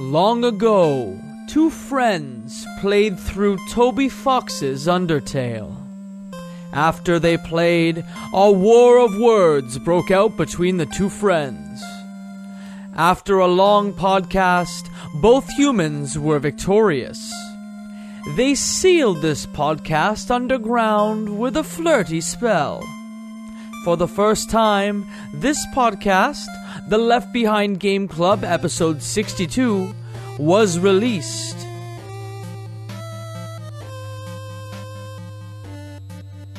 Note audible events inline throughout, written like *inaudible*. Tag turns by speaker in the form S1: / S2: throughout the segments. S1: Long ago, two friends played through Toby Fox's Undertale. After they played, a war of words broke out between the two friends. After a long podcast, both humans were victorious. They sealed this podcast underground with a flirty spell. For the first time, this podcast, the Left Behind Game Club episode 62, was released.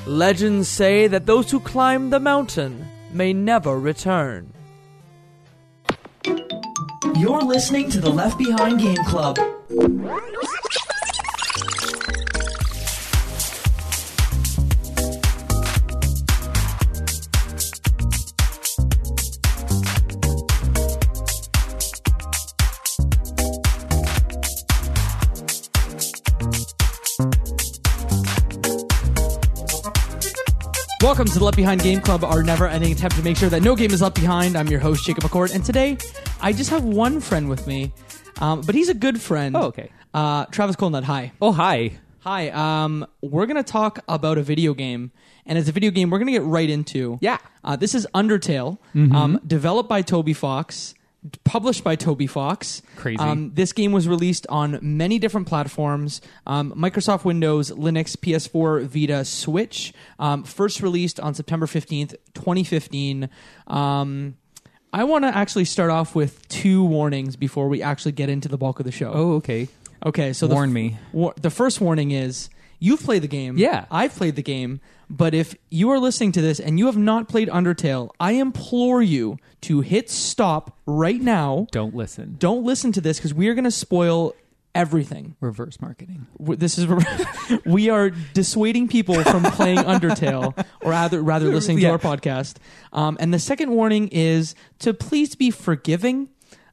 S1: Legends say that those who climb the mountain may never return.
S2: You're listening to the Left Behind Game Club.
S3: Welcome to the Left Behind Game Club, our never ending attempt to make sure that no game is left behind. I'm your host, Jacob McCord, and today I just have one friend with me, um, but he's a good friend.
S4: Oh, okay.
S3: Uh, Travis Colnut, hi.
S4: Oh, hi.
S3: Hi. Um, we're going to talk about a video game, and it's a video game we're going to get right into.
S4: Yeah.
S3: Uh, this is Undertale,
S4: Mm-hmm.
S3: um, developed by Toby Fox, published by Toby Fox.
S4: Crazy.
S3: Um, this game was released on many different platforms um, Microsoft Windows, Linux, PS4, Vita, Switch. Um, first released on September 15th, 2015. Um, I want to actually start off with two warnings before we actually get into the bulk of the show.
S4: Oh, okay.
S3: Okay, so
S4: Warn
S3: the,
S4: me.
S3: war- the first warning is you've played the game.
S4: Yeah.
S3: I've played the game. But if you are listening to this and you have not played Undertale, I implore you to hit stop right now.
S4: Don't listen.
S3: Don't listen to this because we are going to spoil everything.
S4: Reverse marketing.
S3: W- This is *laughs* we are dissuading people from playing Undertale, or rather, rather
S4: *laughs*
S3: listening to
S4: Yeah.
S3: our podcast. Um, and the second warning is to please be forgiving.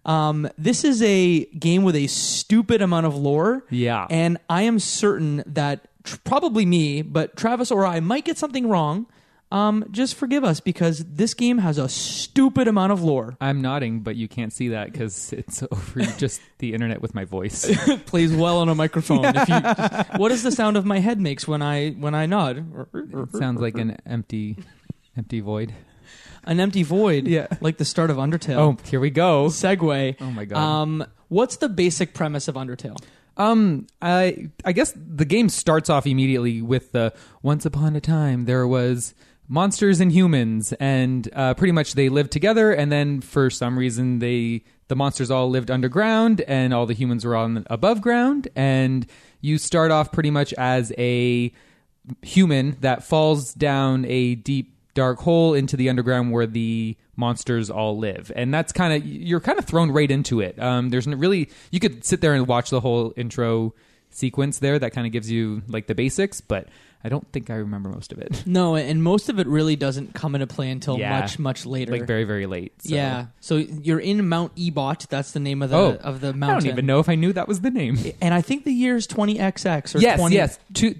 S3: Um, this is a game with a stupid amount of lore.
S4: Yeah.
S3: And I am certain that tr- probably me, but Travis or I might get something wrong. Um, just forgive us because this game has a stupid amount of lore.
S4: I'm nodding, but you can't see that because it's *laughs* over just the internet with my voice.
S3: It plays well on a microphone. if you, *laughs* what is the sound of my head makes when I when I nod?
S4: It sounds like an empty, empty void.
S3: An empty void.
S4: Yeah.
S3: Like the start of Undertale.
S4: Oh, here we go.
S3: segue.
S4: Oh my God.
S3: Um, what's the basic premise of Undertale?
S4: Um, I I guess the game starts off immediately with the once upon a time there was monsters and humans, and uh, pretty much they lived together, and then for some reason they the monsters all lived underground, and all the humans were on above ground, and you start off pretty much as a human that falls down a deep dark hole into the underground where the monsters all live and that's kind of you're kind of thrown right into it um, there's n- really you could sit there and watch the whole intro sequence there that kind of gives you like the basics but i don't think i remember most of it *laughs*
S3: No, and most of it really doesn't come into play until
S4: Yeah.
S3: much much later.
S4: like very very late so.
S3: Yeah. So you're in Mount Ebot. That's the name of the
S4: oh
S3: of the
S4: i don't
S3: mountain.
S4: even know if i knew that was the *laughs* name
S3: And I think the year is 20XX or
S4: yes
S3: 20
S4: yes Two,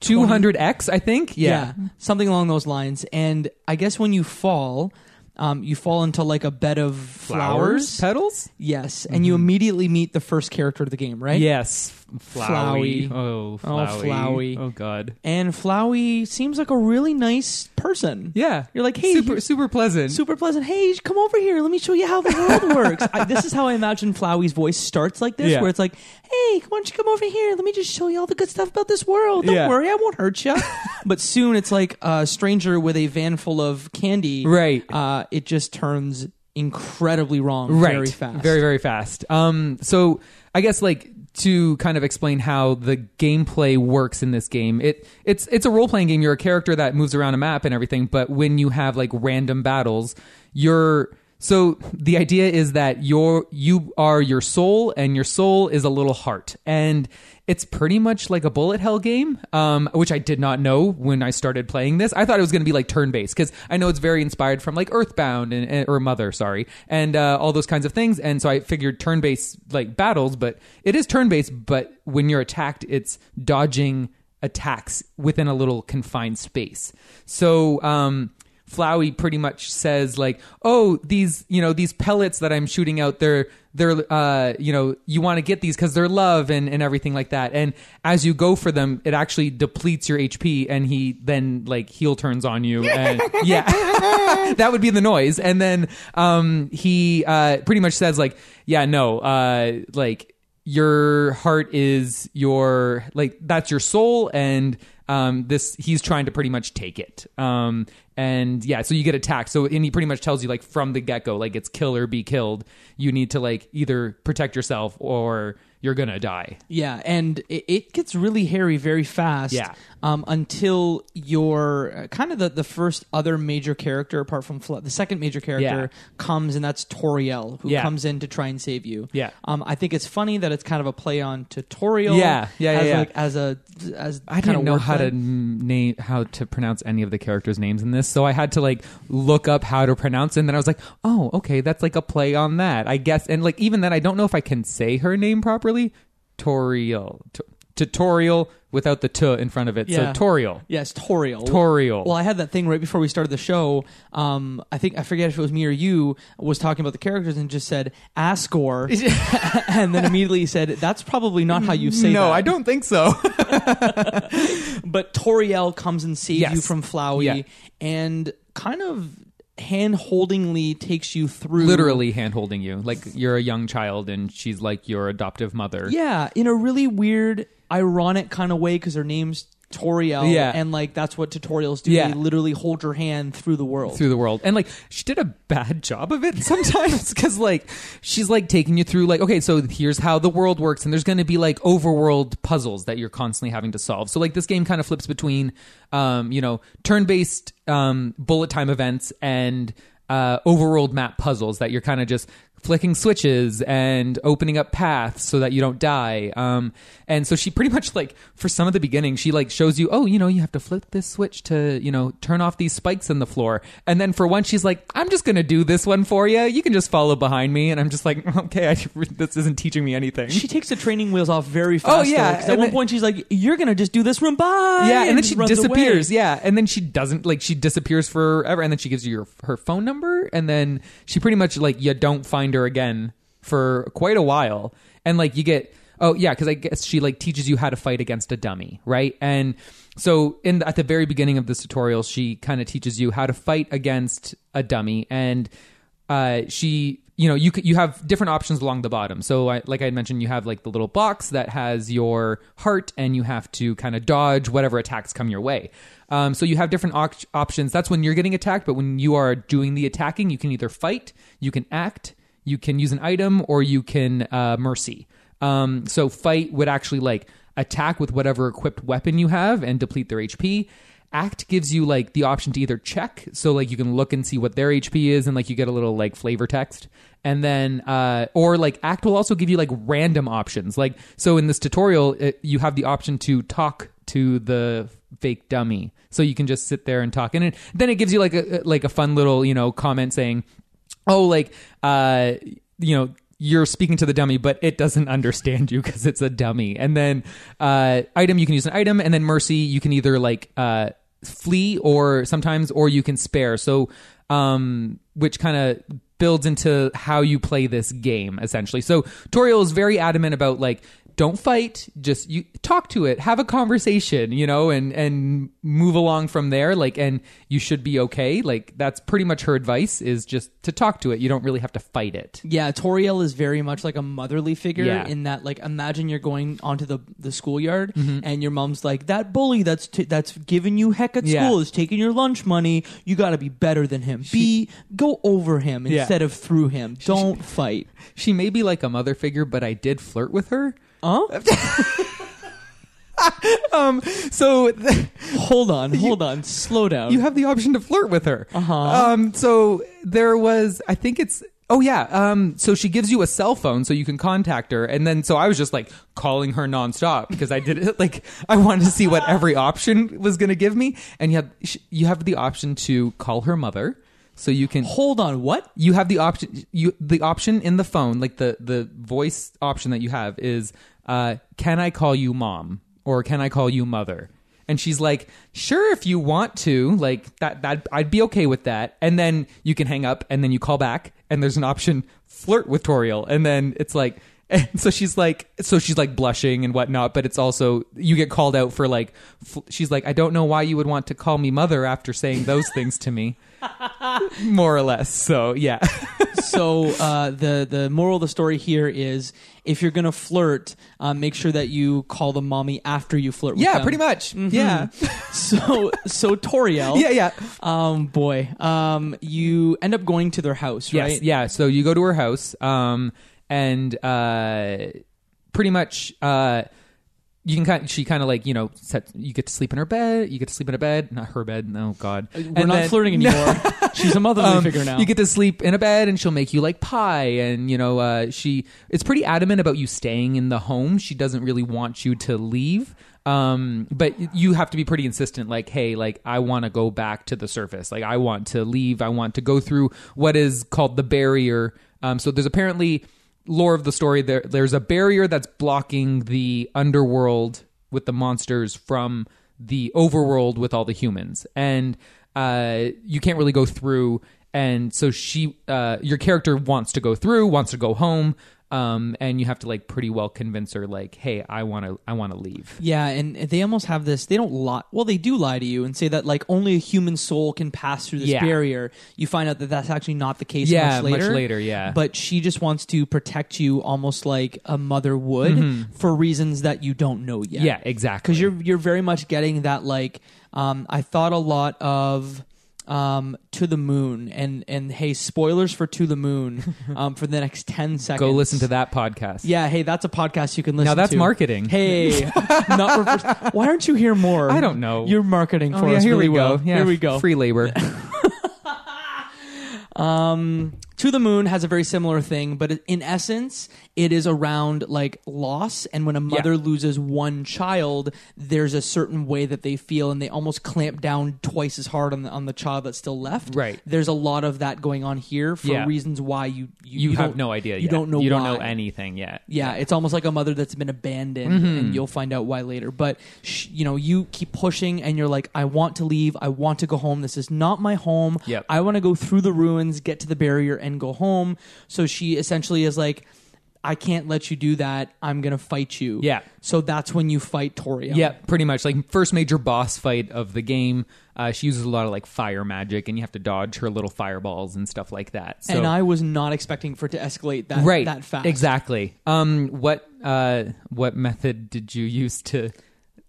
S4: 200x i think yeah,
S3: something along those lines. And I guess when you fall, um, you fall into like a bed of flowers.
S4: petals
S3: yes, and
S4: Mm-hmm.
S3: you immediately meet the first character of the game, right?
S4: Yes,
S3: Flowy.
S4: flowy. Oh,
S3: Oh, flowy.
S4: flowy. Oh, god.
S3: And Flowey seems like a really nice person.
S4: Yeah,
S3: You're like, hey,
S4: super,
S3: you-
S4: super pleasant.
S3: super pleasant. Hey, come over here. Let me show you how the
S4: *laughs*
S3: world works. I, this is how I imagine Flowey's voice starts like this,
S4: Yeah.
S3: where it's like, hey, why don't you come over here? Let me just show you all the good stuff about this world. Don't
S4: Yeah.
S3: worry, I won't hurt
S4: *laughs*
S3: you. but soon it's like a stranger with a van full of candy.
S4: Right.
S3: Uh, it just turns incredibly wrong
S4: right,
S3: very fast.
S4: very, very fast. Um, so I guess like to kind of explain how the gameplay works in this game. It it's it's a role playing game. You're a character that moves around a map and everything, but when you have like random battles, you're so the idea is that your you are your soul and your soul is a little heart and it's pretty much like a bullet hell game, um, which I did not know when I started playing this. I thought it was going to be like turn based because I know it's very inspired from like Earthbound and, and- or Mother, sorry, and uh, all those kinds of things. And so I figured turn based like battles, but it is turn based. But when you're attacked, it's dodging attacks within a little confined space. So um, Flowey pretty much says like, "Oh, these you know these pellets that I'm shooting out, they're they're uh, you know you want to get these because they're love and and everything like that." And as you go for them, it actually depletes your HP, and he then like heel turns on you. And, yeah, *laughs* that would be the noise. And then um, he uh, pretty much says like, "Yeah, no, uh, like." your heart is your like that's your soul and um this he's trying to pretty much take it um and yeah so you get attacked so and he pretty much tells you like from the get-go like it's kill or be killed you need to like either protect yourself or you're gonna die
S3: Yeah, and it, it gets really hairy very fast.
S4: Yeah.
S3: Um, until your uh, kind of the, the first other major character apart from Fla- the second major character comes, and that's Toriel, who
S4: Yeah.
S3: comes in to try and save you.
S4: Yeah.
S3: Um, I think it's funny that it's kind of a play on tutorial.
S4: Yeah, yeah, yeah,
S3: as
S4: yeah.
S3: Like, as a as
S4: I
S3: kind
S4: didn't
S3: of
S4: know
S3: word
S4: how
S3: play.
S4: to mm, name how to pronounce any of the characters' names in this, so I had to like look up how to pronounce. It, and then I was like, "Oh, okay, that's like a play on that, I guess." And like even then, I don't know if I can say her name properly. Toriel, T- tutorial without the "t" in front of it.
S3: Yeah.
S4: So Toriel,
S3: Yes, Toriel.
S4: Toriel.
S3: Well, I had that thing right before we started the show. Um, I think I forget if it was me or you was talking about the characters and just said
S4: *laughs*
S3: Ascor, and then immediately said that's probably not how you say
S4: no,
S3: that.
S4: I don't
S3: *laughs*
S4: think so.
S3: But Toriel comes and saves
S4: Yes.
S3: you from Flowey
S4: Yeah.
S3: and kind of hand holdingly takes you through.
S4: Literally hand holding you, like you're a young child, and she's like your adoptive mother.
S3: Yeah, in a really weird, ironic kind of way because her name's Toriel.
S4: Yeah.
S3: And like that's what tutorials do.
S4: Yeah.
S3: They literally hold your hand through the world.
S4: through the world and like she did a bad job of it *laughs* sometimes because like she's like taking you through like okay so here's how the world works and there's going to be like overworld puzzles that you're constantly having to solve so like this game kind of flips between um you know turn-based um bullet time events and uh overworld map puzzles that you're kind of just flicking switches and opening up paths so that you don't die. Um, and so she pretty much like for some of the beginning, she like shows you, oh, you know, you have to flip this switch to you know turn off these spikes in the floor. And then for once, she's like, I'm just gonna do this one for you. You can just follow behind me. And I'm just like, *laughs* okay, I, this isn't teaching me anything.
S3: She takes the training wheels off very fast. though,
S4: yeah,
S3: 'cause at
S4: and
S3: one
S4: then-
S3: point she's like, "You're gonna just do this room, bye."
S4: yeah, and then she
S3: runs
S4: disappears.
S3: away.
S4: Yeah, and then she doesn't like she disappears forever, and then she gives you your, her phone number, and then she pretty much like you don't find her again for quite a while, and like you get oh yeah, because I guess she like teaches you how to fight against a dummy, right? And so in the, at the very beginning of this tutorial, she kind of teaches you how to fight against a dummy, and uh, she you know you c- you have different options along the bottom so I, like i had mentioned you have like the little box that has your heart and you have to kind of dodge whatever attacks come your way um, so you have different oc- options that's when you're getting attacked but when you are doing the attacking you can either fight you can act you can use an item or you can uh, mercy um, so fight would actually like attack with whatever equipped weapon you have and deplete their hp Act gives you like the option to either check, so like you can look and see what their HP is, and like you get a little like flavor text, and then uh, or like Act will also give you like random options. Like so in this tutorial, it, you have the option to talk to the fake dummy, so you can just sit there and talk, and it, then it gives you like a like a fun little you know comment saying, oh like uh you know you're speaking to the dummy but it doesn't understand you because it's a dummy and then uh item you can use an item and then mercy you can either like uh flee or sometimes or you can spare so um which kind of builds into how you play this game essentially so toriel is very adamant about like don't fight just you talk to it have a conversation you know and and move along from there like and you should be okay like that's pretty much her advice is just to talk to it you don't really have to fight it
S3: Yeah, Toriel is very much like a motherly figure
S4: Yeah.
S3: in that, like, imagine you're going onto the the schoolyard and your mom's like, "That bully that's t- that's giving you heck at
S4: Yeah.
S3: school is taking your lunch money. You got to be better than him. be go over him
S4: Yeah.
S3: instead of through him. Don't *laughs* fight."
S4: she may be like a mother figure but i did flirt with her
S3: Huh?
S4: so
S3: hold *laughs* on, hold on, slow down.
S4: you have the option to flirt with her. Uh-huh. Um, so there was, I think it's, oh yeah. Um, so she gives you a cell phone so you can contact her. And then, so I was just like calling her nonstop because I did it. *laughs* Like I wanted to see what every option was going to give me. And you have, sh- you have the option to call her mother. So you can
S3: hold on, what?
S4: you have the option you the option in the phone like the the voice option that you have is uh can i call you mom or can i call you mother and she's like, "Sure, if you want to, like that, that I'd be okay with that." And then you can hang up, and then you call back, and there's an option flirt with Toriel, and then it's like. *laughs* And so she's like, so she's like blushing and whatnot, but it's also you get called out for like, fl- she's like, I don't know why you would want to call me mother after saying those things to me, more or less. So yeah,
S3: so uh, the the moral of the story here is if you're gonna flirt, uh, make sure that you call them mommy after you flirt. with
S4: yeah,
S3: them. Mm-hmm.
S4: pretty much, yeah,
S3: *laughs* So so Toriel,
S4: yeah, yeah.
S3: um, boy, um, you end up going to their house,
S4: Yes,
S3: right?
S4: yeah. So you go to her house, um, and uh, pretty much, uh, you can kind. she kind of like you know, set, you get to sleep in her bed. You get to sleep in a bed, not her bed. No, God,
S3: We're not flirting *laughs* anymore. She's a motherly
S4: Um,
S3: figure now.
S4: You get to sleep in a bed, and she'll make you like pie. And you know, uh, she it's pretty adamant about you staying in the home. She doesn't really want you to leave. Um, but you have to be pretty insistent. Like, hey, like I want to go back to the surface. Like, I want to leave. I want to go through what is called the barrier. Um, so there's apparently lore of the story. There, there's a barrier that's blocking the underworld with the monsters from the overworld with all the humans and uh, you can't really go through and so she uh, your character wants to go through wants to go home um, and you have to like pretty well convince her like hey i want to i want to leave
S3: Yeah, and they almost have this. They don't lie. Well, they do lie to you and say that like only a human soul can pass through this
S4: Yeah.
S3: barrier. You find out that that's actually not the case.
S4: Yeah,
S3: much later.
S4: much later, yeah.
S3: But she just wants to protect you, almost like a mother would, for reasons that you don't know yet.
S4: Mm-hmm. yeah exactly
S3: because you're you're very much getting that like um, I thought a lot of um, to the moon and and hey spoilers for to the moon
S4: *laughs*
S3: um, for the next ten seconds.
S4: go listen to that podcast
S3: Yeah, hey, that's a podcast you can listen.
S4: now that's
S3: to.
S4: marketing
S3: Hey,
S4: *laughs*
S3: not reverse. Why aren't you here more?
S4: I don't know.
S3: You're marketing
S4: Oh,
S3: for
S4: yeah,
S3: us.
S4: here
S3: really
S4: we
S3: well.
S4: go. Yeah,
S3: here we go. *laughs*
S4: Free labor.
S3: Um, to the moon has a very similar thing, but in essence, it is around like loss. And when a mother loses one child, there's a certain way that they feel, and they almost clamp down twice as hard on the on the child that's still left.
S4: Right.
S3: There's a lot of that going on here for
S4: Yeah.
S3: reasons why you you,
S4: You, have
S3: don't-
S4: no idea.
S3: You
S4: yet.
S3: don't know.
S4: You don't
S3: why.
S4: know anything yet.
S3: Yeah, it's almost like a mother that's been abandoned,
S4: Mm-hmm.
S3: and you'll find out why later. But sh- you know, you keep pushing, and you're like, "I want to leave. I want to go home. This is not my home.
S4: Yep.
S3: I want to go through the ruins, get to the barrier, and go home." So she essentially is like, "I can't let you do that. I'm gonna fight you."
S4: Yeah.
S3: So that's when you fight Toria.
S4: Yeah, pretty much. Like first major boss fight of the game. Uh, she uses a lot of like fire magic, and you have to dodge her little fireballs and stuff like that. So,
S3: And I was not expecting for it to escalate that
S4: right
S3: that fast.
S4: exactly. Um, what uh, what method did you use to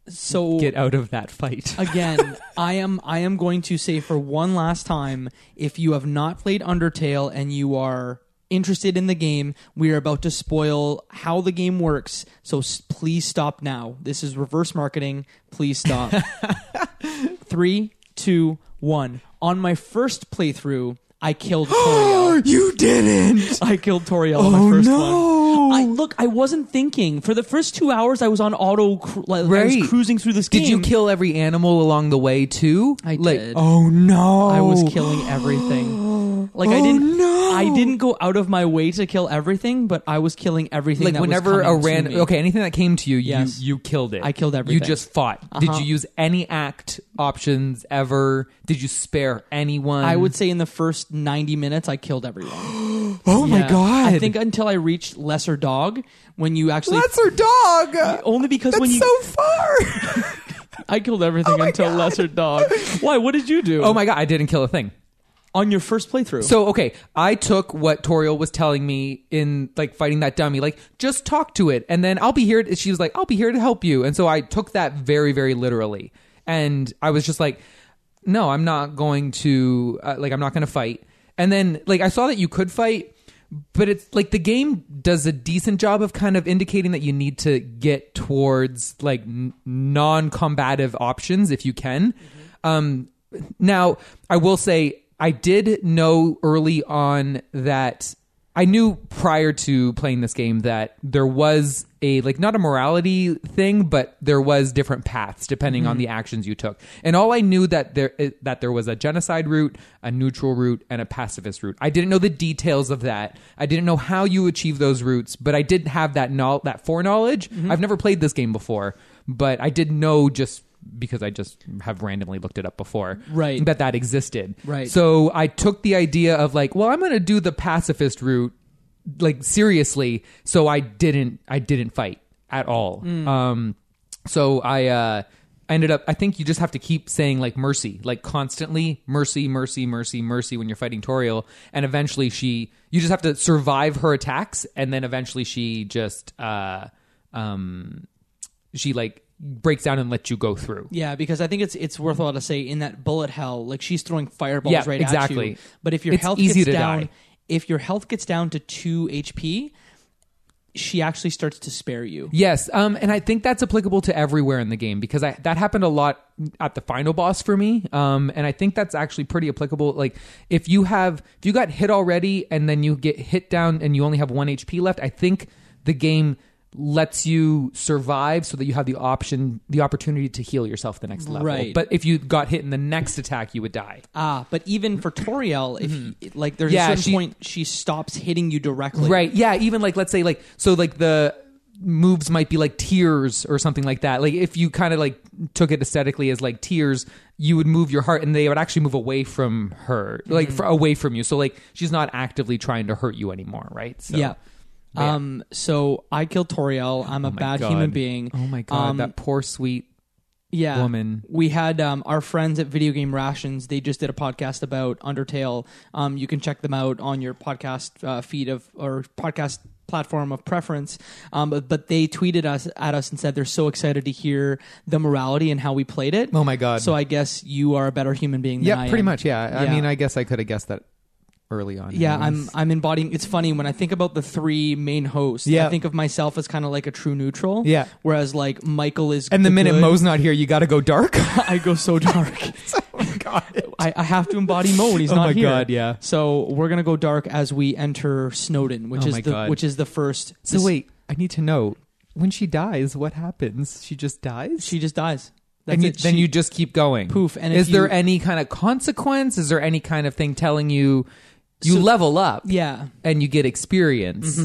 S3: So
S4: get out of that fight?
S3: *laughs* again i am i am going to say for one last time if you have not played undertale and you are interested in the game we are about to spoil how the game works so s- please stop now this is reverse marketing please
S4: *laughs*
S3: stop three two one on my first playthrough i killed
S4: *gasps*
S3: Toriel.
S4: you didn't.
S3: I killed Toriel on
S4: Oh,
S3: my first
S4: no.
S3: one. I look. I wasn't thinking. For the first two hours, I was on auto. Cru- like, I
S4: Right.
S3: was cruising through this game.
S4: Did you kill every animal along the way too?
S3: I
S4: like,
S3: did.
S4: Oh no!
S3: I was killing everything. Like I
S4: Oh,
S3: didn't
S4: no.
S3: I didn't go out of my way to kill everything, but I was killing everything
S4: Like
S3: that was
S4: whenever a
S3: coming to
S4: random
S3: me.
S4: okay anything that came to you,
S3: Yes.
S4: you you killed it.
S3: I killed
S4: You
S3: everything. Uh-huh.
S4: just fought. Did you use any act options ever? Did you spare anyone?
S3: I would say in the first 90 minutes I killed everyone.
S4: Oh
S3: Yeah. I think until I reached lesser dog when you actually
S4: her dog.
S3: only because when you *laughs*
S4: far.
S3: I killed everything
S4: Oh my
S3: until
S4: God.
S3: lesser dog. Why what did you do?
S4: oh my god! I didn't kill a thing.
S3: on your first playthrough.
S4: So okay, I took what Toriel was telling me in like fighting that dummy, like just talk to it, and then I'll be here. She was like, "I'll be here to help you," and so I took that very, very literally, and I was just like, "No, I'm not going to uh, like I'm not going to fight." And then like I saw that you could fight, but it's like the game does a decent job of kind of indicating that you need to get towards like n- non-combative options if you can. Um, now, I will say I did know early on that I knew prior to playing this game that there was a like not a morality thing, but there was different paths depending on the actions you took. And all I knew that there eh, that there was a genocide route, a neutral route, and a pacifist route. I didn't know the details of that. I didn't know how you achieve those routes, but I did have that know- that foreknowledge. I've never played this game before, but I did know just because I just have randomly looked it up before.
S3: Right.
S4: That that existed.
S3: Right.
S4: So I took the idea of like, well, I'm going to do the pacifist route like seriously, so I didn't I didn't fight at all. Um so I uh I ended up I think you just have to keep saying like mercy, like constantly mercy, mercy, mercy, mercy when you're fighting Toriel and eventually she you just have to survive her attacks and then eventually she just uh um she like breaks down and lets you go through.
S3: Yeah, because I think it's it's worthwhile to say in that bullet hell, like she's throwing fireballs
S4: Yeah,
S3: right at you.
S4: exactly.
S3: But if your
S4: It's
S3: health
S4: easy
S3: gets
S4: to
S3: down,
S4: die.
S3: if your health gets down to two HP, she actually starts to spare you.
S4: Yes, um, and I think that's applicable to everywhere in the game because I, that happened a lot at the final boss for me, um, and I think that's actually pretty applicable. Like if you have if you got hit already and then you get hit down and you only have one HP left, I think the game lets you survive so that you have the option the opportunity to heal yourself the next level.
S3: Right.
S4: But if you got hit in the next attack, you would die.
S3: Ah, but even for Toriel, if you- like there's
S4: Mm-hmm. Yeah,
S3: a certain
S4: she-
S3: point she stops hitting you directly.
S4: Right. Yeah. Even like let's say like so like the moves might be like tears or something like that. Like if you kind of like took it aesthetically as like tears, you would move your heart and they would actually move away from her, like fr- away from you. So like she's not actively trying to hurt you anymore, right? So,
S3: Yeah.
S4: Yeah.
S3: Um. So I killed Toriel. I'm a
S4: my
S3: bad
S4: God.
S3: human being.
S4: Oh my god,
S3: Um,
S4: that poor sweet.
S3: yeah
S4: woman.
S3: we had um, our friends at video game rations they just did a podcast about undertale um, you can check them out on your podcast uh, feed of or podcast platform of preference um, but, but they tweeted us at us and said they're so excited to hear the morality and how we played it
S4: Oh my god.
S3: so i guess you are a better human being than I
S4: yeah, pretty
S3: am.
S4: much. Yeah. I
S3: Yeah.
S4: mean, I guess I could have guessed that early on.
S3: yeah
S4: anyways.
S3: i'm i'm embodying it's funny when i think about the three main hosts
S4: Yeah.
S3: i think of myself as kind of like a true neutral
S4: Yeah.
S3: whereas like michael is
S4: And the minute
S3: good.
S4: Mo's not here, you got to go dark.
S3: *laughs*
S4: *laughs*
S3: i go so dark
S4: oh my god.
S3: I, I have to embody Mo when he's
S4: *laughs* Oh
S3: not
S4: my
S3: here.
S4: God, yeah.
S3: So we're gonna go dark as we enter Snowden, which
S4: Oh
S3: is
S4: my
S3: the
S4: God.
S3: which is the first.
S4: So
S3: this-
S4: wait, I need to know when she dies, what happens? She just dies.
S3: she just dies. That's
S4: and you,
S3: it.
S4: then
S3: She-
S4: you just keep going.
S3: Poof, and if
S4: is there
S3: you-
S4: any kind of consequence? Is there any kind of thing telling you you
S3: So-
S4: level up
S3: yeah.
S4: and you get experience?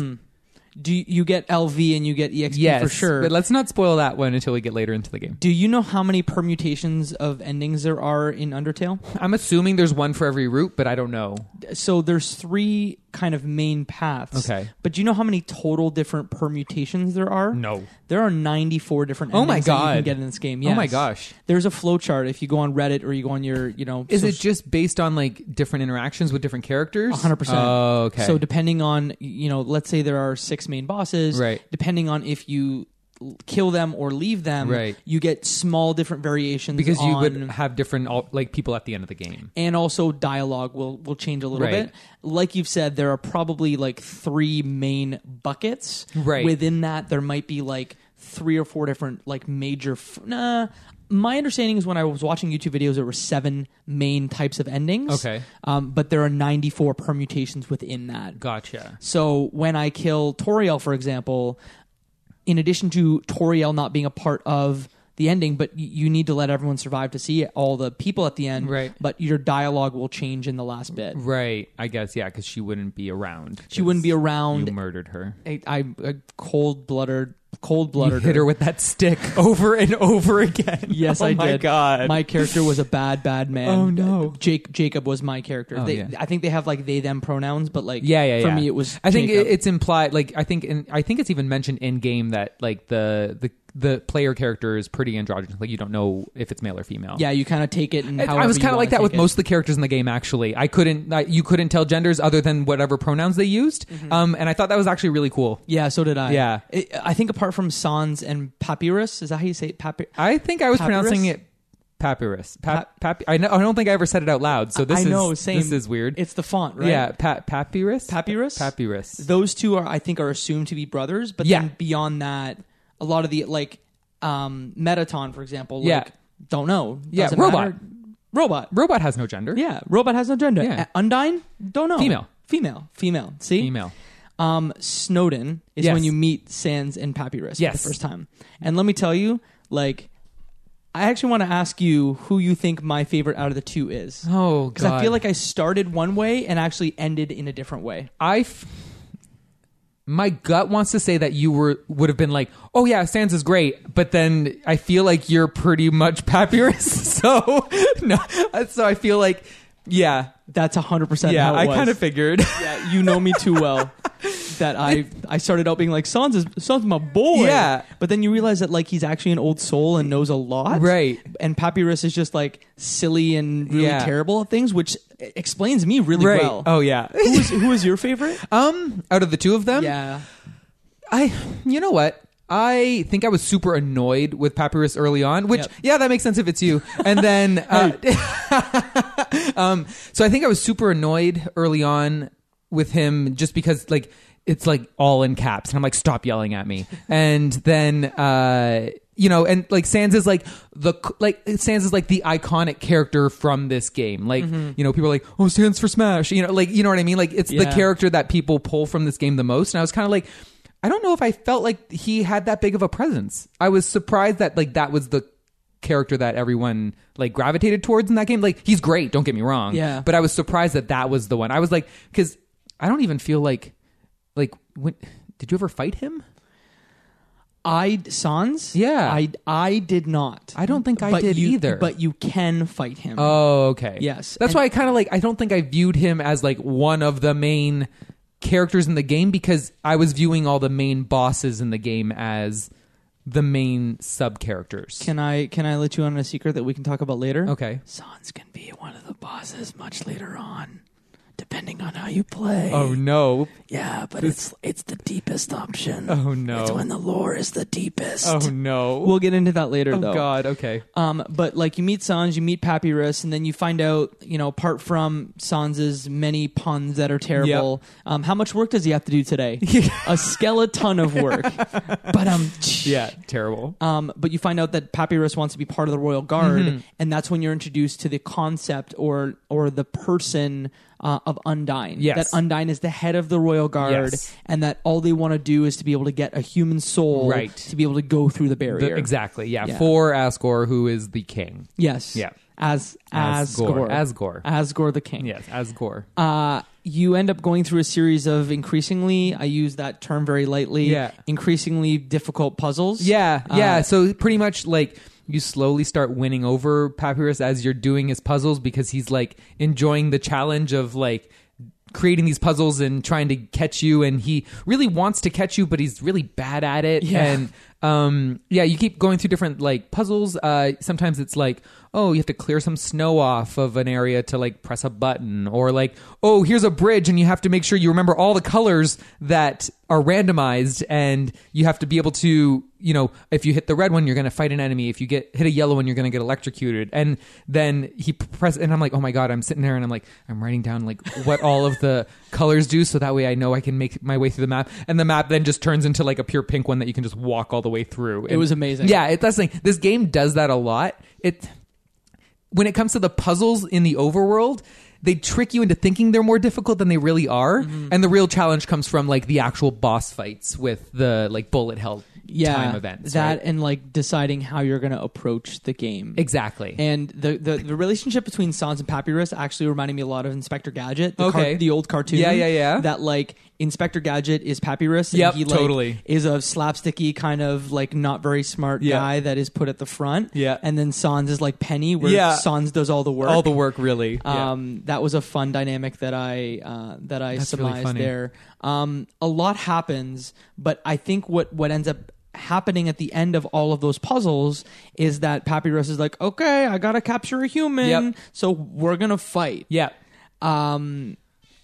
S3: Do you, you get LV and you get EXP
S4: Yes,
S3: for sure?
S4: But let's not spoil that one until we get later into the game.
S3: Do you know how many permutations of endings there are in Undertale?
S4: I'm assuming there's one for every route, but I don't know.
S3: So there's three kind of main paths.
S4: Okay. Mm.
S3: But do you know how many total different permutations there are?
S4: No.
S3: There are 94 different
S4: Oh my
S3: endings that you can
S4: God.
S3: get in this game.
S4: Oh my
S3: yes.
S4: gosh.
S3: There's a flowchart if you go on Reddit or you go on your, you know,
S4: Is it
S3: social-
S4: just based on like different interactions with different characters?
S3: 100%.
S4: Oh, okay.
S3: So depending on you know, let's say there are six main bosses,
S4: Right.
S3: Depending on if you l- kill them or leave them,
S4: Right.
S3: You get small different variations
S4: because you would
S3: on-
S4: have different al- like people at the end of the game.
S3: and also dialogue will will change a little
S4: Right.
S3: bit. Like you've said, there are probably like three main buckets.
S4: Right.
S3: Within that, there might be like three or four different like major. F- nah. My understanding is when I was watching YouTube videos, there were seven main types of endings.
S4: Okay.
S3: Um, but there are 94 permutations within that.
S4: Gotcha.
S3: So when I kill Toriel, for example, in addition to Toriel not being a part of the ending, but y- you need to let everyone survive to see all the people at the end.
S4: Right. Mm.
S3: But your dialogue will change in the last bit.
S4: Right. I guess yeah, because she wouldn't be around.
S3: She wouldn't be
S4: 'cause
S3: around.
S4: You murdered her.
S3: I, I, I cold blooded, cold
S4: You
S3: blooded.
S4: hit her with that stick *laughs* over and over *laughs* again.
S3: Yes,
S4: oh
S3: I did.
S4: my
S3: *laughs*
S4: god.
S3: My character was a bad, bad man.
S4: Oh, no.
S3: Jake Jacob was my character.
S4: Oh,
S3: they,
S4: yeah.
S3: I think they have like they them pronouns, but like
S4: yeah, yeah,
S3: For
S4: yeah.
S3: me, it was.
S4: I think
S3: Jacob.
S4: it, it's implied. Like I think, in, I think it's even mentioned in game that like the the the player character is pretty androgynous. Like you don't know if it's male or female.
S3: yeah. You kind of take it. And
S4: I- I
S3: however
S4: was
S3: you
S4: kind of
S3: wanna
S4: like that
S3: take
S4: with
S3: it.
S4: most of the characters in the game. Actually, I couldn't. I, you couldn't tell genders other than whatever pronouns they used. Um, and I thought that was actually really cool.
S3: Yeah, so did I.
S4: Yeah.
S3: I I think apart from Sans and Papyrus, is that how you say it? Papy-
S4: I think I was
S3: Papyrus?
S4: pronouncing it papyrus. Pap- pap- I, know, I don't think I ever said it out loud. So this
S3: I
S4: is
S3: know, same.
S4: this is weird.
S3: It's the font, right?
S4: Yeah, pa- papyrus.
S3: Papyrus?
S4: Papyrus.
S3: Those two are, I think, are assumed to be brothers, but
S4: Yeah.
S3: then beyond that, a lot of the, like, um, Metaton, for example, like,
S4: Yeah.
S3: don't know.
S4: Yeah,
S3: Doesn't
S4: robot.
S3: matter. Robot.
S4: Robot has no gender.
S3: Yeah, robot has no gender.
S4: Yeah.
S3: Uh, Undyne? Don't know.
S4: Female.
S3: Female. Female. See?
S4: Female.
S3: Um, Snowden is
S4: Yes.
S3: when you meet Sans and Papyrus for
S4: Yes.
S3: the first time. And let me tell you, like, I actually want to ask you who you think my favorite out of the two is.
S4: Oh,
S3: Because I
S4: God.
S3: feel like I started one way and actually ended in a different way.
S4: I. F- my gut wants to say that you were would have been like, "Oh yeah, Sans is great," but then I feel like you're pretty much *laughs* Papyrus. so no, uh, so I feel like yeah,
S3: That's 100%
S4: yeah,
S3: how it
S4: I
S3: was.
S4: kind
S3: *laughs*
S4: of figured.
S3: Yeah, you know me too
S4: *laughs*
S3: well that I I started out being like Sans is Sans my boy.
S4: Yeah.
S3: But then you realize that like he's actually an old soul and knows a lot.
S4: Right.
S3: And Papyrus is just like silly and really
S4: Yeah.
S3: terrible at things, which explains me really
S4: right.
S3: well.
S4: Oh yeah.
S3: Who was who was your favorite?
S4: um out of the two of them,
S3: yeah.
S4: I you know what? I think I was super annoyed with Papyrus early on, which
S3: Yep.
S4: yeah, that makes sense if it's you. And then uh, um so I think I was super annoyed early on with him just because like it's like all in caps and I'm like stop yelling at me. And then uh you know, and like Sans is like the like Sans is like the iconic character from this game. Like you know, people are like, "Oh, Sans for Smash," you know, like you know what I mean. Like it's the
S3: Yeah.
S4: character character that people pull from this game the most and i was kind of like i don't know if i felt like he had that big of a presence i was surprised that like that was the character that everyone like gravitated towards in that game like he's great don't get me wrong
S3: Yeah.
S4: but i was surprised that that was the one i was like because i don't even feel like like when did you ever fight him
S3: I Sans?
S4: Yeah.
S3: I I did not.
S4: I don't think I
S3: But
S4: did
S3: you-
S4: either.
S3: But you can fight him.
S4: oh okay
S3: Yes.
S4: that's
S3: And-
S4: why i kind of like i don't think i viewed him as like one of the main characters in the game because i was viewing all the main bosses in the game as the main sub characters
S3: Can I can I let you on a secret that we can talk about later?
S4: Okay.
S3: Sans can be one of the bosses much later on, depending on how you play.
S4: Oh no.
S3: yeah, but it's it's the deepest option.
S4: Oh no.
S3: the lore is the deepest.
S4: oh no.
S3: We'll get into that later
S4: oh
S3: though.
S4: god, okay.
S3: Um, but like you meet Sans, you meet Papyrus, and then you find out, you know, apart from Sans's many puns that are terrible, um, how much work does he have to do
S4: *laughs*
S3: today? a skeleton of work. but um,
S4: Yeah, terrible.
S3: Um, but you find out that Papyrus wants to be part of the royal guard,
S4: Mm-hmm.
S3: and that's when you're introduced to the concept or or the person uh, of Undyne.
S4: Yes.
S3: That Undyne is the head of the royal guard,
S4: Yes.
S3: and that all they want to do is to be able to get a human soul
S4: Right.
S3: to be able to go through the
S4: The-
S3: barrier.
S4: exactly. Yeah,
S3: Yeah.
S4: for Asgore who is the king.
S3: Yes.
S4: Yeah.
S3: As
S4: Asgore.
S3: Asgore.
S4: Asgore.
S3: Asgore the king.
S4: Yes, Asgore.
S3: Uh, you end up going through a series of increasingly, I use that term very lightly,
S4: Yeah.
S3: increasingly difficult puzzles.
S4: Yeah, yeah.
S3: Uh,
S4: so pretty much like you slowly start winning over Papyrus as you're doing his puzzles because he's like enjoying the challenge of like creating these puzzles and trying to catch you and he really wants to catch you but he's really bad at it
S3: Yeah.
S4: and um yeah you keep going through different like puzzles uh sometimes it's like oh you have to clear some snow off of an area to like press a button or like oh here's a bridge and you have to make sure you remember all the colors that are randomized and you have to be able to you know if you hit the red one you're going to fight an enemy if you get hit a yellow one you're going to get electrocuted and then he press and i'm like oh my god i'm sitting there and i'm like i'm writing down like what all of
S3: *laughs*
S4: the colors do so that way i know i can make my way through the map and the map then just turns into like a pure pink one that you can just walk all the way through
S3: It was amazing.
S4: yeah it, that's the thing this game does that a lot it when it comes to the puzzles in the overworld they trick you into thinking they're more difficult than they really are
S3: Mm-hmm.
S4: and the real challenge comes from like the actual boss fights with the like bullet hell
S3: yeah,
S4: time events
S3: That
S4: right?
S3: and like deciding how you're going to approach the game.
S4: exactly
S3: And the, the, the relationship between Sans and Papyrus actually reminded me a lot of Inspector Gadget, the,
S4: Okay.
S3: the old cartoon.
S4: Yeah, yeah, yeah.
S3: That like Inspector Gadget is Papyrus.
S4: Yep,
S3: and he, like,
S4: totally.
S3: Is a slapsticky kind of like not very smart
S4: Yeah.
S3: guy that is put at the front.
S4: Yeah.
S3: And then Sans is like Penny, where
S4: Yeah.
S3: Sans does all the work.
S4: all the work really Yeah.
S3: Um, That was a fun dynamic that I uh, that I
S4: That's really
S3: surmised
S4: funny.
S3: there. Um, a lot happens, but I think what what ends up happening at the end of all of those puzzles is that Papyrus is like, okay, I gotta capture a human,
S4: Yep.
S3: so we're gonna fight.
S4: yeah
S3: Um,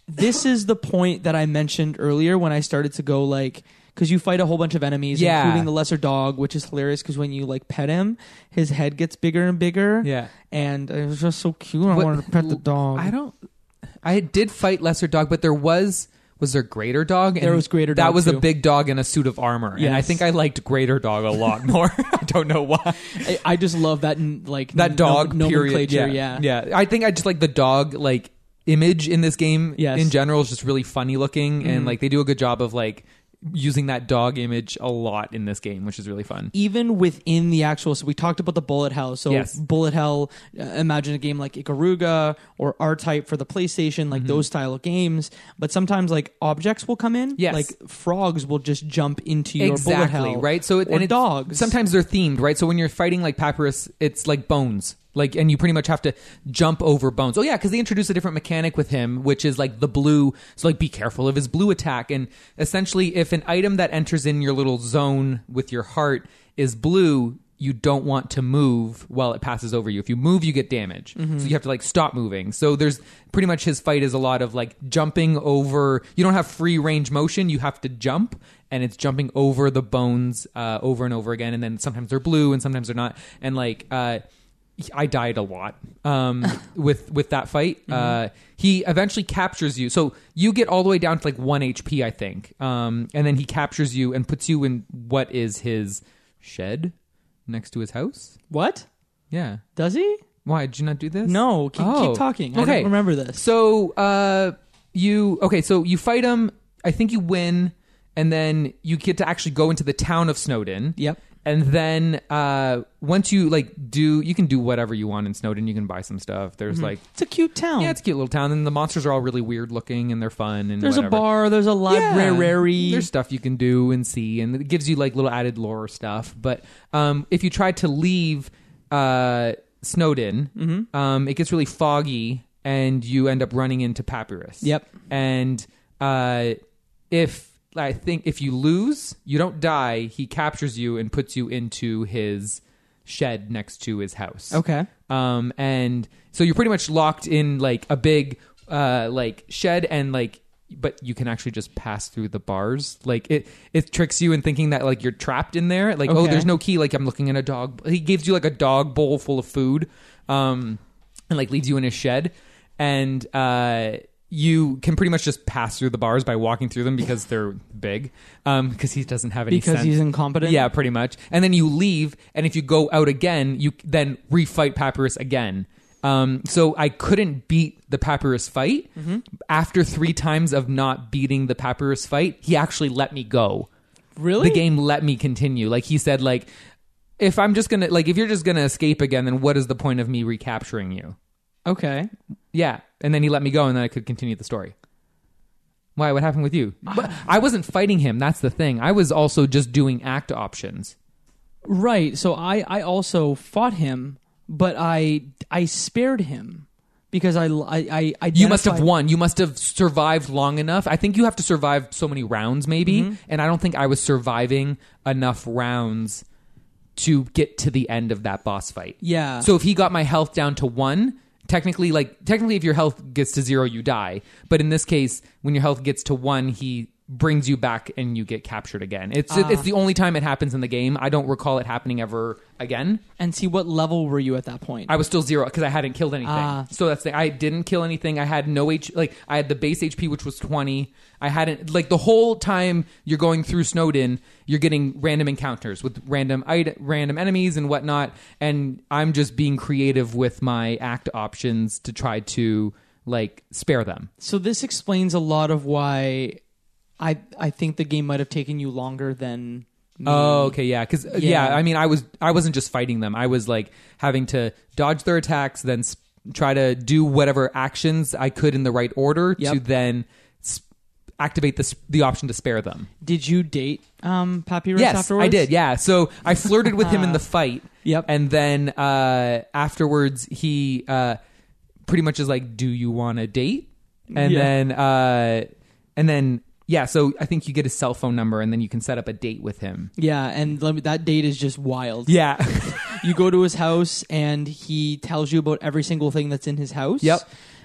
S3: this is the point that I mentioned earlier when I started to go like. Because you fight a whole bunch of enemies,
S4: Yeah.
S3: including the lesser dog, which is hilarious. Because when you like pet him, his head gets bigger and bigger.
S4: Yeah.
S3: and it was just so cute. I
S4: What-
S3: wanted to pet the dog.
S4: i don't i did fight lesser dog but there was was there greater dog and
S3: There was Greater
S4: that
S3: Dog,
S4: was a
S3: too.
S4: big dog in a suit of armor and i
S3: Yes.
S4: think i liked greater dog a lot *laughs* more i don't know why
S3: I, I just love that n- like
S4: that
S3: n-
S4: dog
S3: nom-
S4: period
S3: nomenclature.
S4: yeah.
S3: Yeah.
S4: yeah i think i just like the dog like image in this game
S3: Yes. Mm-hmm.
S4: in general is just really funny looking and like they do a good job of like using that dog image a lot in this game, which is really fun.
S3: even within the actual so we talked about the bullet hell so
S4: Yes.
S3: bullet hell uh, imagine a game like ikaruga or r-type for the playstation
S4: Mm-hmm.
S3: like those style of games but sometimes like objects will come in
S4: Yes.
S3: like frogs will just jump into your bullet hell
S4: right so it,
S3: or
S4: and it's,
S3: dogs
S4: sometimes they're themed right so when you're fighting like papyrus it's like bones like and you pretty much have to jump over bones oh yeah because they introduced a different mechanic with him which is like the blue so like be careful of his blue attack and essentially if an item that enters in your little zone with your heart is blue you don't want to move while it passes over you. If you move, you get damage. So you have to like stop moving. So there's pretty much his fight is a lot of like jumping over. You don't have free range motion. You have to jump, and it's jumping over the bones uh, over and over again. And then sometimes they're blue, and sometimes they're not. And like. Uh, I died a lot um, with with that fight. Uh, he eventually captures you, so you get all the way down to like one HP, I think, um, and then he captures you and puts you in what is his shed next to his house.
S3: what
S4: Yeah.
S3: does he
S4: Why did you not do this?
S3: no keep,
S4: Oh.
S3: keep talking i don't remember this
S4: So uh, you okay? So you fight him. I think you win, and then you get to actually go into the town of Snowden.
S3: Yep.
S4: And then uh, once you like do, you can do whatever you want in Snowden. You can buy some stuff. There's like
S3: it's a cute town
S4: yeah, it's a cute little town, and the monsters are all really weird looking, and they're fun. And
S3: there's
S4: whatever.
S3: a bar there's a library
S4: Yeah. There's stuff you can do and see, and it gives you like little added lore stuff. But um, if you try to leave uh, Snowden,
S3: Mm-hmm.
S4: um, it gets really foggy, and you end up running into Papyrus.
S3: Yep.
S4: And uh, if I think if you lose, you don't die. He captures you and puts you into his shed next to his house.
S3: okay
S4: Um, and so you're pretty much locked in like a big uh like shed and like but you can actually just pass through the bars. Like it it tricks you in thinking that like you're trapped in there. Like, oh
S3: Okay.
S4: there's no key, like I'm looking in a dog he gives you like a dog bowl full of food. Um and like leads you in a shed and uh you can pretty much just pass through the bars by walking through them because they're big. Um, because he doesn't have any
S3: because
S4: sense.
S3: he's incompetent
S4: Yeah, pretty much. And then you leave, and if you go out again, you then refight Papyrus again. Um, so I couldn't beat the Papyrus fight. After three times of not beating the Papyrus fight, he actually let me go.
S3: really
S4: The game let me continue. Like he said, like if I'm just gonna like if you're just gonna escape again, then what is the point of me recapturing you?
S3: okay
S4: Yeah, and then he let me go, and then I could continue the story. Why? What happened with you? But I wasn't fighting him. That's the thing. I was also just doing act options.
S3: Right. So I I also fought him, but I I spared him because I I I
S4: You must have
S3: identified-
S4: won. You must have survived long enough. I think you have to survive so many rounds, maybe. And I don't think I was surviving enough rounds to get to the end of that boss fight.
S3: Yeah.
S4: So if he got my health down to one, technically, like technically, if your health gets to zero, you die. But in this case, when your health gets to one, he brings you back and you get captured again. It's it's the only time it happens in the game. I don't recall it happening ever again.
S3: and see what level were you at that point?
S4: I was still zero because I hadn't killed anything.
S3: Ah.
S4: So that's the I didn't kill anything. I had no H. Like I had the base HP, which was twenty. I hadn't like the whole time you're going through Snowden, you're getting random encounters with random ite- random enemies and whatnot. And I'm just being creative with my act options to try to like spare them.
S3: so this explains a lot of why I I think the game might have taken you longer than me.
S4: Oh, okay, yeah, because yeah.
S3: Yeah.
S4: I mean, I was I wasn't just fighting them. I was like having to dodge their attacks, then sp- try to do whatever actions I could in the right order to
S3: Yep.
S4: then sp- activate the sp- the option to spare them.
S3: Did you date um Papyrus
S4: Yes,
S3: afterwards? Uh.
S4: I did. Yeah, so
S3: *laughs*
S4: I flirted with him in the fight.
S3: Yep.
S4: and then uh, afterwards he uh, pretty much is like, "Do you want a date?" And
S3: Yeah.
S4: then uh, and then yeah, so I think you get his cell phone number, and then you can set up a date with him.
S3: Yeah, and let me, that date is just wild.
S4: Yeah.
S3: you go to his house and he tells you about every single thing that's in his house.
S4: Yep.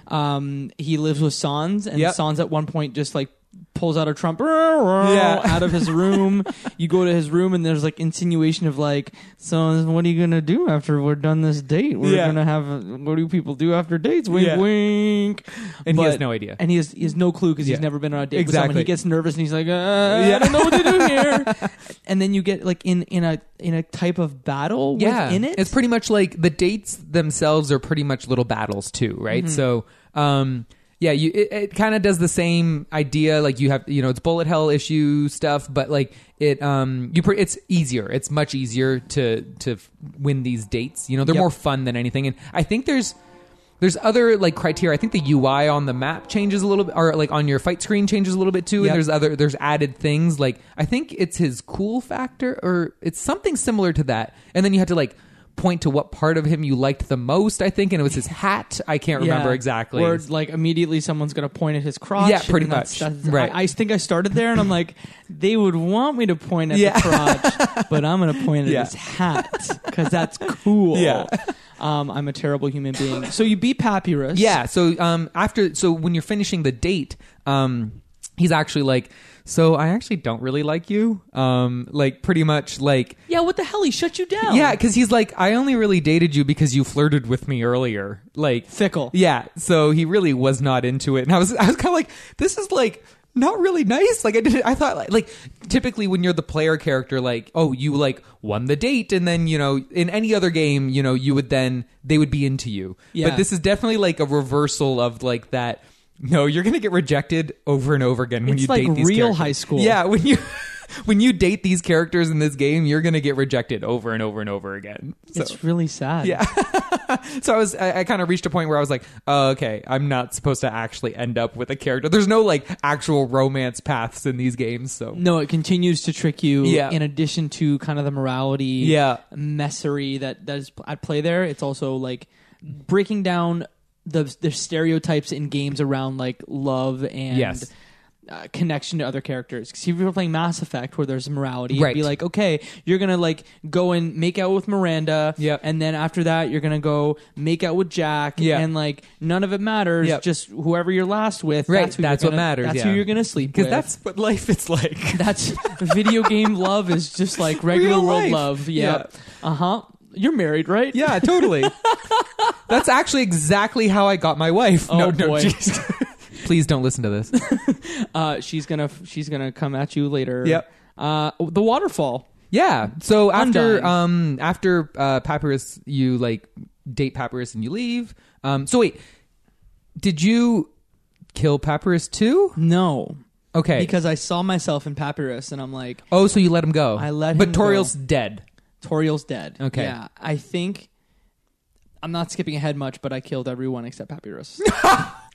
S3: Um, he lives with Sans, and
S4: Yep.
S3: Sans at one point just like pulls out a trump *laughs* out of his room. you go to his room and there's like insinuation of like, so what are you gonna do after we're done this date? We're
S4: Yeah.
S3: gonna have what do people do after dates? Wink,
S4: Yeah.
S3: wink.
S4: *laughs* And he has no idea.
S3: And he has, he has no clue because
S4: Yeah.
S3: he's never been on a date with
S4: Exactly.
S3: someone. He gets nervous and he's like, uh, I don't know what to do
S4: *laughs*
S3: here. and then you get like in in a in a type of battle within it.
S4: It's pretty
S3: Mm-hmm.
S4: much like the dates themselves are pretty much little battles too, right? So, um, yeah, you it, it kind of does the same idea. Like you have, you know, it's bullet hell issue stuff, but like it, um, you pre- it's easier. It's much easier to to f- win these dates. You know, they're
S3: Yep.
S4: more fun than anything. And I think there's there's other like criteria. I think the UI on the map changes a little bit, or like on your fight screen changes a little bit too.
S3: Yep.
S4: And there's other there's added things like I think it's his cool factor, or it's something similar to that. And then you had to like point to what part of him you liked the most. I think, and it was his hat. I can't remember
S3: Yeah.
S4: exactly.
S3: Where like immediately someone's gonna point at his crotch.
S4: Yeah, pretty
S3: and that's-
S4: much.
S3: that's-
S4: Right.
S3: I, I think I started there, and I'm like, they would want me to point at
S4: Yeah.
S3: the crotch, but I'm gonna point at
S4: Yeah.
S3: his hat because that's cool.
S4: Yeah.
S3: Um, I'm a terrible human being. So you beat Papyrus.
S4: Yeah. So um, after, so when you're finishing the date, um, he's actually like, so I actually don't really like you. Um, like pretty much like.
S3: Yeah. What the hell? He shut you down.
S4: Yeah, because he's like, I only really dated you because you flirted with me earlier. Like,
S3: Fickle.
S4: yeah, so he really was not into it, and I was, I was kind of like, this is like not really nice. Like I did, I thought like, like typically when you're the player character, like oh you like won the date, and then you know in any other game, you know you would then they would be into you.
S3: Yeah.
S4: But this is definitely like a reversal of like that. No, you're gonna get rejected over and over again when
S3: It's
S4: you
S3: like
S4: date these
S3: real
S4: characters.
S3: high school.
S4: Yeah, when you. *laughs* When you date these characters in this game, you're gonna get rejected over and over and over again. So.
S3: It's really sad.
S4: Yeah. So I was, I, I kind of reached a point where I was like, oh, okay, I'm not supposed to actually end up with a character. There's no like actual romance paths in these games, so
S3: No, it continues to trick you.
S4: Yeah.
S3: In addition to kind of the morality,
S4: Yeah.
S3: messery that that is pl- at play there, it's also like breaking down the the stereotypes in games around like love and
S4: Yes.
S3: uh, connection to other characters. Because if you were playing Mass Effect, where there's morality, it'd be
S4: Right.
S3: like, okay, you're gonna like go and make out with Miranda,
S4: Yep.
S3: and then after that, you're gonna go make out with Jack,
S4: Yeah.
S3: and like none of it matters.
S4: Yep.
S3: Just whoever you're last with,
S4: Right,
S3: you're
S4: that's what
S3: gonna-
S4: matters,
S3: That's
S4: yeah.
S3: who you're gonna sleep
S4: because
S3: with
S4: that's what life is
S3: *laughs*
S4: like.
S3: that's video game love is just like regular
S4: Real
S3: world
S4: life.
S3: love. *laughs* Yeah. Uh huh. You're married, right?
S4: yeah, totally. That's actually exactly how I got my wife.
S3: *laughs* Oh,
S4: no, no, *laughs*
S3: boy.
S4: jeez. Please don't listen to this.
S3: Uh, she's gonna she's gonna come at you later.
S4: Yep.
S3: Uh, the waterfall.
S4: Yeah. So after
S3: Undying.
S4: um after uh Papyrus you like date Papyrus and you leave. Um so wait. Did you kill Papyrus too?
S3: No,
S4: Okay.
S3: because I saw myself in Papyrus, and I'm like,
S4: Oh, so you let him go.
S3: I let
S4: But
S3: him *laughs*
S4: Toriel's dead.
S3: Toriel's dead.
S4: Okay.
S3: Yeah, I think. I'm not skipping ahead much, but I killed everyone except Papyrus.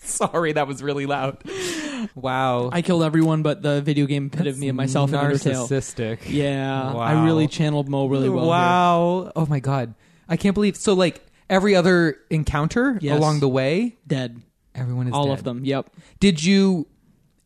S4: Sorry, that was really loud. Wow.
S3: *laughs* I killed everyone but the video game epitome of myself in Undertale.
S4: narcissistic.
S3: Yeah, I
S4: Wow.
S3: really channeled Mo really well. here.
S4: wow. Oh my god. I can't believe so like every other encounter
S3: Yes.
S4: along the way,
S3: dead.
S4: everyone is
S3: All
S4: dead.
S3: of them. Yep.
S4: Did you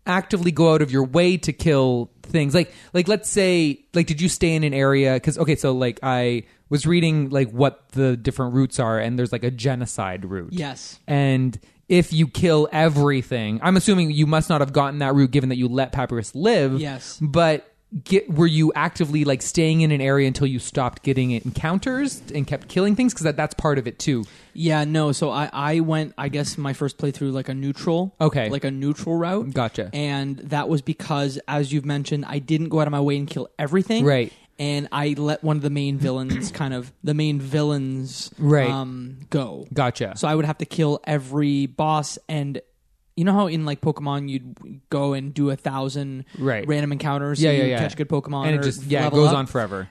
S4: actively go out of your way to kill things? Like like let's say like did you stay in an area cuz okay, so like I was reading like what the different routes are and there's like a genocide route.
S3: Yes.
S4: and if you kill everything i'm assuming you must not have gotten that route given that you let papyrus live
S3: Yes.
S4: but get, were you actively like staying in an area until you stopped getting encounters and kept killing things because that, that's part of it too
S3: Yeah, no. So I I went I guess my first playthrough like a neutral,
S4: Okay.
S3: like a neutral route.
S4: Gotcha.
S3: And that was because, as you've mentioned, I didn't go out of my way and kill everything.
S4: Right.
S3: And I let one of the main
S4: *clears throat*
S3: villains, kind of the main villains,
S4: Right.
S3: um, go.
S4: gotcha
S3: So I would have to kill every boss and. You know how in like Pokemon you'd go and do a thousand
S4: Right.
S3: random encounters, so
S4: yeah yeah
S3: you
S4: yeah
S3: catch good Pokemon,
S4: and
S3: or
S4: it just yeah it
S3: level
S4: goes
S3: up?
S4: on forever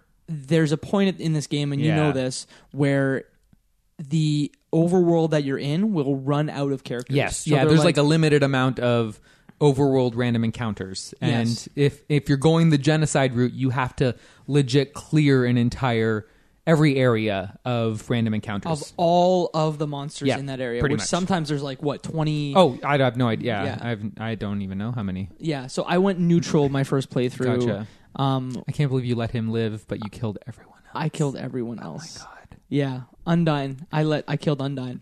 S3: there's a point in this game, and you
S4: Yeah.
S3: know this, where the overworld that you're in will run out of characters. So
S4: yeah
S3: they're
S4: there's like, a limited amount of overworld random encounters and
S3: Yes.
S4: if if you're going the genocide route you have to legit clear an entire every area of random encounters
S3: of all of the monsters
S4: Yeah,
S3: in that area,
S4: pretty
S3: which
S4: much.
S3: sometimes there's like what twenty.
S4: Oh, I have no idea.
S3: Yeah.
S4: Yeah, I've, I don't even know how many.
S3: yeah. So I went neutral my first playthrough.
S4: Gotcha.
S3: Um,
S4: I can't believe you let him live, but you killed everyone else.
S3: I killed everyone else.
S4: God.
S3: Yeah, Undyne. I let I killed Undyne.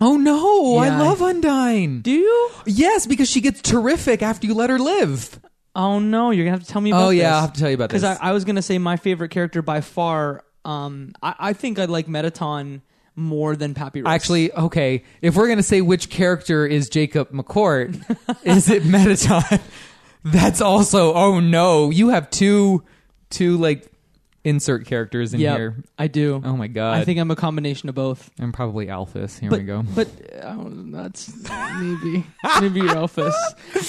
S4: Oh no!
S3: Yeah.
S4: I love Undyne.
S3: Do you?
S4: yes, because she gets terrific after you let her live.
S3: Oh no, you're gonna have to tell me. about
S4: Oh yeah,
S3: this.
S4: I'll have to tell you about this.
S3: because I, I was gonna say my favorite character by far. Um, I, I think I like Metaton more than Papyrus.
S4: Actually, okay. If we're gonna say which character is Jacob
S3: *laughs*
S4: McCourt, is it Metaton? That's also. Oh no! You have two, two like insert characters in
S3: Yep,
S4: here.
S3: I do.
S4: Oh my god!
S3: I think I'm a combination of both.
S4: I'm probably Alphys. Here
S3: but,
S4: we go.
S3: But uh, that's
S4: *laughs*
S3: maybe maybe your Alphys.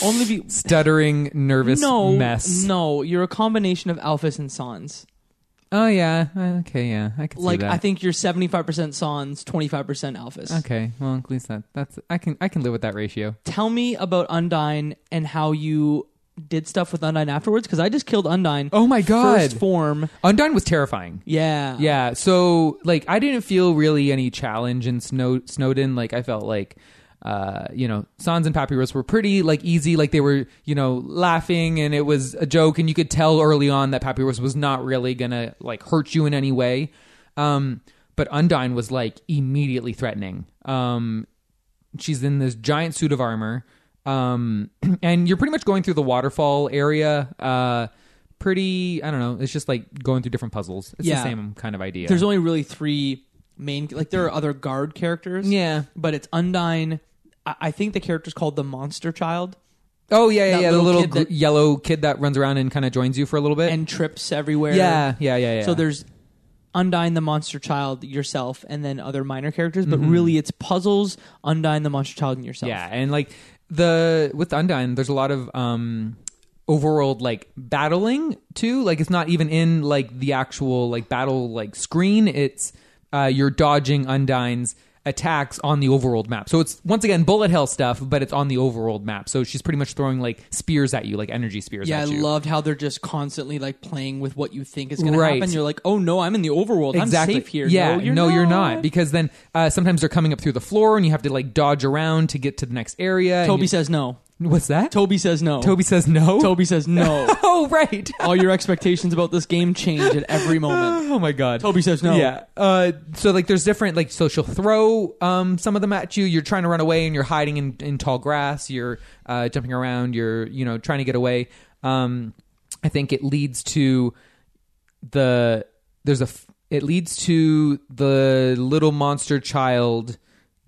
S3: Only be
S4: Stuttering, nervous
S3: no
S4: mess.
S3: No, you're a combination of Alphys and Sans.
S4: Oh yeah. Okay. Yeah. I can
S3: Like
S4: see that.
S3: I think you're 75% Sans, 25% Alphys.
S4: Okay. Well, at least that that's I can I can live with that ratio.
S3: Tell me about Undyne and how you did stuff with Undyne afterwards because I just killed Undyne.
S4: Oh my God.
S3: First form.
S4: Undone was terrifying.
S3: Yeah.
S4: Yeah. So like I didn't feel really any challenge in Snow- Snowden. Like I felt like uh, you know, Sans and Papyrus were pretty like easy, like they were, you know, laughing and it was a joke and you could tell early on that Papyrus was not really gonna like hurt you in any way. Um but Undyne was like immediately threatening. Um she's in this giant suit of armor um *clears throat* and you're pretty much going through the waterfall area uh pretty i don't know it's just like going through different puzzles it's
S3: Yeah.
S4: the same kind of idea
S3: There's only really three main like there are other guard characters.
S4: yeah
S3: But it's Undyne. I, I think the character's called the Monster Child
S4: oh yeah yeah,
S3: That
S4: yeah the
S3: little
S4: little
S3: kid
S4: gr-
S3: that-
S4: yellow kid that runs around and kind of joins you for a little bit
S3: and trips everywhere.
S4: yeah yeah yeah yeah
S3: So there's Undyne the Monster Child, yourself, and then other minor characters, but really it's puzzles, Undyne the Monster Child, and yourself.
S4: Mm-hmm. Yeah, and like the with Undyne, there's a lot of um overworld like battling too. Like it's not even in like the actual like battle like screen. It's uh you're dodging Undyne's attacks on the overworld map. So it's once again bullet hell stuff, but it's on the overworld map. So she's pretty much throwing like spears at you, like energy spears
S3: Yeah, I
S4: at you.
S3: loved how they're just constantly like playing with what you think is going
S4: Right.
S3: to happen. You're like, oh no, I'm in the overworld.
S4: exactly.
S3: I'm safe here.
S4: Yeah,
S3: no, you're,
S4: no,
S3: not.
S4: you're not because then uh, sometimes they're coming up through the floor and you have to like dodge around to get to the next area. and
S3: Toby
S4: you-
S3: says no.
S4: "What's that?"
S3: Toby says no.
S4: Toby says no.
S3: Toby says no.
S4: *laughs*
S3: *laughs*
S4: Oh right. *laughs*
S3: All your expectations about this game change at every moment.
S4: Oh my god.
S3: Toby says no.
S4: Yeah. Uh, so like there's different like so she'll throw um, some of them at you. You're trying to run away and you're hiding in, in tall grass. You're uh, jumping around. You're you know trying to get away. Um, I think it leads to the there's a f- it leads to the little monster child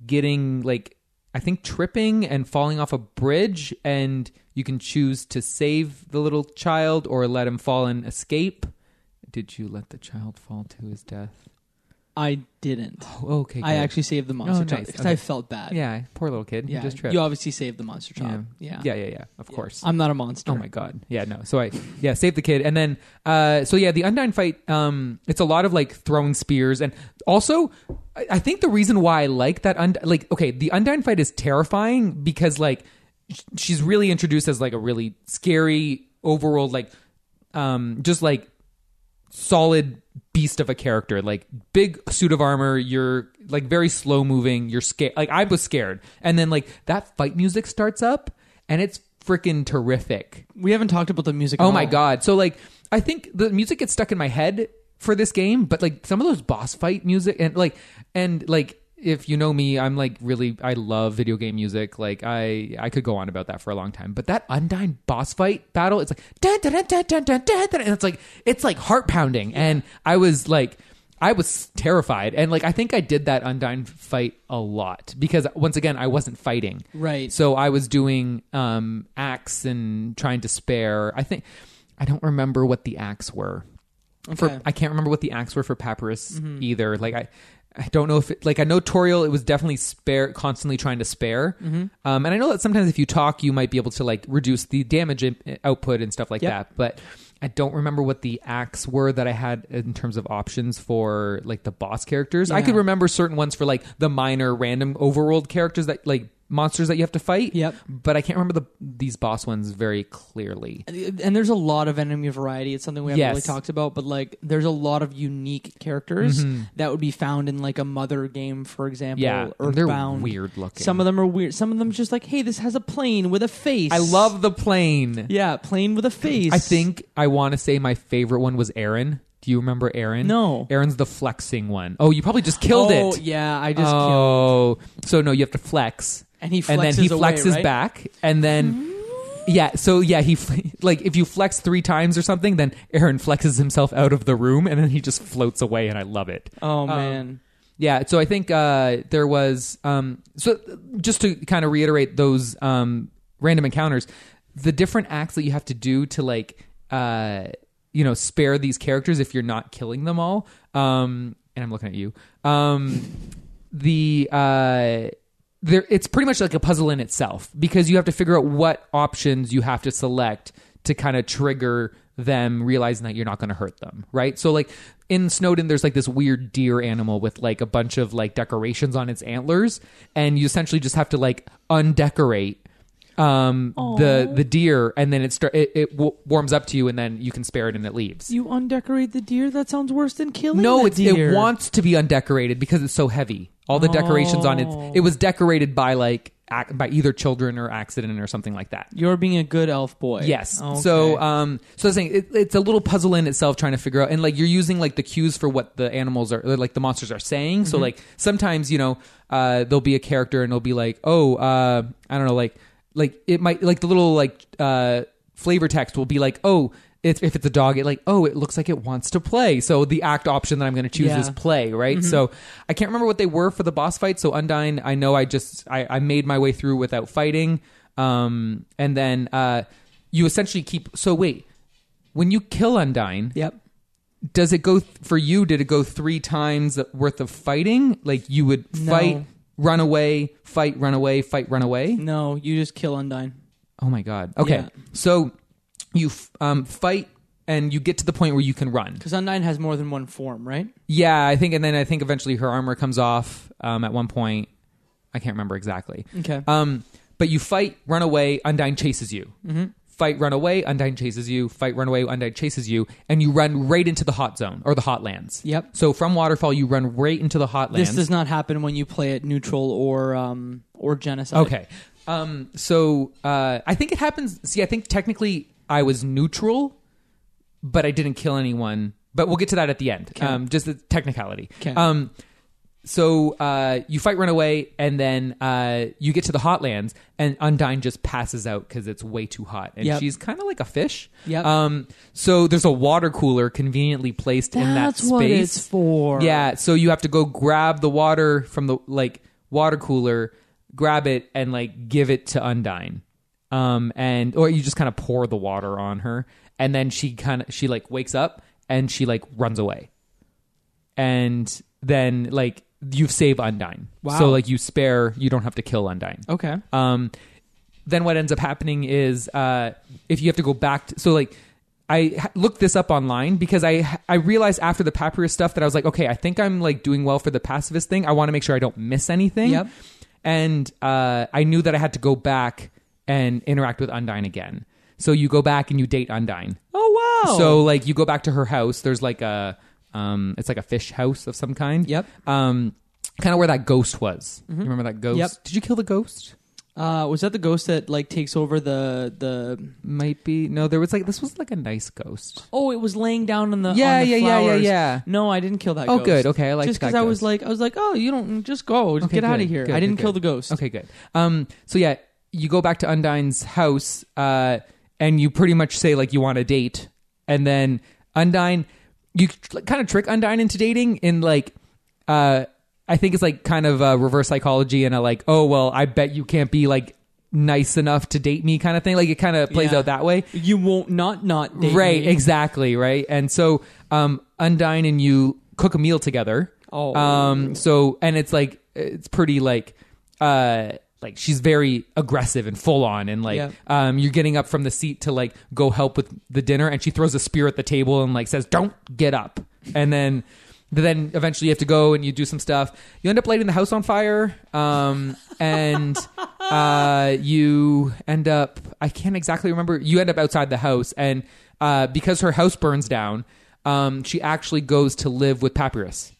S4: getting like I think tripping and falling off a bridge and you can choose to save the little child or let him fall and escape. Did you let the child fall to his death?
S3: I didn't.
S4: Oh, okay.
S3: I
S4: good.
S3: actually saved the monster
S4: Oh,
S3: child
S4: nice.
S3: because
S4: Okay.
S3: I felt bad.
S4: yeah, poor little kid.
S3: yeah.
S4: He just tripped.
S3: You obviously saved the monster child. Yeah,
S4: yeah, yeah, yeah, yeah, Of course.
S3: I'm not a monster.
S4: Oh my god. Yeah, no. So I yeah, save the kid and then uh so yeah, the Undyne fight um it's a lot of like throwing spears and also I, I think the reason why I like that und- like okay, the Undyne fight is terrifying because like sh- she's really introduced as like a really scary overworld like um just like solid beast of a character like big suit of armor you're like very slow moving you're scared like i was scared and then like that fight music starts up and it's freaking terrific
S3: We haven't talked about the music.
S4: oh
S3: at
S4: my
S3: all.
S4: god so like i think the music gets stuck in my head for this game but like some of those boss fight music and like and like if you know me i'm like really i love video game music like i i could go on about that for a long time but that undyne boss fight battle it's like dun, dun, dun, dun, dun, dun, dun, dun, and it's like it's like heart pounding and i was like I was terrified, and like I think I did that Undyne fight a lot because once again I wasn't fighting,
S3: Right.
S4: So I was doing um acts and trying to spare. I think I don't remember what the acts were.
S3: Okay.
S4: For I can't remember what the acts were for Papyrus
S3: Mm-hmm.
S4: either. Like I. I don't know if it, like I know Toriel. It was definitely spare, constantly trying to spare.
S3: Mm-hmm.
S4: Um, and I know that sometimes if you talk, you might be able to like reduce the damage in- output and stuff like
S3: Yep.
S4: that but I don't remember what the acts were that I had in terms of options for like the boss characters. I
S3: Yeah.
S4: could remember certain ones for like the minor random overworld characters that like monsters that you have to fight.
S3: Yep.
S4: But I can't remember the these boss ones very clearly.
S3: and there's a lot of enemy variety. It's something we haven't
S4: Yes.
S3: really talked about, but like there's a lot of unique characters that would be found in like a mother game, for example.
S4: Mm-hmm. Yeah, and they're
S3: Earthbound.
S4: weird looking.
S3: Some of them are weird. Some of them just like, hey, this has a plane with a face.
S4: I love the plane.
S3: Yeah, plane with a face.
S4: I think I want to say my favorite one was Aaron. Do you remember Aaron?
S3: No.
S4: Aaron's the flexing one. Oh, you probably just killed
S3: oh,
S4: it.
S3: Yeah, I just killed.
S4: oh, so no, you have to flex,
S3: And he
S4: and then
S3: flexes
S4: he
S3: away,
S4: flexes
S3: right?
S4: back, and then yeah, so yeah, he fl- like if you flex three times or something, then Aaron flexes himself out of the room, and then he just floats away, and I love it.
S3: Oh man.
S4: Yeah, so I think uh, there was um, so just to kind of reiterate those um, random encounters, the different acts that you have to do to like uh, you know spare these characters if you're not killing them all um and i'm looking at you um the uh there it's pretty much like a puzzle in itself because you have to figure out what options you have to select to kind of trigger them realizing that you're not going to hurt them right so like in snowden there's like this weird deer animal with like a bunch of like decorations on its antlers and you essentially just have to like undecorate um the the deer and then it start it, it w- warms up to you and then you can spare it and it leaves
S3: You undecorate the deer? That sounds worse than killing
S4: no,
S3: the
S4: it's,
S3: deer.
S4: it wants to be undecorated because it's so heavy. All the decorations on it. It was decorated by like ac- by either children or accident or something like that.
S3: You're being a good elf boy.
S4: Yes.
S3: Okay.
S4: So, um, so I was saying it, it's a little puzzle in itself trying to figure out, and like you're using like the cues for what the animals are, like the monsters are saying.
S3: Mm-hmm.
S4: So like sometimes you know, uh, there'll be a character and it'll be like, oh, uh, I don't know, like like it might like the little like uh flavor text will be like, oh. If, if it's a dog, it like oh, it looks like it wants to play. So the act option that I'm going to choose
S3: Yeah.
S4: is play, right?
S3: Mm-hmm.
S4: So I can't remember what they were for the boss fight. So Undyne, I know I just I, I made my way through without fighting, um, and then uh, you essentially keep. So wait, when you kill Undyne,
S3: yep.
S4: does it go th- for you? Did it go three times worth of fighting? Like you would
S3: No.
S4: fight, run away, fight, run away, fight, run away.
S3: No, you just kill Undyne.
S4: Oh my god. Okay,
S3: Yeah.
S4: so you f- um, fight and you get to the point where you can run.
S3: Because Undyne has more than one form, right?
S4: Yeah, I think, and then I think eventually her armor comes off um, at one point. I can't remember exactly.
S3: Okay.
S4: Um, but you fight, run away, Undyne chases you. Mm-hmm. Fight, run away, Undyne chases you. Fight, run away, Undyne chases you, and you run right into the hot zone or the hotlands.
S3: Yep.
S4: So from Waterfall, you run right into the hotlands.
S3: This does not happen when you play it neutral or um or genocide.
S4: Okay. Um, so uh, I think it happens. See, I think technically I was neutral, but I didn't kill anyone. But we'll get to that at the end. Um, just the technicality.
S3: Okay.
S4: Um, so uh, you fight Runaway, and then uh, you get to the Hotlands, and Undyne just passes out because it's way too hot, and
S3: Yep.
S4: she's kind of like a fish.
S3: Yep.
S4: Um, so there's a water cooler conveniently placed in that
S3: That's
S4: space.
S3: what it's for.
S4: Yeah, so you have to go grab the water from the like water cooler, grab it and like give it to Undyne. Um and or you just kind of pour the water on her and then she kind of she like wakes up and she like runs away. And then like you've saved Undyne.
S3: Wow.
S4: So like you spare, you don't have to kill Undyne.
S3: Okay.
S4: Um, then what ends up happening is uh, if you have to go back. To, so like, I ha- looked this up online because I I realized after the Papyrus stuff that I was like, okay, I think I'm like doing well for the pacifist thing. I want to make sure I don't miss anything.
S3: Yep.
S4: And uh, I knew that I had to go back and interact with Undyne again. So you go back and you date Undyne.
S3: Oh wow.
S4: So like you go back to her house. There's like a um, it's like a fish house of some kind.
S3: Yep.
S4: Um, kind of where that ghost was. You remember that ghost?
S3: Yep.
S4: Mm-hmm. Did you kill the ghost?
S3: uh, was that the ghost that like takes over the the?
S4: Might be no. There was like this was like a nice ghost.
S3: Oh, it was laying down in the
S4: Yeah,
S3: on the
S4: yeah, yeah, yeah,
S3: flowers.
S4: yeah.
S3: No, I didn't kill that.
S4: Oh,
S3: ghost.
S4: good. Okay, I liked
S3: just
S4: that
S3: I was
S4: ghost.
S3: like I was like oh you don't just go just
S4: Okay,
S3: get out of
S4: good,
S3: here.
S4: good,
S3: I didn't
S4: good,
S3: kill
S4: good.
S3: the ghost.
S4: Okay, good. Um, so yeah, you go back to Undyne's house, uh, and you pretty much say like you want a date, and then Undyne, you tr- kind of trick Undyne into dating in like, uh, I think it's like kind of uh, reverse psychology and a like, oh well, I bet you can't be like nice enough to date me kind of thing. Like it kind of plays
S3: Yeah.
S4: out that way.
S3: You won't not not date
S4: right
S3: me.
S4: exactly right and so um undyne and you cook a meal together
S3: Oh.
S4: um so and it's like it's pretty like uh like she's very aggressive and full on and like
S3: Yeah.
S4: um you're getting up from the seat to like go help with the dinner and she throws a spear at the table and like says don't get up and then then eventually you have to go and you do some stuff you end up lighting the house on fire um and uh, you end up i can't exactly remember you end up outside the house and uh, because her house burns down um, she actually goes to live with papyrus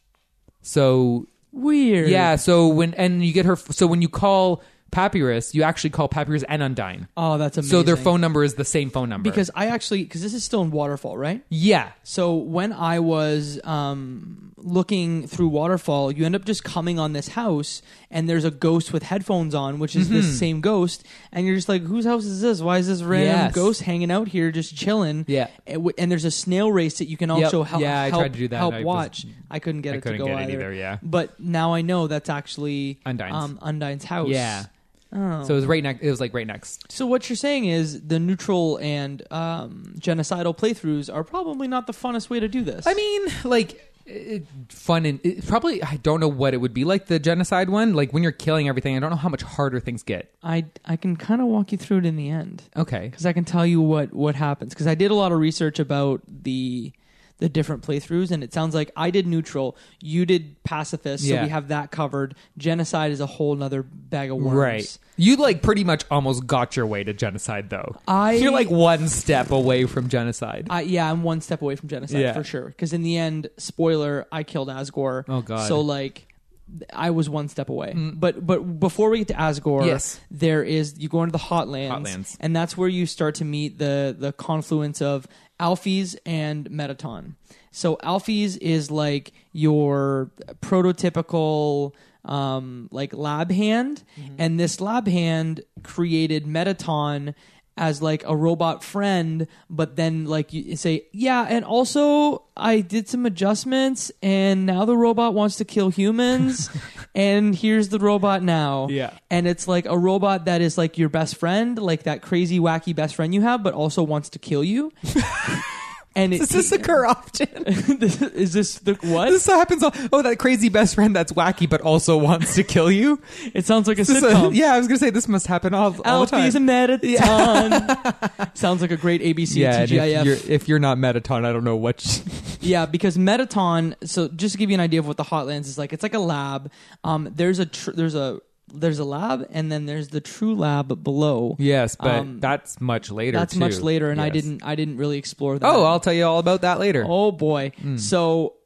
S4: so
S3: Weird.
S4: yeah so when and you get her so when you call papyrus you actually call papyrus and undyne
S3: Oh, that's amazing.
S4: so their phone number is the same phone number
S3: because I actually because this is still in waterfall, right?
S4: yeah
S3: So when I was um, looking through Waterfall, you end up just coming on this house, and there's a ghost with headphones on, which is
S4: Mm-hmm.
S3: this same ghost, and you're just like, whose house is this? Why is this random
S4: Yes.
S3: ghost hanging out here just chilling?
S4: Yeah.
S3: And, w- and there's a snail race that you can
S4: Yep.
S3: also help.
S4: Yeah, I
S3: help,
S4: tried to do that,
S3: Help
S4: and I was-
S3: watch. I couldn't get
S4: I
S3: it
S4: couldn't
S3: to go
S4: get it
S3: either.
S4: either, yeah.
S3: But now I know that's actually
S4: Undyne's.
S3: um, Undyne's house.
S4: Yeah.
S3: Oh.
S4: So it was right next. It was like right next.
S3: So what you're saying is the neutral and um, genocidal playthroughs are probably not the funnest way to do this.
S4: I mean, like it, fun and it, probably I don't know what it would be like the genocide one. Like when you're killing everything, I don't know how much harder things get.
S3: I I can kind of walk you through it in the end
S4: Okay,
S3: because I can tell you what what happens because I did a lot of research about the the different playthroughs and it sounds like I did neutral, you did pacifist, so
S4: Yeah.
S3: we have that covered. Genocide is a whole nother bag of worms.
S4: right. You like pretty much almost got your way to genocide though.
S3: I-
S4: you're like one step away from genocide.
S3: I, yeah, I'm one step away from genocide
S4: Yeah.
S3: for sure. Because in the end, spoiler, I killed Asgore.
S4: Oh, God. Mm.
S3: So like, I was one step away. But but before we get to Asgore,
S4: Yes.
S3: there is you go into the Hotlands,
S4: Hotlands.
S3: and that's where you start to meet the the confluence of Alphys and Metaton. So Alphys is like your prototypical um like lab hand and this lab hand created Metaton as like a robot friend but then like you say yeah and also i did some adjustments and now the robot wants to kill humans and here's the robot now
S4: *laughs* Yeah.
S3: and it's like a robot that is like your best friend like that crazy wacky best friend you have but also wants to kill
S4: *laughs*
S3: you and it,
S4: Does this occur often?
S3: *laughs* this- is this the what
S4: this happens. All, oh, that crazy best friend that's wacky but also *laughs* wants to kill you.
S3: it sounds like a
S4: This is a-
S3: sitcom
S4: *laughs* yeah, I was gonna say this must happen all, all the time.
S3: Alfie's a Metaton. *laughs* Sounds like a great ABC
S4: yeah, and
S3: TGIF.
S4: if you're, if you're not Metaton, I don't know what. you- *laughs*
S3: Yeah, because Metaton. So just to give you an idea of what the Hotlands is like, it's like a lab. Um, there's a tr- there's a there's a lab, and then there's the true lab below.
S4: yes, but
S3: Um,
S4: that's much later.
S3: that's much
S4: too.
S3: later, and I
S4: Yes.
S3: didn't I didn't really explore that.
S4: Oh, I'll tell you all about that later.
S3: Oh boy.
S4: Hmm.
S3: So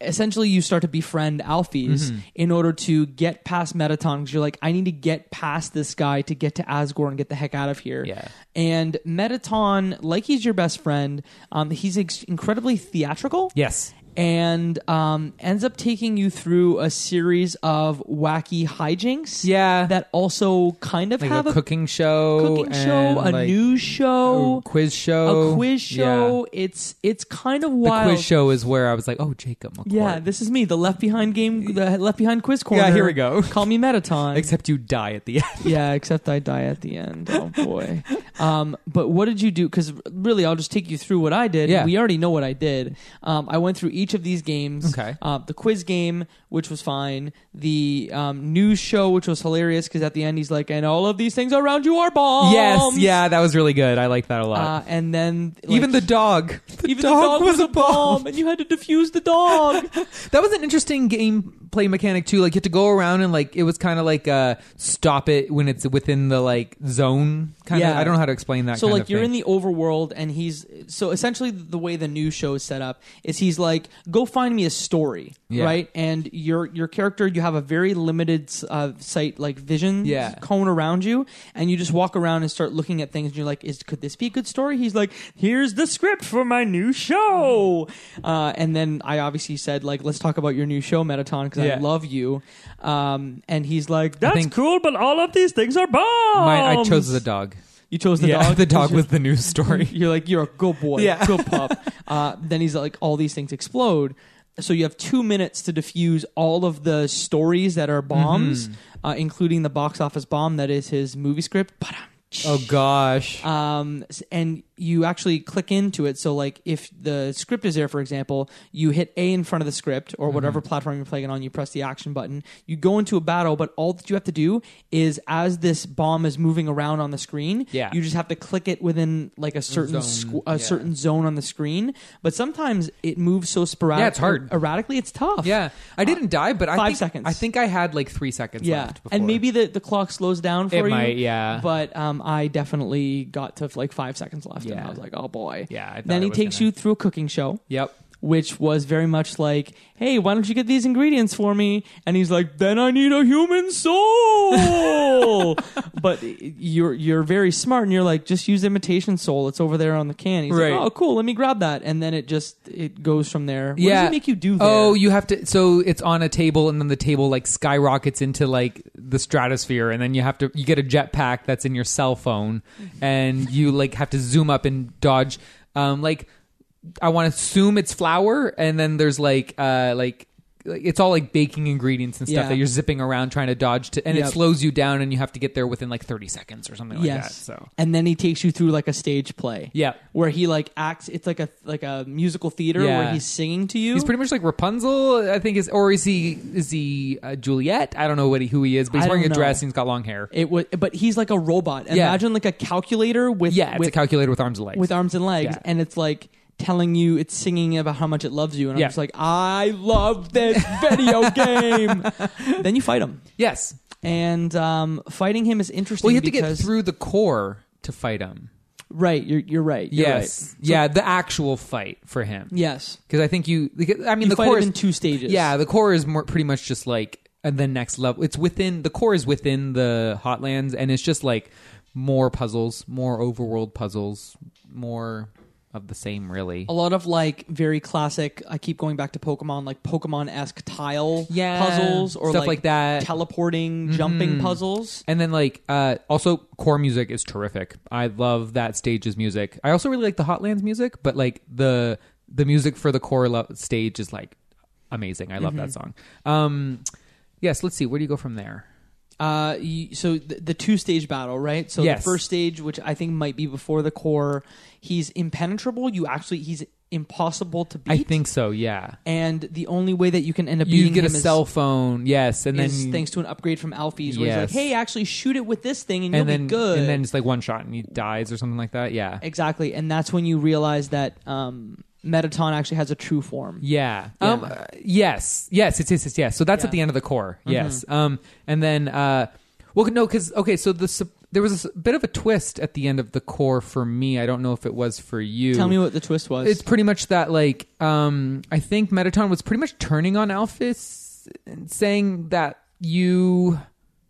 S3: essentially you start to befriend
S4: Mm-hmm.
S3: Alphys in order to get past Metaton because you're like, I need to get past this guy to get to Asgore and get the heck out of here.
S4: Yeah.
S3: And Metaton, like he's your best friend, um, he's ex- incredibly theatrical
S4: Yes.
S3: and um, ends up taking you through a series of wacky hijinks
S4: Yeah.
S3: that also kind of
S4: like
S3: have
S4: a,
S3: a,
S4: cooking show,
S3: cooking show,
S4: and,
S3: a
S4: like,
S3: news show,
S4: a quiz show,
S3: a quiz
S4: Yeah.
S3: show. It's it's kind of
S4: The
S3: wild.
S4: quiz show is where I was like, oh, Jacob McCourt.
S3: Yeah, this is me, the Left Behind game, the Left Behind quiz corner.
S4: Yeah, here
S3: *laughs*
S4: we go. *laughs*
S3: Call me Metaton.
S4: Except you die at the end.
S3: yeah, except I die at the end. Oh boy. Um, but what did you do? Because really, I'll just take you through what I did.
S4: Yeah.
S3: We already know what I did. Um, I went through each of these games.
S4: Okay.
S3: Uh, the quiz game, which was fine. The um, news show, which was hilarious because at the end he's like, "And all of these things around you are bombs."
S4: yes, yeah, that was really good. I liked that a lot.
S3: Um, Uh, and then like,
S4: even the dog. The
S3: even
S4: dog,
S3: the dog
S4: was, a bomb.
S3: and you had to defuse the dog.
S4: That was an interesting game play mechanic too. Like you had to go around and like it was kind of like uh stop it when it's within the like zone kind of.
S3: Yeah.
S4: I don't know how to explain that.
S3: so
S4: kind
S3: like
S4: of
S3: you're
S4: thing.
S3: in the overworld and he's so essentially the way the new show is set up is he's like go find me a story
S4: Yeah.
S3: right and your your character you have a very limited uh, sight like vision
S4: Yeah.
S3: cone around you and you just walk around and start looking at things and you're like is could this be a good story he's like here's the script for my new show uh, and then i obviously said like let's talk about your new show metaton because
S4: Yeah.
S3: i love you um, and he's like that's
S4: think-
S3: cool but all of these things are bombs
S4: Mine, I chose the dog.
S3: you chose the
S4: yeah,
S3: dog
S4: *laughs* the
S3: It was
S4: dog
S3: your-
S4: was the news story.
S3: *laughs* you're like, you're a good boy,
S4: Yeah.
S3: good pup. Uh, then he's like, all these things explode. So you have two minutes to defuse all of the stories that are bombs,
S4: Hmm.
S3: uh, including the box office bomb that is his movie script. Ba-dum-tsh.
S4: oh gosh.
S3: Um, s- and you actually click into it. So like, if the script is there, for example, you hit A in front of the script or
S4: Mm-hmm.
S3: whatever platform you're playing it on. You press the action button. You go into a battle, but all that you have to do is, as this bomb is moving around on the screen,
S4: Yeah.
S3: you just have to click it within like a certain
S4: Zone,
S3: squ- a
S4: yeah.
S3: certain zone on the screen. But sometimes it moves so sporadic,
S4: Yeah, it's hard.
S3: erratically. It's tough.
S4: Yeah, I didn't die, but I
S3: five
S4: think,
S3: seconds.
S4: I think I had like three seconds
S3: Yeah,
S4: left. Before.
S3: and maybe the, the clock slows down for
S4: It
S3: you.
S4: might, yeah.
S3: But um, I definitely got to like five seconds left, and
S4: Yeah.
S3: I was like, oh boy.
S4: Yeah, I thought
S3: then
S4: it
S3: he
S4: was
S3: takes
S4: gonna-
S3: you through a cooking show,
S4: Yep.
S3: which was very much like, hey, why don't you get these ingredients for me? And he's like, then I need a human soul. *laughs* but you're you're very smart, and you're like, just use imitation soul. It's over there on the can. He's
S4: Right.
S3: like, oh cool, let me grab that, and then it just it goes from there. What
S4: yeah.
S3: does it make you do? There?
S4: Oh, you have to. So it's on a table, and then the table like skyrockets into like the stratosphere, and then you have to. You get a jetpack that's in your cell phone,
S3: Mm-hmm.
S4: and you like have to zoom up and dodge. Um, like I want to assume it's flour, and then there's like uh like like, it's all like baking ingredients and stuff
S3: Yeah.
S4: that you're zipping around trying to dodge to, and
S3: Yep.
S4: it slows you down, and you have to get there within like 30 seconds or something like that. So
S3: and then he takes you through like a stage play.
S4: Yeah.
S3: where he like acts. It's like a like a musical theater where
S4: Yeah.
S3: he's singing to you.
S4: he's pretty much like Rapunzel, I think is, or is he is he uh, Juliet? I don't know what he, who he is, but
S3: I
S4: he's wearing a
S3: don't know.
S4: dress and he's got long hair.
S3: It was, but he's like a robot.
S4: Yeah.
S3: Imagine like a calculator with
S4: yeah, it's
S3: with,
S4: a calculator with arms and legs.
S3: with arms and legs,
S4: Yeah.
S3: and it's like telling you it's singing about how much it loves you, and
S4: Yeah.
S3: I'm just like, I love this video
S4: *laughs*
S3: game. Then you fight him,
S4: yes.
S3: and um, fighting him is interesting.
S4: Well, you have to get
S3: because,
S4: through the core to fight him.
S3: Right, you're you're right. You're
S4: yes.
S3: right.
S4: yeah, the actual fight for him.
S3: Yes.
S4: Because I think you, because- I mean,
S3: You
S4: the
S3: fight
S4: core
S3: him
S4: is-
S3: in two stages.
S4: Yeah, the core is more pretty much just like at the next level. It's within the core is within the Hotlands, and it's just like more puzzles, more overworld puzzles, more of the same, really.
S3: a lot of like very classic. I keep going back to Pokemon, like Pokemon esque tile
S4: Yeah,
S3: puzzles or
S4: stuff like that. Mm-hmm.
S3: teleporting, jumping puzzles.
S4: And then like uh also core music is terrific. I love that stage's music. I also really like the Hotlands music, but like the the music for the core lo- stage is like amazing. I love that
S3: Mm-hmm.
S4: song. Um yes, let's see. Where do you go from there?
S3: Uh, you, so the, the two stage battle, right? So
S4: Yes.
S3: the first stage, which I think might be before the core, he's impenetrable. You actually he's impossible to beat.
S4: I think so, yeah.
S3: and the only way that you can end up
S4: You
S3: beating
S4: get a
S3: him is-
S4: cell phone, yes, and
S3: is
S4: then
S3: thanks to an upgrade from Alfie's, where he's like,
S4: Yes.
S3: "Hey, actually, shoot it with this thing, and,
S4: and
S3: you'll
S4: then
S3: be good."
S4: and then it's like one shot and he dies or something like that. Yeah.
S3: exactly, and that's when you realize that um, Metaton actually has a true form.
S4: Yeah. Um, uh, yes. Yes. It's yes. It's yes. So that's
S3: Yeah.
S4: at
S3: Mm-hmm.
S4: the end of the core. Yes. Um, and then, uh, well, no, because okay, so the sup- there was a s- bit of a twist at the end of the core for me. I don't know if it was for you.
S3: Tell me what the twist was.
S4: It's pretty much that like um, I think Metaton was pretty much turning on Alphys and saying that you.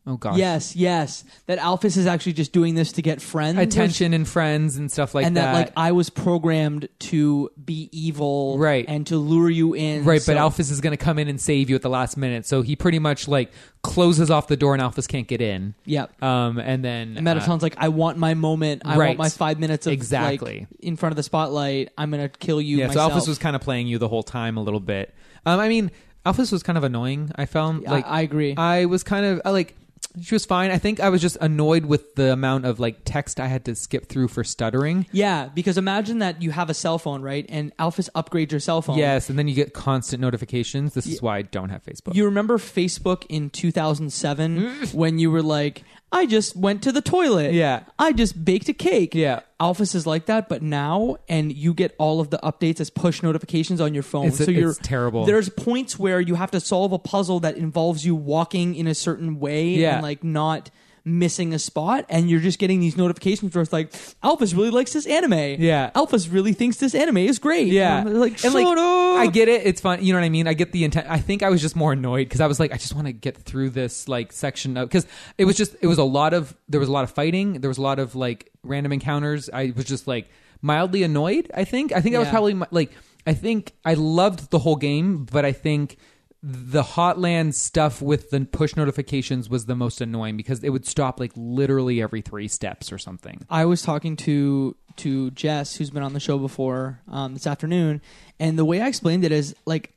S4: Oh gosh.
S3: Yes, yes. That Alphys is actually just doing this to get friends. or-
S4: Attention and friends and stuff like
S3: and that, like I was programmed to be evil
S4: Right.
S3: and to lure you in.
S4: Right,
S3: so-
S4: but Alphys is going to come in and save you at the last minute. So he pretty much like closes off the door and Alphys can't get in.
S3: Yep.
S4: Um, and then
S3: And Metaton's like, I want my moment. I
S4: right.
S3: want my five minutes of
S4: Exactly.
S3: like, in front of the spotlight. I'm gonna kill you.
S4: yeah,
S3: myself.
S4: so Alphys was kind of playing you the whole time a little bit. Um, I mean, Alphys was kind of annoying. I found
S3: Yeah,
S4: like
S3: I agree.
S4: I was kind of I, like she was fine. I think I was just annoyed with the amount of like text I had to skip through for stuttering.
S3: yeah, because imagine that you have a cell phone, right? And Alphys upgrades your cell phone.
S4: Yes, and then you get constant notifications. This is why I don't have Facebook.
S3: You remember Facebook in 2007 when you were like, I just went to the toilet.
S4: Mm. Yeah.
S3: I just baked a cake.
S4: Yeah.
S3: Alphys is like that, but now, and you get all of the updates as push notifications on your phone.
S4: It's-
S3: Oh, so you're
S4: it's terrible.
S3: There's points where you have to solve a puzzle that involves you walking in a certain way
S4: Yeah.
S3: and like not missing a spot and you're just getting these notifications where it's like Alphys really likes this anime.
S4: Yeah.
S3: Alphys really thinks this anime is great.
S4: Yeah,
S3: And I'm like,
S4: And, like,
S3: "Shut up."
S4: I get it. It's fun. You know what I mean. I get the intent. I think I was just more annoyed because I was like, I just want to get through this like section of because it was just it was a lot of there was a lot of fighting. There was a lot of like random encounters. I was just like mildly annoyed. I think. I think that was
S3: Yeah.
S4: probably my, like I think I loved the whole game, but I think the hotland stuff with the push notifications was the most annoying because it would stop like literally every three steps or something.
S3: I was talking to to Jess, who's been on the show before um, this afternoon, and the way I explained it is like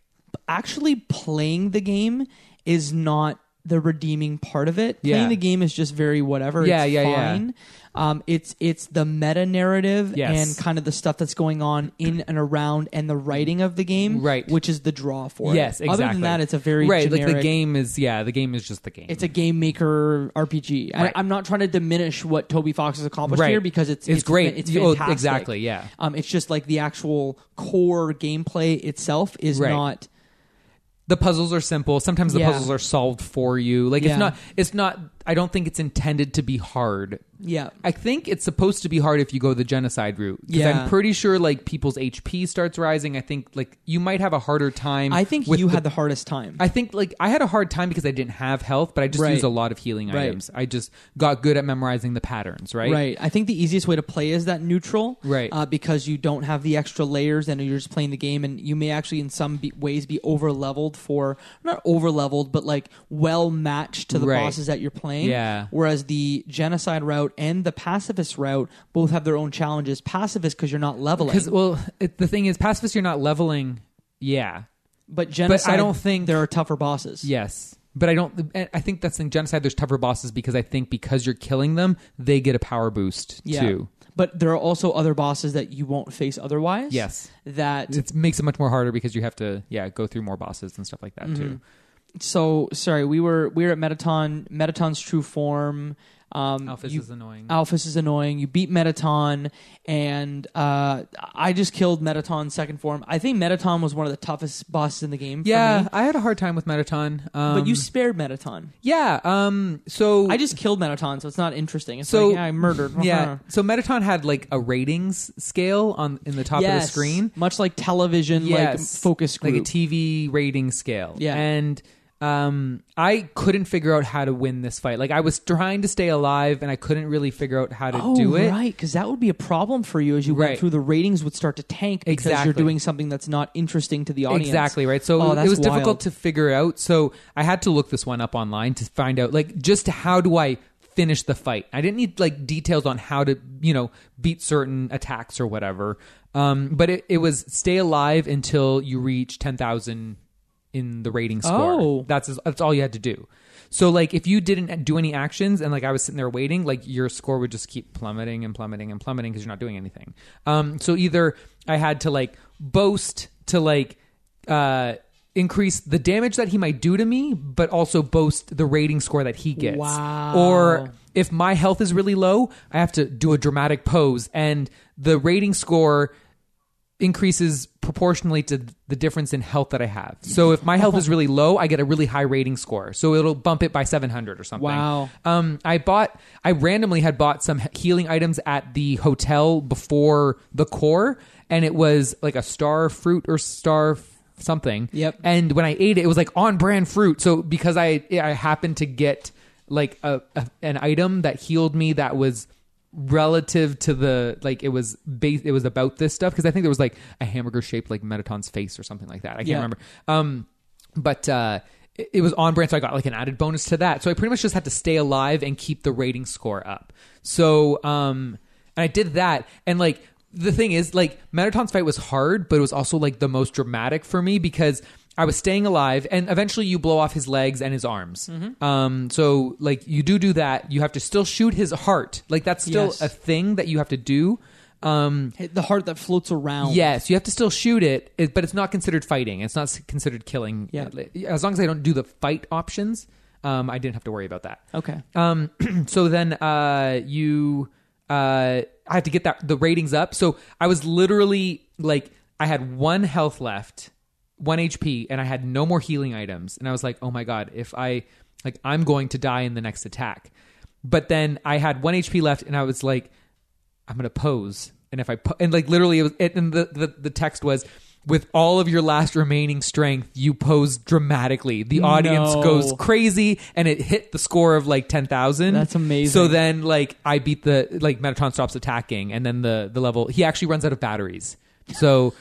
S3: actually playing the game is not the redeeming part of it.
S4: Yeah.
S3: Playing the game is just very whatever.
S4: Yeah,
S3: it's
S4: yeah, yeah.
S3: fine. Um, it's it's the meta narrative and
S4: Yes.
S3: kind of the stuff that's going on in and around and the writing of the game,
S4: Right.
S3: Which is the draw for
S4: Yes,
S3: it.
S4: exactly.
S3: Other than that, it's a very
S4: right. Like the
S3: generic-
S4: game is yeah. The game is just the game.
S3: It's a game maker RPG.
S4: Right.
S3: I, I'm not trying to diminish what Toby Fox has accomplished
S4: Right.
S3: here because it's
S4: It's great.
S3: It's
S4: Oh,
S3: fantastic.
S4: exactly, yeah.
S3: Um, it's just like the actual core gameplay itself is
S4: Right.
S3: not.
S4: the puzzles are simple. Sometimes the
S3: Yeah.
S4: puzzles are solved for you. Like
S3: Yeah.
S4: it's not it's not I don't think it's intended to be hard.
S3: Yeah.
S4: I think it's supposed to be hard if you go the genocide route. 'Cause
S3: Yeah.
S4: I'm pretty sure like people's HP starts rising. I think like you might have a harder time.
S3: I think
S4: with
S3: you had the hardest time.
S4: I think like I had a hard time because I didn't have health, but I just
S3: Right.
S4: used a lot of healing
S3: Right.
S4: items. I just got good at memorizing the patterns, right?
S3: Right. I think the easiest way to play is that neutral.
S4: Right.
S3: Uh, because you don't have the extra layers and you're just playing the game, and you may actually, in some be- ways, be over leveled for not over leveled, but like well matched to the
S4: Right.
S3: bosses that you're playing.
S4: Yeah.
S3: Whereas the genocide route and the pacifist route both have their own challenges. Pacifist because you're not leveling.
S4: Because well, it, the thing is, pacifist, you're not leveling. Yeah,
S3: But genocide.
S4: don't think-
S3: there are tougher bosses.
S4: Yes. But I don't. and I think that's in genocide. There's tougher bosses because I think because you're killing them, they get a power boost
S3: Yeah.
S4: too.
S3: But there are also other bosses that you won't face otherwise.
S4: Yes.
S3: That
S4: It makes it much more harder because you have to, yeah, go through more bosses and stuff like that too.
S3: so sorry. We were we were at Metaton. Metaton's true form. Um,
S4: Alphys
S3: you-
S4: is annoying.
S3: Alphys is annoying. You beat Metaton, and uh, I just killed Metaton's second form. I think Metaton was one of the toughest bosses in the game. for
S4: yeah,
S3: me,
S4: I had a hard time with Metaton. Um,
S3: but you spared Metaton.
S4: yeah. Um, so
S3: I just killed Metaton, so it's not interesting. It's
S4: So-
S3: like, yeah, I murdered. Uh-huh.
S4: yeah. So Metaton had like a ratings scale on in the top of the
S3: Yes.
S4: screen.
S3: much like television,
S4: Yes.
S3: like focus group.
S4: like a TV rating scale.
S3: Yeah.
S4: and um, I couldn't figure out how to win this fight. Like I was trying to stay alive, and I couldn't really figure out how to
S3: oh,
S4: do it.
S3: right, because that would be a problem for you as you
S4: Right.
S3: went through. The ratings would start to tank because
S4: Exactly.
S3: you're doing something that's not interesting to the audience.
S4: Exactly right. So
S3: Oh,
S4: it
S3: that's
S4: was difficult
S3: wild.
S4: to figure out. So I had to look this one up online to find out, like, just how do I finish the fight? I didn't need like details on how to, you know, beat certain attacks or whatever. Um, but it, it was stay alive until you reach ten thousand in the rating score.
S3: Oh.
S4: that's that's all you had to do. So like if you didn't do any actions and like I was sitting there waiting, like your score would just keep plummeting and plummeting and plummeting because you're not doing anything. Um, so either I had to like boast to like uh, increase the damage that he might do to me, but also boast the rating score that he gets.
S3: Wow.
S4: Or if my health is really low, I have to do a dramatic pose and the rating score increases proportionally to the difference in health that I have. So if my health is really low, I get a really high rating score. So it'll bump it by 700 or something.
S3: Wow.
S4: Um, I bought, I randomly had bought some healing items at the hotel before the core, and it was like a star fruit or star f- something.
S3: Yep.
S4: And when I ate it, it was like on brand fruit. So because I, I happened to get like a, a an item that healed me that was relative to the like it was base it was about this stuff because I think there was like a hamburger shaped like Metaton's face or something like that. I can't
S3: Yeah.
S4: remember. Um, but uh, it, it was on brand, so I got like an added bonus to that. So I pretty much just had to stay alive and keep the rating score up. So um, and I did that, and like the thing is, like Metaton's fight was hard, but it was also like the most dramatic for me because. I was staying alive, and eventually you blow off his legs and his arms. Um, so, like, you do do that. You have to still shoot his heart. Like, that's still
S3: Yes.
S4: a thing that you have to do. Um,
S3: The heart that floats around.
S4: Yes, you have to still shoot it, it- but it's not considered fighting. It's not s- considered killing.
S3: Yeah.
S4: As long as I don't do the fight options, um, I didn't have to worry about that.
S3: Okay.
S4: Um, *clears throat* so then uh, you, uh, I had to get that the ratings up. So I was literally like, I had one health left, one HP, and I had no more healing items, and I was like, oh my god, if I like, I'm going to die in the next attack. But then I had one HP left, and I was like, I'm gonna pose, and if I po- and like literally, it was, it, and the, the the text was. With all of your last remaining strength, you pose dramatically. The audience
S3: No.
S4: goes crazy and it hit the score of like 10,000.
S3: That's amazing.
S4: So then like I beat the like Metatron stops attacking and then the the level he actually runs out of batteries.
S3: *laughs*
S4: So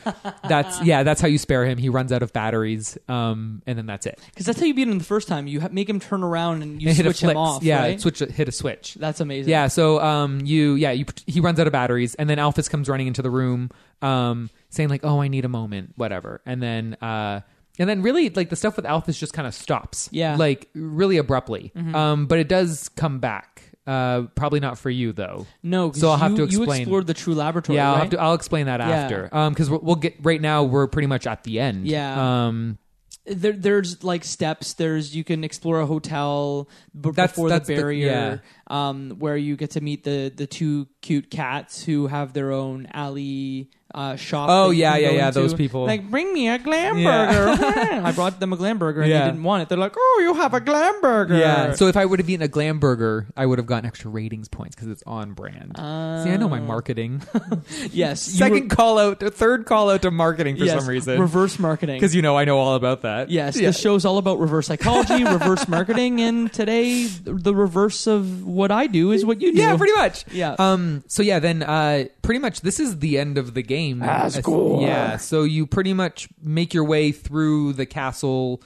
S4: that's yeah, that's how you spare him. He runs out of batteries um and then that's it.
S3: Because that's how you beat him the first time. You ha- make him turn around and you
S4: And hit a
S3: switch
S4: flick.
S3: him off.
S4: Yeah,
S3: right?
S4: switch hit a switch.
S3: That's amazing.
S4: Yeah, so um you yeah, you he runs out of batteries and then Alphys comes running into the room um saying like, "Oh, I need a moment," whatever. And then uh and then really like the stuff with Alphys just kind of stops.
S3: Yeah. Mm-hmm.
S4: Like really abruptly. Um but it does come back. Uh probably not for you though.
S3: No. 'cause
S4: So I'll have
S3: you-
S4: to explain.
S3: You explored the true laboratory.
S4: Yeah, I'll, have
S3: right?
S4: to, I'll explain that after. Um, because we'll get right now we're pretty much at the end.
S3: Yeah.
S4: Um,
S3: there, there's like steps. There's you can explore a hotel b-
S4: That's-
S3: before
S4: that's the-
S3: the barrier, um, where you get to meet the the two cute cats who have their own alley uh, shop.
S4: Oh,
S3: that you
S4: yeah,
S3: can
S4: yeah,
S3: go
S4: yeah,
S3: into.
S4: those people.
S3: Like, bring me a glam
S4: *laughs* Yeah.
S3: burger. I brought them a glam burger and
S4: Yeah.
S3: they didn't want it. They're like, oh, you have a glam burger.
S4: yeah. So if I would have eaten a glam burger, I would have gotten extra ratings points because it's on brand. See, I know my marketing.
S3: Uh, yes, you
S4: Second
S3: were-
S4: call out, third call out to marketing *laughs* for
S3: yes,
S4: some reason.
S3: reverse marketing.
S4: Because you know I know all about that.
S3: Yes,
S4: Yeah.
S3: the show's all about reverse
S4: *laughs*
S3: psychology, reverse marketing, and today the reverse of what I do is what you do.
S4: Yeah, pretty much.
S3: Yeah.
S4: Um. So yeah, then uh, pretty much this is the end of the
S3: Ah,
S4: game. As- Yeah. So you pretty much make your way through the castle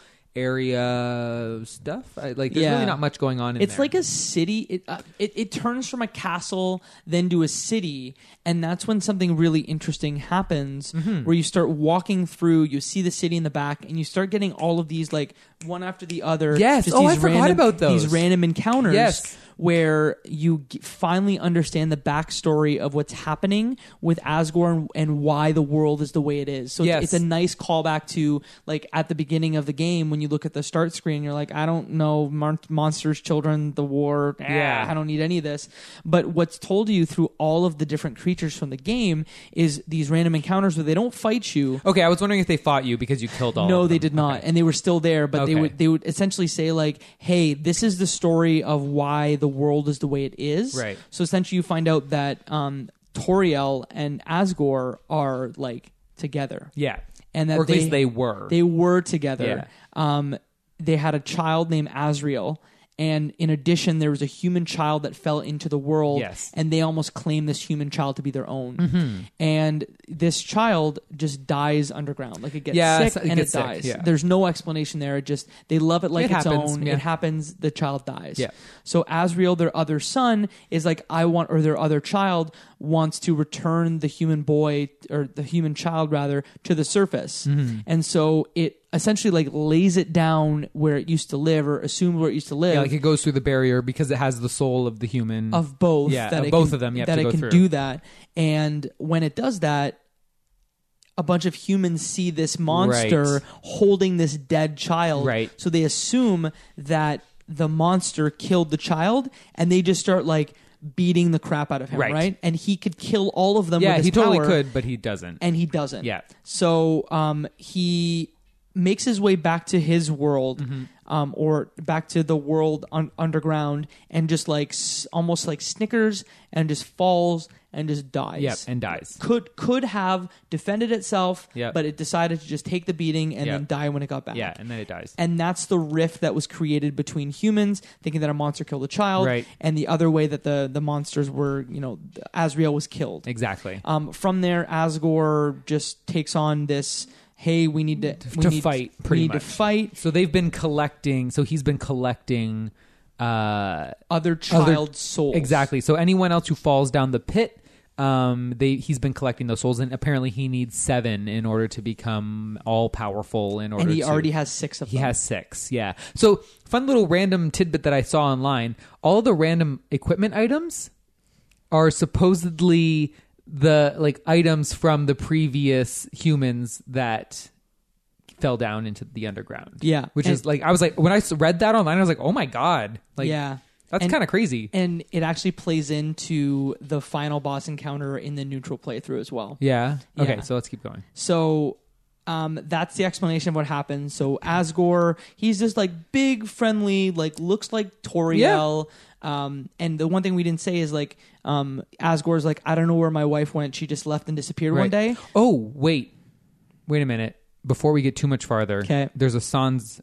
S4: area stuff. I, like, there's
S3: Yeah.
S4: really not much going on in
S3: It's
S4: there.
S3: like a city. It, uh, it it turns from a castle then to a city, and that's when something really interesting happens.
S4: Mm-hmm.
S3: Where you start walking through, you see the city in the back, and you start getting all of these like one after the other.
S4: Yes.
S3: just
S4: Oh,
S3: these
S4: I forgot
S3: random-
S4: about those.
S3: These random encounters.
S4: Yes.
S3: Where you g- finally understand the backstory of what's happening with Asgore and, and why the world is the way it is. So it's-
S4: Yes.
S3: it's a nice callback to like at the beginning of the game when you look at the start screen you're like i don't know mon- monsters children the war yeah
S4: Yeah.
S3: i don't need any of this but what's told to you through all of the different creatures from the game is these random encounters where they don't fight you
S4: okay, I was wondering if they fought you because you killed all.
S3: no
S4: of
S3: they
S4: them.
S3: did not and they were still there but they
S4: Okay.
S3: would they would essentially say like hey this is the story of why the world is the way it is
S4: Right.
S3: so essentially you find out that um toriel and asgore are like together
S4: Yeah,
S3: and that
S4: or at least they were.
S3: they were together. Um, they had a child named Azriel. And in addition, there was a human child that fell into the world,
S4: Yes. Mm-hmm.
S3: and they almost claim this human child to be their own. And this child just dies underground, like it gets
S4: Yeah,
S3: sick
S4: so it
S3: and
S4: gets
S3: it
S4: sick,
S3: dies.
S4: yeah.
S3: There's no explanation there. It just they love it like
S4: It
S3: its
S4: happens,
S3: own.
S4: yeah.
S3: It happens. The child dies.
S4: Yeah.
S3: So Asriel, their other son, is like, I want, or their other child wants to return the human boy or the human child rather to the surface,
S4: Mm-hmm.
S3: and so it essentially like lays it down where it used to live or assumed where it used to live
S4: yeah, like it goes through the barrier because it has the soul of the human.
S3: of both.
S4: Mm. Yeah,
S3: that
S4: of
S3: it
S4: both
S3: can-
S4: of them you have
S3: that
S4: to
S3: it
S4: go
S3: can
S4: through.
S3: do that, and when it does that, a bunch of humans see this monster
S4: Right.
S3: holding this dead child.
S4: Right.
S3: So they assume that the monster killed the child, and they just start like beating the crap out of him.
S4: Right.
S3: Right. And he could kill all of them.
S4: yeah,
S3: with his
S4: he totally
S3: power
S4: could, but he doesn't.
S3: and he doesn't.
S4: Yeah.
S3: So um, he makes his way back to his world,
S4: Mm-hmm.
S3: um, or back to the world un- underground, and just like s- almost like snickers and just falls and just dies.
S4: yeah, and dies.
S3: could could have defended itself,
S4: Yeah.
S3: but it decided to just take the beating and
S4: Yeah.
S3: then die when it got back.
S4: Yeah, and then it dies.
S3: And that's the rift that was created between humans thinking that a monster killed a child,
S4: Right.
S3: and the other way that the the monsters were, you know, Azrael was killed.
S4: exactly.
S3: Um, from there, Asgore just takes on this. Hey, we need to, we
S4: to
S3: need,
S4: fight,
S3: We
S4: pretty
S3: need
S4: much.
S3: to fight
S4: so they've been collecting. So he's been collecting. Uh,
S3: other
S4: Other-
S3: child souls.
S4: Exactly. So anyone else who falls down the pit, um, they he's been collecting those souls, and apparently he needs seven in order to become all powerful. In order,
S3: And he
S4: to-
S3: already has six of
S4: He
S3: them.
S4: has six, yeah. So, fun little random tidbit that I saw online all the random equipment items are supposedly the like items from the previous humans that fell down into the underground.
S3: Yeah.
S4: Which
S3: And-
S4: is like, I was like, when I s- read that online, I was like, oh my God. Like,
S3: yeah.
S4: That's
S3: And-
S4: kind of crazy.
S3: And it actually plays into the final boss encounter in the neutral playthrough as well.
S4: Yeah. Okay,
S3: Yeah.
S4: so let's keep going.
S3: So um, that's the explanation of what happens. So Asgore, he's just like big, friendly, like looks like Toriel. Um, and the one thing we didn't say is like um, Asgore's like, I don't know where my wife went. She just left and disappeared one
S4: Right.
S3: day.
S4: Oh, wait. Wait a minute. Before we get too much farther,
S3: 'Kay.
S4: there's a Sans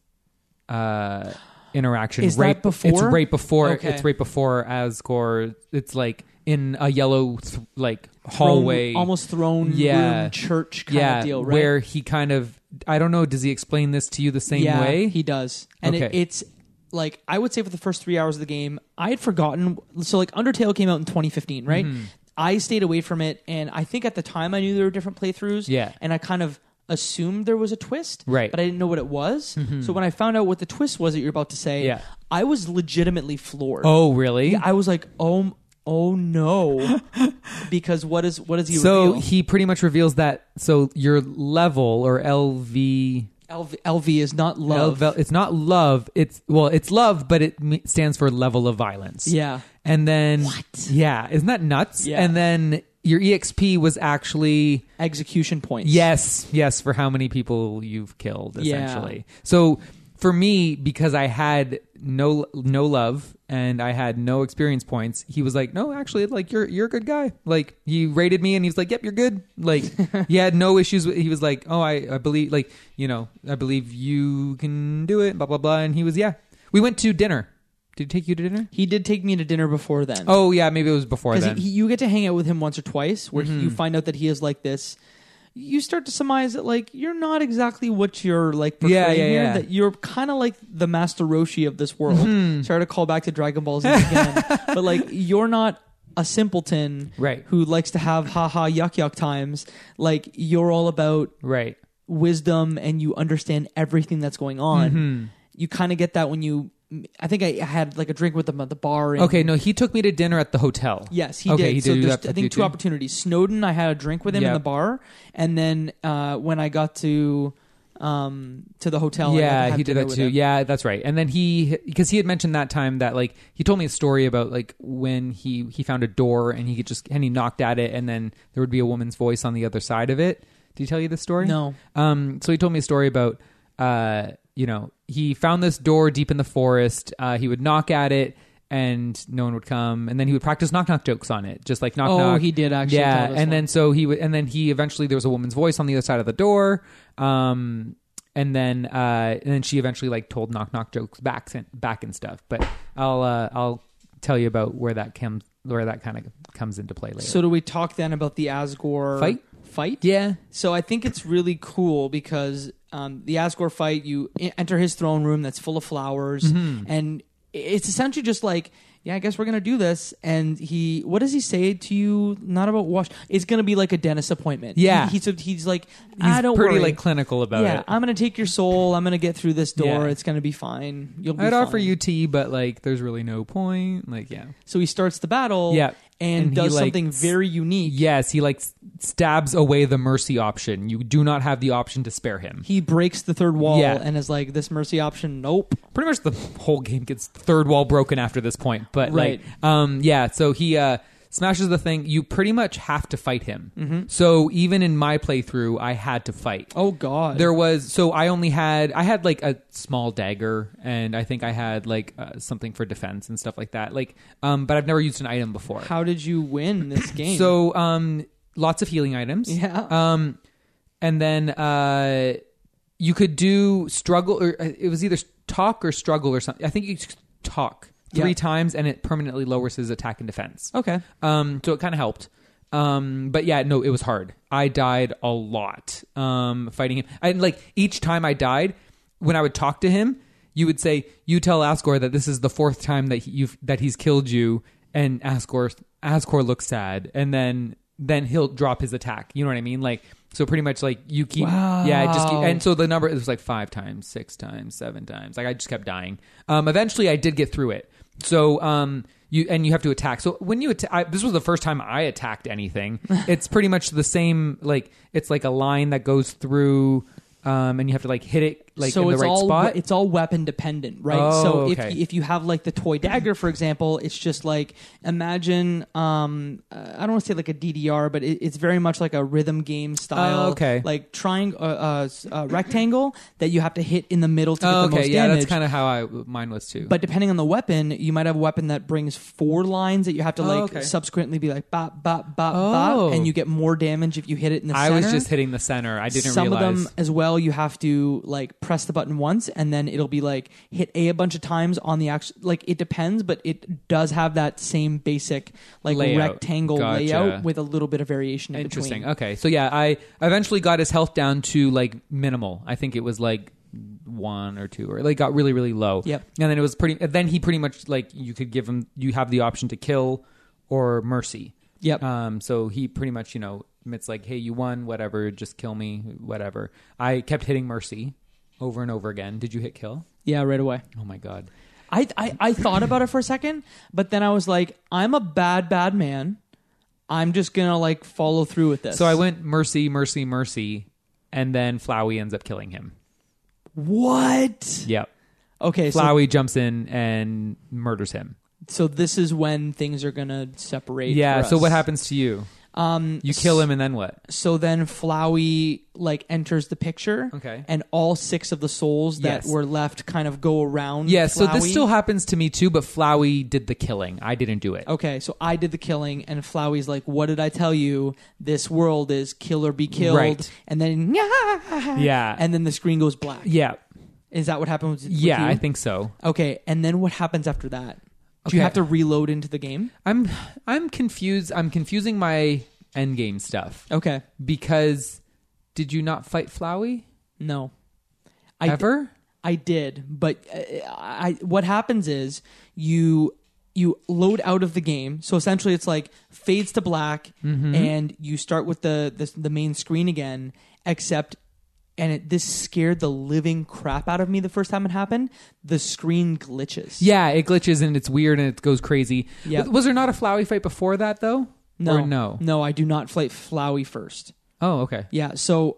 S4: uh, interaction
S3: Is that
S4: right It's
S3: before?
S4: right before.
S3: Okay.
S4: It's right before Asgore. It's like in a yellow th- like hallway,
S3: Throne- almost throne
S4: Yeah.
S3: room church kind
S4: yeah,
S3: of deal, right?
S4: where he kind of. I don't know. Does he explain this to you the same
S3: yeah,
S4: way?
S3: he does, and it,
S4: Okay.
S3: it's like I would say for the first three hours of the game, I had forgotten. So like Undertale came out in 2015, right?
S4: Mm-hmm.
S3: I stayed away from it, and I think at the time I knew there were different playthroughs.
S4: Yeah.
S3: and I kind of assumed there was a twist,
S4: Right. Mm-hmm.
S3: But I didn't know what it was. So when I found out what the twist was that you're about to say,
S4: Yeah.
S3: I was legitimately floored.
S4: oh, really?
S3: I was like, oh. Oh
S4: *laughs*
S3: no! because what is what does he
S4: so
S3: reveal?
S4: he pretty much reveals that. So your level or LV
S3: LV, LV is not love.
S4: Love- It's not love. It's well, it's love, but it me- stands for level of violence.
S3: Yeah.
S4: And then Yeah, isn't that nuts?
S3: Yeah.
S4: And then your exp was actually
S3: execution points.
S4: yes, yes for how many people you've killed
S3: Yeah.
S4: essentially. So for me, because I had no no love and I had no experience points, he was like, "No, actually, like you're you're a good guy." Like he rated me, and he was like, "Yep, you're good." Like he had no issues. With, he was like, "Oh, I I believe like you know I believe you can do it." Blah blah blah. And he was yeah. We went to dinner. Did he take you to dinner?
S3: He did take me to dinner before then.
S4: Oh yeah, maybe it was before
S3: because
S4: then. Mm-hmm.
S3: you get to hang out with him once or twice, where he- you find out that he is like this. you start to surmise that like you're not exactly what you're like portraying
S4: Yeah, yeah,
S3: here,
S4: yeah. Mm-hmm.
S3: that you're kind of like the master roshi of this world sorry to call back to dragon ball z
S4: *laughs*
S3: again but like you're not a simpleton
S4: Right.
S3: who likes to have haha yuck yuck times like you're all about
S4: Right.
S3: wisdom and you understand everything that's going on
S4: Mm-hmm.
S3: you kind of get that when you i think i had like a drink with them at the bar and
S4: Okay, no, he took me to dinner at the hotel.
S3: Yes, he
S4: okay,
S3: did.
S4: He
S3: so
S4: did do
S3: there's,
S4: that
S3: I think,
S4: with you
S3: two
S4: too?
S3: opportunities. Snowden, I had a drink with him in
S4: Yeah.
S3: the bar, and then uh, when I got to um, to the hotel, I got to
S4: Yeah,
S3: have
S4: he did
S3: dinner
S4: that
S3: with
S4: too.
S3: him.
S4: Yeah, that's right. And then he because he had mentioned that time that like he told me a story about like when he he found a door and he could just and he knocked at it and then there would be a woman's voice on the other side of it. Did he tell you this story?
S3: No.
S4: Um, so he told me a story about, uh, you know, he found this door deep in the forest. Uh, he would knock at it, and no one would come. And then he would practice knock knock jokes on it, just like knock
S3: Oh,
S4: knock.
S3: he did actually
S4: Yeah,
S3: tell this
S4: and
S3: one.
S4: then so he would, and then he eventually there was a woman's voice on the other side of the door. Um, and then uh, and then she eventually like told knock knock jokes back and back and stuff. But I'll uh, I'll tell you about where that comes where that kind of comes into play later.
S3: So do we talk then about the Asgore
S4: Fight?
S3: Fight?
S4: yeah,
S3: So I think it's really cool because um, the Asgore fight, you e- enter his throne room that's full of flowers,
S4: Mm-hmm.
S3: and it's essentially just like, yeah, I guess we're gonna do this. And he, what does he say to you? Not about wash. It's gonna be like a dentist appointment.
S4: Yeah.
S3: He- he's he's like,
S4: he's
S3: I don't
S4: pretty
S3: worry.
S4: like clinical about
S3: yeah,
S4: it.
S3: I'm gonna take your soul. I'm gonna get through this door.
S4: Yeah.
S3: It's gonna be fine. You'll. Be
S4: I'd offer
S3: fine.
S4: you tea, but like, there's really no point. Like, yeah.
S3: So he starts the battle.
S4: Yeah.
S3: And,
S4: And he,
S3: does
S4: like,
S3: something
S4: s-
S3: very unique.
S4: Yes, he like s- stabs away the mercy option. You do not have the option to spare him.
S3: He breaks the third wall
S4: Yeah.
S3: and is like, "This mercy option, nope."
S4: Pretty much the whole game gets third wall broken after this point. But
S3: Right.
S4: like, um, yeah. So he uh smashes the thing. You pretty much have to fight him.
S3: Mm-hmm.
S4: So even in my playthrough, I had to fight.
S3: Oh God.
S4: There was so I only had I had like a small dagger and I think I had like uh, something for defense and stuff like that. Like, um, but I've never used an item before.
S3: How did you win
S4: *clears throat*
S3: this game?
S4: So, um, lots of healing items.
S3: Yeah.
S4: Um, and then uh, you could do struggle, or uh, it was either talk or struggle or something. I think you could talk three
S3: Yeah.
S4: times, and it permanently lowers his attack and defense.
S3: okay.
S4: Um, so it kind of helped. Um, but yeah, no, it was hard. I died a lot. Um, fighting him. I like each time I died, when I would talk to him, you would say, "You tell Asgore that this is the fourth time that he, you've that he's killed you," and Asgore Asgore looks sad, and then then he'll drop his attack. You know what I mean? Like so, pretty much like you keep yeah, just keep,
S3: Wow.
S4: and so the number it was like five times, six times, seven times. Like I just kept dying. Um, eventually, I did get through it. So um, you and you have to attack. So when you atta- I, this was the first time I attacked
S3: *laughs*
S4: anything. it's pretty much the same. Like it's like a line that goes through, um, and you have to like hit it like
S3: so
S4: in the
S3: it's
S4: right
S3: all
S4: spot.
S3: it's all weapon dependent, right?
S4: Oh,
S3: so
S4: okay.
S3: if if you have like the toy dagger, for example, it's just like imagine um uh, I don't want to say like a DDR, but it, it's very much like a rhythm game style,
S4: Oh, okay.
S3: Like triangle, uh, uh, s- uh, rectangle that you have to hit in the middle to get
S4: Oh,
S3: the most
S4: okay, yeah,
S3: damage.
S4: that's kind of how I mine was too.
S3: But depending on the weapon, you might have a weapon that brings four lines that you have to
S4: Oh,
S3: like
S4: okay.
S3: subsequently be like bop bop bop
S4: Oh.
S3: bop, and you get more damage if you hit it in the
S4: I
S3: center.
S4: was just hitting the center. I didn't
S3: some
S4: realize.
S3: of them as well you have to like press the button once and then it'll be like hit a a bunch of times on the action like it depends but it does have that same basic like
S4: Layout.
S3: rectangle
S4: Gotcha.
S3: layout with a little bit of variation in
S4: Interesting. Oh.
S3: between.
S4: Okay. So yeah, I eventually got his health down to like minimal. I think it was like one or two, or like got really really low.
S3: Yep.
S4: And then it was pretty. Then he pretty much like you could give him. You have the option to kill or mercy.
S3: Yep.
S4: Um. So he pretty much you know it's like hey you won whatever just kill me whatever. I kept hitting mercy over and over again. Did you hit kill?
S3: yeah right away
S4: Oh my god.
S3: I, I I thought about it for a second but then I was like I'm a bad bad man I'm just gonna like follow through with this
S4: So I went mercy mercy mercy, and then Flowey ends up killing him.
S3: what
S4: Yep.
S3: okay so,
S4: Flowey jumps in and murders him.
S3: so this is when things are gonna separate
S4: Yeah.
S3: for
S4: So
S3: us.
S4: what happens to you? Um, you kill him, and then what?
S3: so then Flowey like enters the picture.
S4: Okay.
S3: And all six of the souls that
S4: Yes.
S3: were left kind of go around.
S4: Yeah. So
S3: Flowey.
S4: this still happens to me too, but Flowey did the killing. I didn't do it.
S3: Okay, so I did the killing, and Flowey's like, "What did I tell you? This world is kill or be killed."
S4: Right.
S3: And then, *laughs*
S4: Yeah.
S3: And then the screen goes black.
S4: Yeah.
S3: Is that what happened? With, with
S4: Yeah.
S3: you?
S4: I think so.
S3: Okay, and then what happens after that? Do you
S4: Okay.
S3: have to reload into the game?
S4: I'm I'm confused. I'm confusing my endgame stuff
S3: Okay.
S4: because Did you not fight Flowey
S3: No. I di-
S4: ever?
S3: I did, but uh, I, what happens is you you load out of the game. So essentially, it's like fades to black,
S4: Mm-hmm.
S3: and you start with the, the the main screen again. Except, and it, this scared the living crap out of me the first time it happened. The screen glitches.
S4: yeah, it glitches and it's weird and it goes crazy.
S3: Yeah.
S4: Was, was there not a Flowey fight before that though?
S3: No,
S4: Or no.
S3: no. I do not fight Flowey first.
S4: Oh, okay.
S3: Yeah. So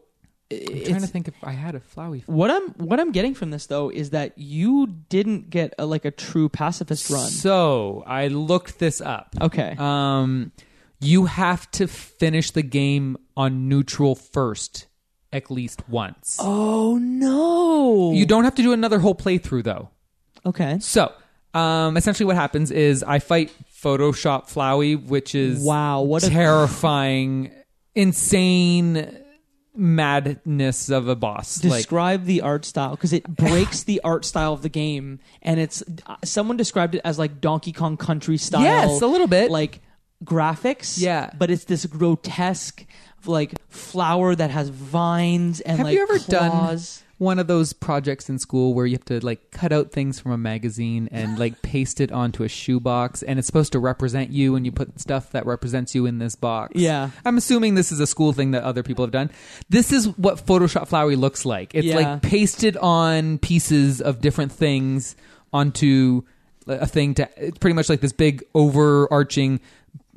S4: I'm
S3: it's,
S4: trying to think if I had a Flowey. Fight.
S3: what I'm what I'm getting from this though is that you didn't get a, like a true pacifist run.
S4: So I looked this up.
S3: okay.
S4: Um, you have to finish the game on neutral first at least once.
S3: oh no.
S4: You don't have to do another whole playthrough though.
S3: Okay.
S4: So, um, essentially, what happens is I fight Photoshop Flowey, which is
S3: Wow, what a-
S4: terrifying, insane madness of a boss. like,
S3: Describe the art style because
S4: *laughs*
S3: it breaks the art style of the game, and it's uh, someone described it as like Donkey Kong Country style.
S4: Yes, a little bit.
S3: like graphics.
S4: Yeah.
S3: but it's this grotesque like flower that has vines and
S4: have
S3: like
S4: you ever
S3: claws.
S4: done one of those projects in school where you have to like cut out things from a magazine
S3: *laughs*
S4: and like paste it onto a shoebox, and it's supposed to represent you, and you put stuff that represents you in this box?
S3: Yeah.
S4: I'm assuming this is a school thing that other people have done. This is what Photoshop Flowery looks like. It's
S3: Yeah.
S4: like pasted on pieces of different things onto a thing to it's pretty much like this big overarching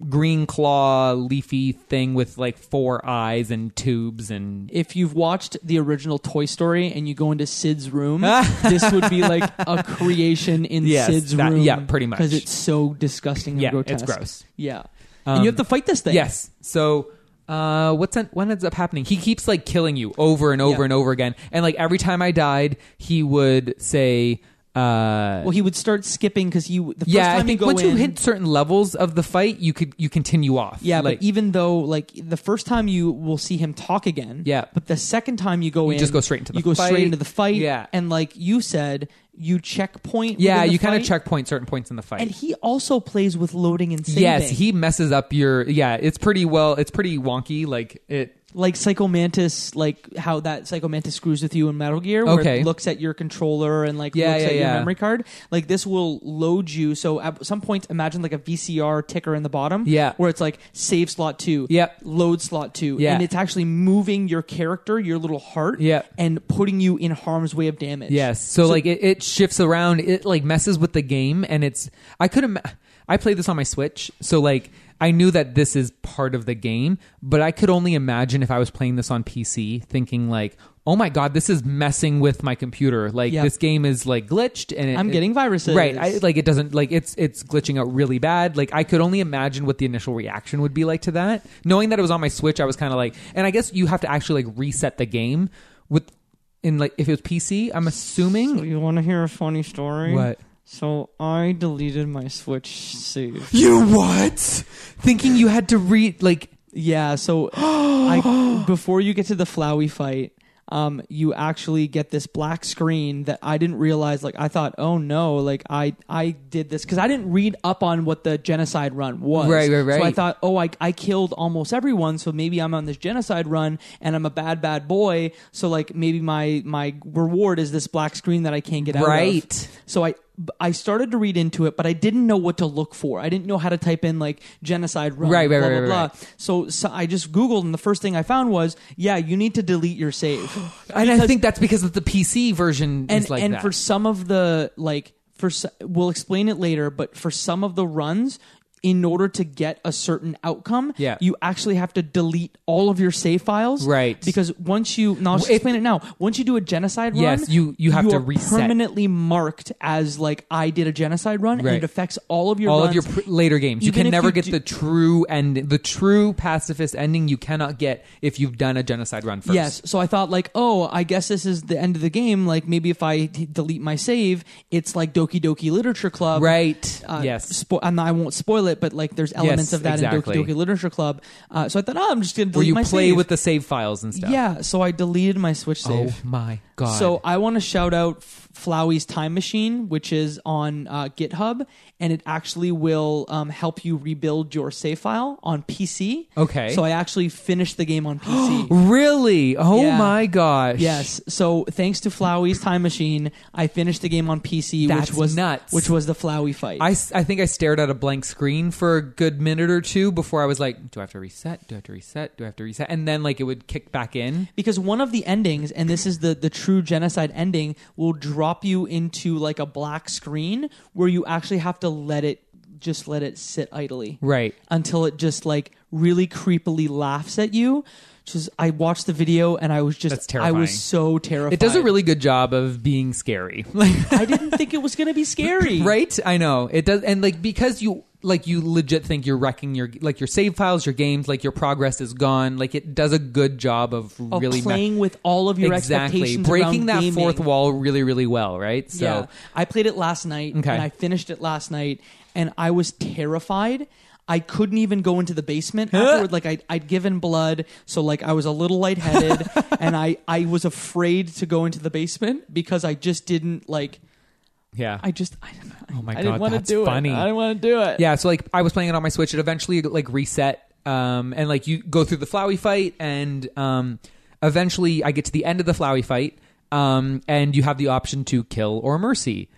S4: green claw leafy thing with like four eyes and tubes and
S3: If you've watched the original Toy Story and you go into Sid's
S4: *laughs*
S3: room, this would be like a creation in
S4: Yes,
S3: Sid's
S4: that-
S3: room.
S4: yeah, pretty much.
S3: because it's so disgusting and
S4: yeah,
S3: grotesque.
S4: it's gross.
S3: Yeah,
S4: Um,
S3: and you have to fight this thing.
S4: Yes. So uh, what's en- what ends up happening? He keeps like killing you over and over
S3: Yeah.
S4: and over again, and like every time I died, he would say. Uh,
S3: Well, he would start skipping because you. The first
S4: yeah,
S3: time
S4: I think
S3: you go
S4: once you
S3: in-
S4: hit certain levels of the fight, you could you continue off.
S3: Yeah,
S4: like
S3: but even though like the first time you will see him talk again.
S4: Yeah.
S3: But the second time you go
S4: You
S3: in,
S4: just go straight into the
S3: you go
S4: fight.
S3: straight into the fight.
S4: Yeah.
S3: and like you said, you checkpoint.
S4: yeah,
S3: within the
S4: you kind of
S3: fight,
S4: checkpoint certain points in the fight.
S3: And he also plays with loading and saving.
S4: yes, he messes up your yeah. It's pretty well. It's pretty wonky. Like it.
S3: like Psycho Mantis, like how that Psycho Mantis screws with you in Metal Gear, where
S4: Okay.
S3: it looks at your controller and like
S4: Yeah,
S3: looks
S4: yeah,
S3: at your
S4: yeah.
S3: memory card. Like this will load you. So at some point, imagine like a VCR ticker in the bottom,
S4: Yeah.
S3: where it's like save slot two,
S4: Yep.
S3: load slot two,
S4: Yeah.
S3: and it's actually moving your character, your little heart,
S4: Yep.
S3: and putting you in harm's way of damage.
S4: Yes. So, like it, it shifts around. It like messes with the game, and it's I could Im- I played this on my Switch, so like I knew that this is part of the game, but I could only imagine if I was playing this on PC, thinking like, oh my god, this is messing with my computer. Like
S3: Yeah.
S4: this game is like glitched, and it,
S3: I'm
S4: it-
S3: getting viruses.
S4: Right. I, like it doesn't like it's it's glitching out really bad. Like I could only imagine what the initial reaction would be like to that. Knowing that it was on my Switch, I was kind of like, and I guess you have to actually like reset the game with in like if it was PC. I'm assuming
S3: you want to hear a funny story?
S4: what
S3: So I deleted my Switch save.
S4: you what thinking you had to read like
S3: Yeah, so
S4: *gasps*
S3: I, before you get to the Flowey fight, um, you actually get this black screen that I didn't realize. Like I thought, oh no, like I I did this because I didn't read up on what the genocide run was.
S4: Right, right, right.
S3: So I thought, oh, I I killed almost everyone, so maybe I'm on this genocide run and I'm a bad bad boy. So like maybe my my reward is this black screen that I can't get out of.
S4: Right.
S3: So I I started to read into it, but I didn't know what to look for. I didn't know how to type in like genocide run
S4: Right, right,
S3: blah,
S4: right,
S3: blah,
S4: right,
S3: blah. So, so I just Googled, and the first thing I found was, yeah, you need to delete your save.
S4: and I
S3: Because-
S4: think that's because of the PC version
S3: and
S4: is like
S3: and
S4: that.
S3: for some of the like for s- we'll explain it later, but for some of the runs. In order to get a certain outcome,
S4: Yeah.
S3: you actually have to delete all of your save files,
S4: Right.
S3: Because once you now I'll just
S4: If-
S3: explain it now, once you do a genocide
S4: Yes,
S3: run,
S4: you- you have to
S3: are
S4: reset.
S3: permanently marked as like I did a genocide run,
S4: Right.
S3: and it affects all of your
S4: all
S3: runs,
S4: of your pr- later games. You
S3: Even
S4: can
S3: if
S4: never
S3: you
S4: get
S3: do-
S4: the true end, the true pacifist ending. You cannot get if you've done a genocide run first.
S3: Yes. So I thought like, oh, I guess this is the end of the game. Like maybe if I t- delete my save, it's like Doki Doki Literature Club.
S4: Right.
S3: Uh,
S4: yes.
S3: Spo- and I won't spoil it, but like there's elements
S4: Yes,
S3: of that
S4: exactly.
S3: in Doki Doki Literature Club. Uh, so I thought, oh, I'm just gonna delete
S4: Where you
S3: my
S4: play
S3: save.
S4: with the save files and stuff.
S3: yeah. So I deleted my Switch
S4: Oh
S3: save.
S4: my god.
S3: So I want to shout out f- Flowey's Time Machine, which is on uh, GitHub, and it actually will um, help you rebuild your save file on PC.
S4: Okay.
S3: So I actually finished the game
S4: *gasps*
S3: on PC.
S4: Really? Oh
S3: Yeah.
S4: my gosh.
S3: Yes. So thanks to Flowey's Time Machine, I finished the game on PC,
S4: That's
S3: which was
S4: nuts.
S3: which was the Flowey fight.
S4: I, s- I think I stared at a blank screen for a good minute or two before I was like, do I have to reset? Do I have to reset? Do I have to reset? And then like it would kick back in.
S3: because one of the endings and this is the the true genocide ending will drop you into like a black screen where you actually have to let it just let it sit idly
S4: Right.
S3: until it just like really creepily laughs at you just i watched the video and i was just
S4: That's
S3: i
S4: terrifying.
S3: was so terrified
S4: It does a really good job of being scary. *laughs* Like
S3: i didn't think it was gonna
S4: *laughs*
S3: be scary
S4: right? I know. It does and like because you like you legit think you're wrecking your like your save files, your games, like your progress is gone. Like it does a good job of,
S3: of
S4: really ma-
S3: playing with all of your
S4: exactly
S3: expectations
S4: breaking
S3: around
S4: that
S3: gaming.
S4: fourth wall really really well, right? So
S3: yeah. I played it last night
S4: Okay.
S3: and I finished it last night and I was terrified. I couldn't even go into the basement afterward. Like I'd, I'd given blood, so like I was a little
S4: *laughs*
S3: lightheaded, and I I was afraid to go into the basement because I just didn't like.
S4: yeah.
S3: I just I don't know.
S4: oh my
S3: I
S4: god,
S3: didn't want to
S4: that's
S3: do
S4: funny.
S3: it. I didn't want to do it.
S4: yeah so like i was playing it on my switch it eventually like reset um and like you go through the flowey fight and um eventually i get to the end of the flowey fight um and you have the option to kill or mercy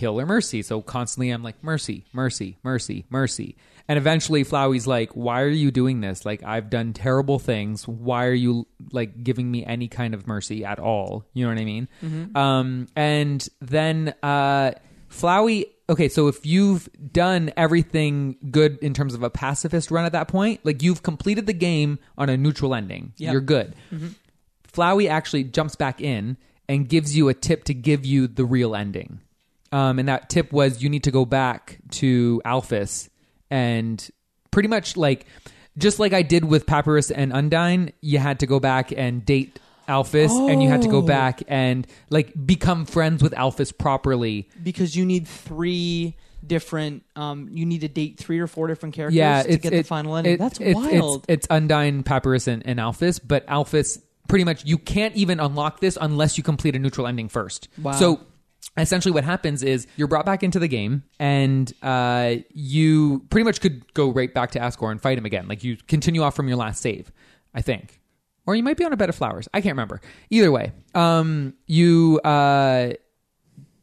S4: kill or mercy so constantly i'm like mercy mercy mercy mercy and eventually flowey's like why are you doing this like i've done terrible things why are you like giving me any kind of mercy at all you know what i mean um and then uh Flowey, okay, so if you've done everything good in terms of a pacifist run at that point, like you've completed the game on a neutral ending,
S3: Yep.
S4: you're good. Flowey actually jumps back in and gives you a tip to give you the real ending. Um, and that tip was you need to go back to Alphys and pretty much like, just like I did with Papyrus and Undine, you had to go back and date Alphys and you had to go back and like become friends with Alphys properly.
S3: because you need three different. Um, you need to date three or four different characters
S4: yeah,
S3: to get the final ending.
S4: it-
S3: That's
S4: it's-
S3: wild.
S4: It's, it's Undyne, Papyrus, and, and Alphys, but Alphys pretty much you can't even unlock this unless you complete a neutral ending first.
S3: Wow.
S4: So essentially, what happens is you're brought back into the game, and uh, you pretty much could go right back to Asgore and fight him again. Like you continue off from your last save, I think. Or you might be on a bed of flowers. I can't remember. Either way, um, you uh,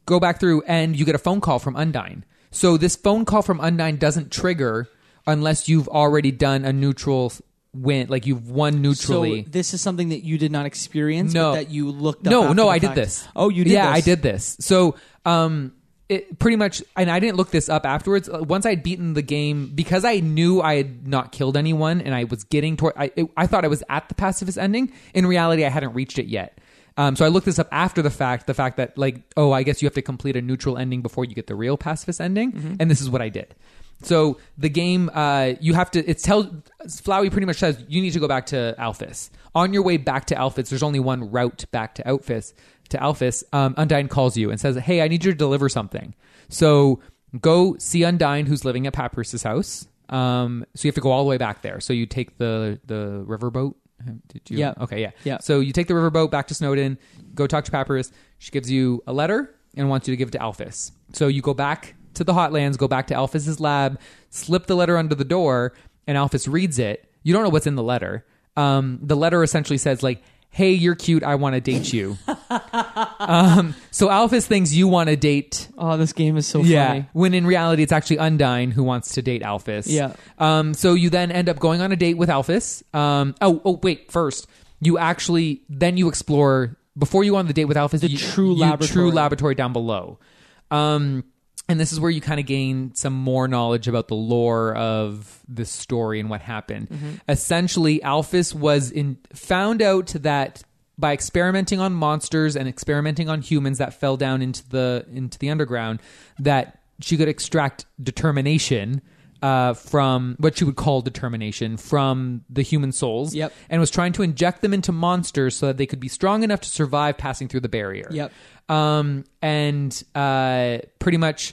S4: go back through and you get a phone call from Undyne. So this phone call from Undyne doesn't trigger unless you've already done a neutral win, like you've won neutrally.
S3: So this is something that you did not experience,
S4: No.
S3: but that you looked. Up
S4: no,
S3: after
S4: no,
S3: the
S4: I did
S3: fact.
S4: this.
S3: Oh, you did.
S4: Yeah,
S3: this.
S4: I did this. So, um, it pretty much, and I didn't look this up afterwards. Uh, Once I'd beaten the game, because I knew I had not killed anyone, and I was getting toward. I, it, I thought I was at the pacifist ending. In reality, I hadn't reached it yet. Um, so I looked this up after the fact. The fact that, like, oh, I guess you have to complete a neutral ending before you get the real pacifist ending,
S3: Mm-hmm.
S4: and this is what I did. So the game, uh, you have to. It tells Flowey pretty much says you need to go back to Alphys. On your way back to Alphys, there's only one route back to Outfis to Alphys. Um, Undyne calls you and says, "Hey, I need you to deliver something." So go see Undyne, who's living at Papyrus's house. Um, so you have to go all the way back there. So you take the the riverboat. Did you?
S3: Yeah.
S4: Okay. Yeah.
S3: Yeah.
S4: So you take the riverboat back to Snowden. Go talk to Papyrus. She gives you a letter and wants you to give it to Alphys. So you go back to the Hotlands, go back to Alphys's lab, slip the letter under the door, and Alphys reads it. You don't know what's in the letter. Um, the letter essentially says like, "Hey, you're cute. I want to
S3: *laughs*
S4: date you." um, so Alphys thinks you want to date
S3: Oh, this game is so funny.
S4: when in reality, it's actually Undyne who wants to date Alphys.
S3: Yeah.
S4: Um, so you then end up going on a date with Alphys. Um, oh, oh, wait. First, you actually then you explore before you go on the date with Alphys. The you,
S3: true
S4: you
S3: laboratory.
S4: true laboratory down below. Um, and this is where you kind of gain some more knowledge about the lore of this story and what happened.
S3: Mm-hmm.
S4: Essentially, Alphys was in found out that by experimenting on monsters and experimenting on humans that fell down into the into the underground, that she could extract determination uh, from what she would call determination from the human souls.
S3: Yep.
S4: And was trying to inject them into monsters so that they could be strong enough to survive passing through the barrier.
S3: Yep.
S4: Um, and uh, pretty much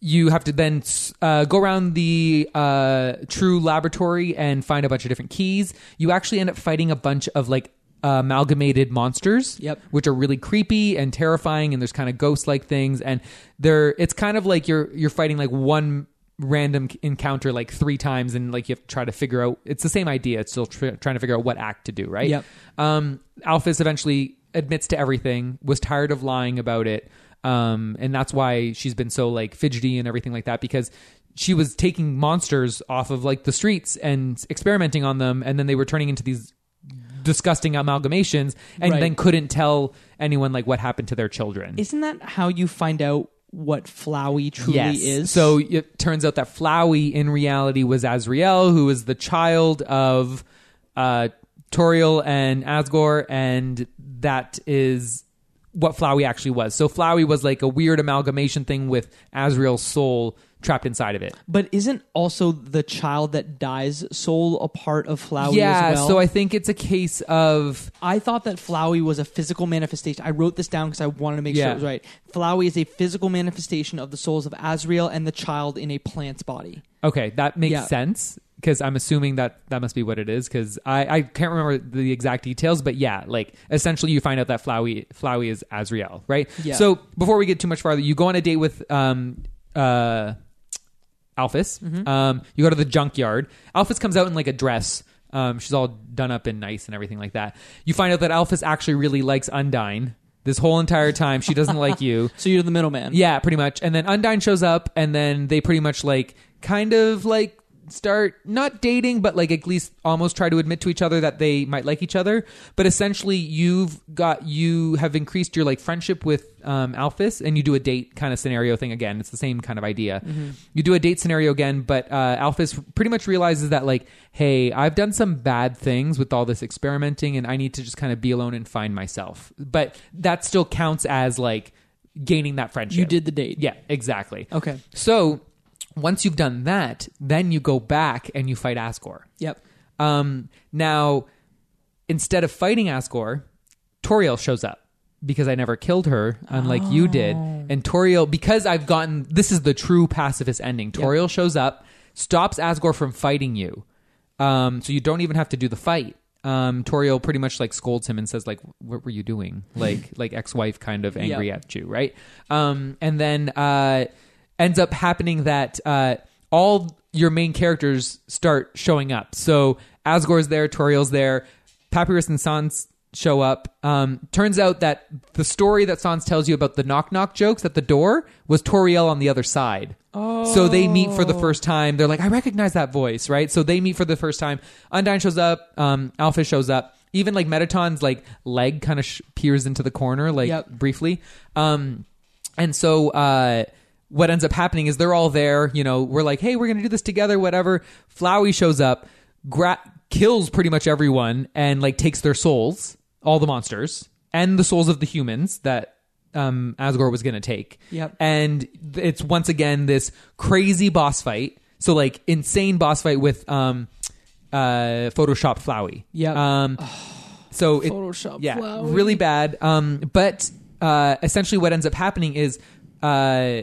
S4: you have to then uh, go around the uh, true laboratory and find a bunch of different keys. You actually end up fighting a bunch of like amalgamated monsters
S3: Yep.
S4: which are really creepy and terrifying and there's kind of ghost like things and they're it's kind of like you're you're fighting like one random c- encounter like three times and like you have to try to figure out it's the same idea it's still tr- trying to figure out what act to do right
S3: Yep.
S4: um alphys eventually admits to everything was tired of lying about it um and that's why she's been so like fidgety and everything like that because she was taking monsters off of like the streets and experimenting on them and then they were turning into these disgusting amalgamations and
S3: Right.
S4: then couldn't tell anyone like what happened to their children.
S3: Isn't that how you find out what Flowey truly is?
S4: So it turns out that Flowey in reality was Azriel, who is the child of uh, Toriel and Asgore, and that is what Flowey actually was. So Flowey was like a weird amalgamation thing with Azriel's soul trapped inside of it.
S3: but isn't also the child that dies soul a part of Flowey
S4: yeah,
S3: as well?
S4: so I think it's a case of
S3: I thought that Flowey was a physical manifestation. I wrote this down because I wanted to make sure
S4: Yeah.
S3: it was right. Flowey is a physical manifestation of the souls of Azrael and the child in a plant's body.
S4: Okay, that makes
S3: Yeah.
S4: sense because I'm assuming that that must be what it is because I, I can't remember the exact details, but yeah, like essentially you find out that Flowey Flowey is Azrael, right?
S3: Yeah.
S4: So before we get too much farther, you go on a date with um uh Alphys.
S3: Mm-hmm.
S4: Um, you go to the junkyard. Alphys comes out in like a dress. Um, she's all done up and nice and everything like that. You find out that Alphys actually really likes Undine. This whole entire time, she doesn't like you.
S3: So you're the middleman.
S4: Yeah, pretty much. And then Undine shows up, and then they pretty much like kind of like start not dating, but like at least almost try to admit to each other that they might like each other. But essentially, you've got you have increased your like friendship with um, Alphys, and you do a date kind of scenario thing again. It's the same kind of idea. You do a date scenario again, but uh, Alphys pretty much realizes that like, hey, I've done some bad things with all this experimenting, and I need to just kind of be alone and find myself. But that still counts as like gaining that friendship.
S3: You did the date.
S4: Yeah, exactly.
S3: Okay.
S4: So once you've done that, then you go back and you fight Asgore.
S3: Yep.
S4: Um, now, instead of fighting Asgore, Toriel shows up because I never killed her, unlike you did. And Toriel, because I've gotten this is the true pacifist ending. Toriel shows up, stops Asgore from fighting you, um, so you don't even have to do the fight. Um, Toriel pretty much like scolds him and says like, "What were you doing?" Like like ex wife kind of angry
S3: Yeah.
S4: at you, right? Um, and then uh, ends up happening that uh, all your main characters start showing up. So Asgore's there, Toriel's there, Papyrus and Sans show up. Um, turns out that the story that Sans tells you about the knock knock jokes at the door was Toriel on the other side. Oh. So they meet for the first time. They're like, I recognize that voice, right? So they meet for the first time. Undine shows up. Um, Alpha shows up. Even like Metaton's like leg kind of sh- peers into the corner, like
S3: Yep.
S4: briefly. Um, and so uh, what ends up happening is they're all there. You know, we're like, hey, we're gonna do this together, whatever. Flowey shows up, gra- kills pretty much everyone, and like takes their souls, all the monsters, and the souls of the humans that um, Asgore was gonna take.
S3: Yep.
S4: And th- it's once again this crazy boss fight. So like insane boss fight with um, uh, Photoshop Flowey.
S3: Yep.
S4: Um, so it,
S3: Photoshop
S4: yeah,
S3: Flowey.
S4: really bad. Um, but uh, essentially, what ends up happening is uh,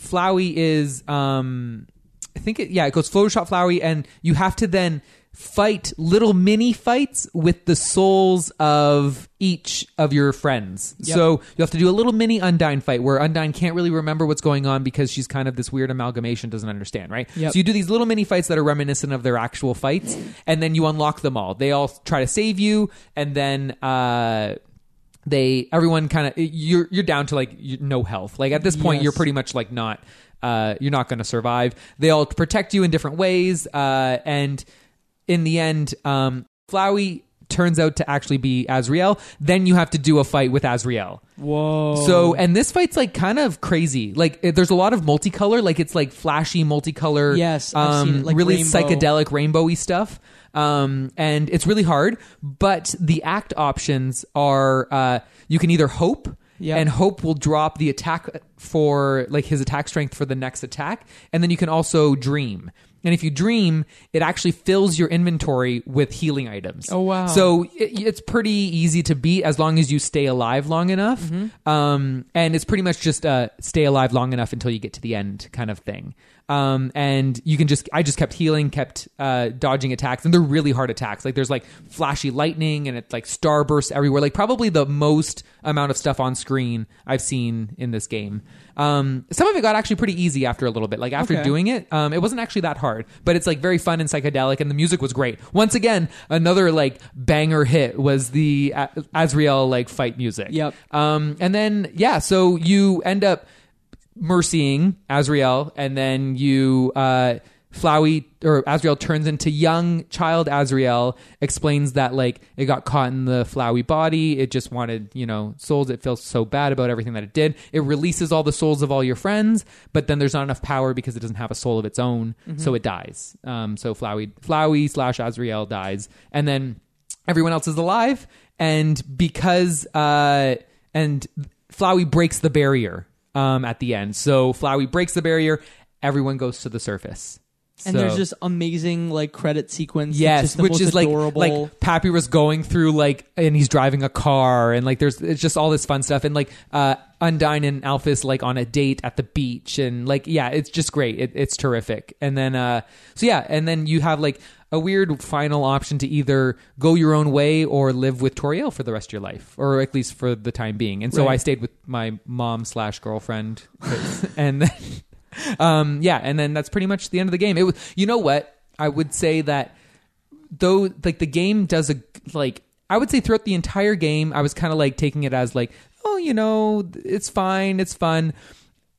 S4: Flowey is um, I think it, yeah, it goes Photoshop Flowey, and you have to then fight little mini fights with the souls of each of your friends. So you have to do a little mini Undine fight where Undine can't really remember what's going on because she's kind of this weird amalgamation, doesn't understand, right?
S3: Yep.
S4: So you do these little mini fights that are reminiscent of their actual fights, and then you unlock them all. They all try to save you, and then uh, they everyone kind of you're you're down to like you- no health. Like at this point,
S3: Yes.
S4: you're pretty much like not uh, you're not going to survive. They all protect you in different ways, uh, and in the end, um, Flowey turns out to actually be Azriel. Then you have to do a fight with Azriel.
S3: Whoa.
S4: So, and this fight's like kind of crazy. Like, it- there's a lot of multicolor. Like, it's like flashy multicolor. um,
S3: Yes, I've seen it, like
S4: really
S3: rainbow.
S4: psychedelic, rainbowy stuff. Um, and it's really hard. But the act options are uh, you can either hope.
S3: Yep.
S4: And hope will drop the attack for like his attack strength for the next attack, and then you can also dream. And if you dream, it actually fills your inventory with healing items.
S3: Oh, wow.
S4: So it, it's pretty easy to beat as long as you stay alive long enough. Um, and it's pretty much just uh, stay alive long enough until you get to the end kind of thing. Um, and you can just I just kept healing, kept uh, dodging attacks, and they're really hard attacks. Like there's like flashy lightning and it's like starbursts everywhere. Like probably the most amount of stuff on screen I've seen in this game. Um, some of it got actually pretty easy after a little bit. Like after
S3: Okay.
S4: doing doing it. Um, it wasn't actually that hard, but it's like very fun and psychedelic, and the music was great. Once again, another like banger hit was the A- Azrael like fight music.
S3: Yep.
S4: Um, and then yeah, so you end up mercying Azrael, and then you uh, Flowey or Azrael turns into young child Azrael. Explains that like it got caught in the Flowey body. It just wanted you know souls. It feels so bad about everything that it did. It releases all the souls of all your friends, but then there's not enough power because it doesn't have a soul of its own, so it dies. Um, so Flowey Flowey slash Azrael dies, and then everyone else is alive. And because uh, and Flowey breaks the barrier um, at the end. So Flowey breaks the barrier. Everyone goes to the surface.
S3: And
S4: So-
S3: there's just amazing like credit sequence. that's
S4: yes,
S3: just the
S4: which
S3: most
S4: is like
S3: adorable.
S4: like Papyrus going through like, and he's driving a car, and like there's it's just all this fun stuff, and like uh, Undine and Alphys like on a date at the beach, and like yeah, it's just great, it, it's terrific, and then uh, so yeah, and then you have like a weird final option to either go your own way or live with Toriel for the rest of your life, or at least for the time being, and so
S3: Right.
S4: I stayed with my mom slash girlfriend, *laughs* and then *laughs* um, yeah, and then that's pretty much the end of the game. It was, you know what? I would say that though, like the game does a like. I would say throughout the entire game, I was kind of like taking it as like, oh, you know, it's fine, it's fun.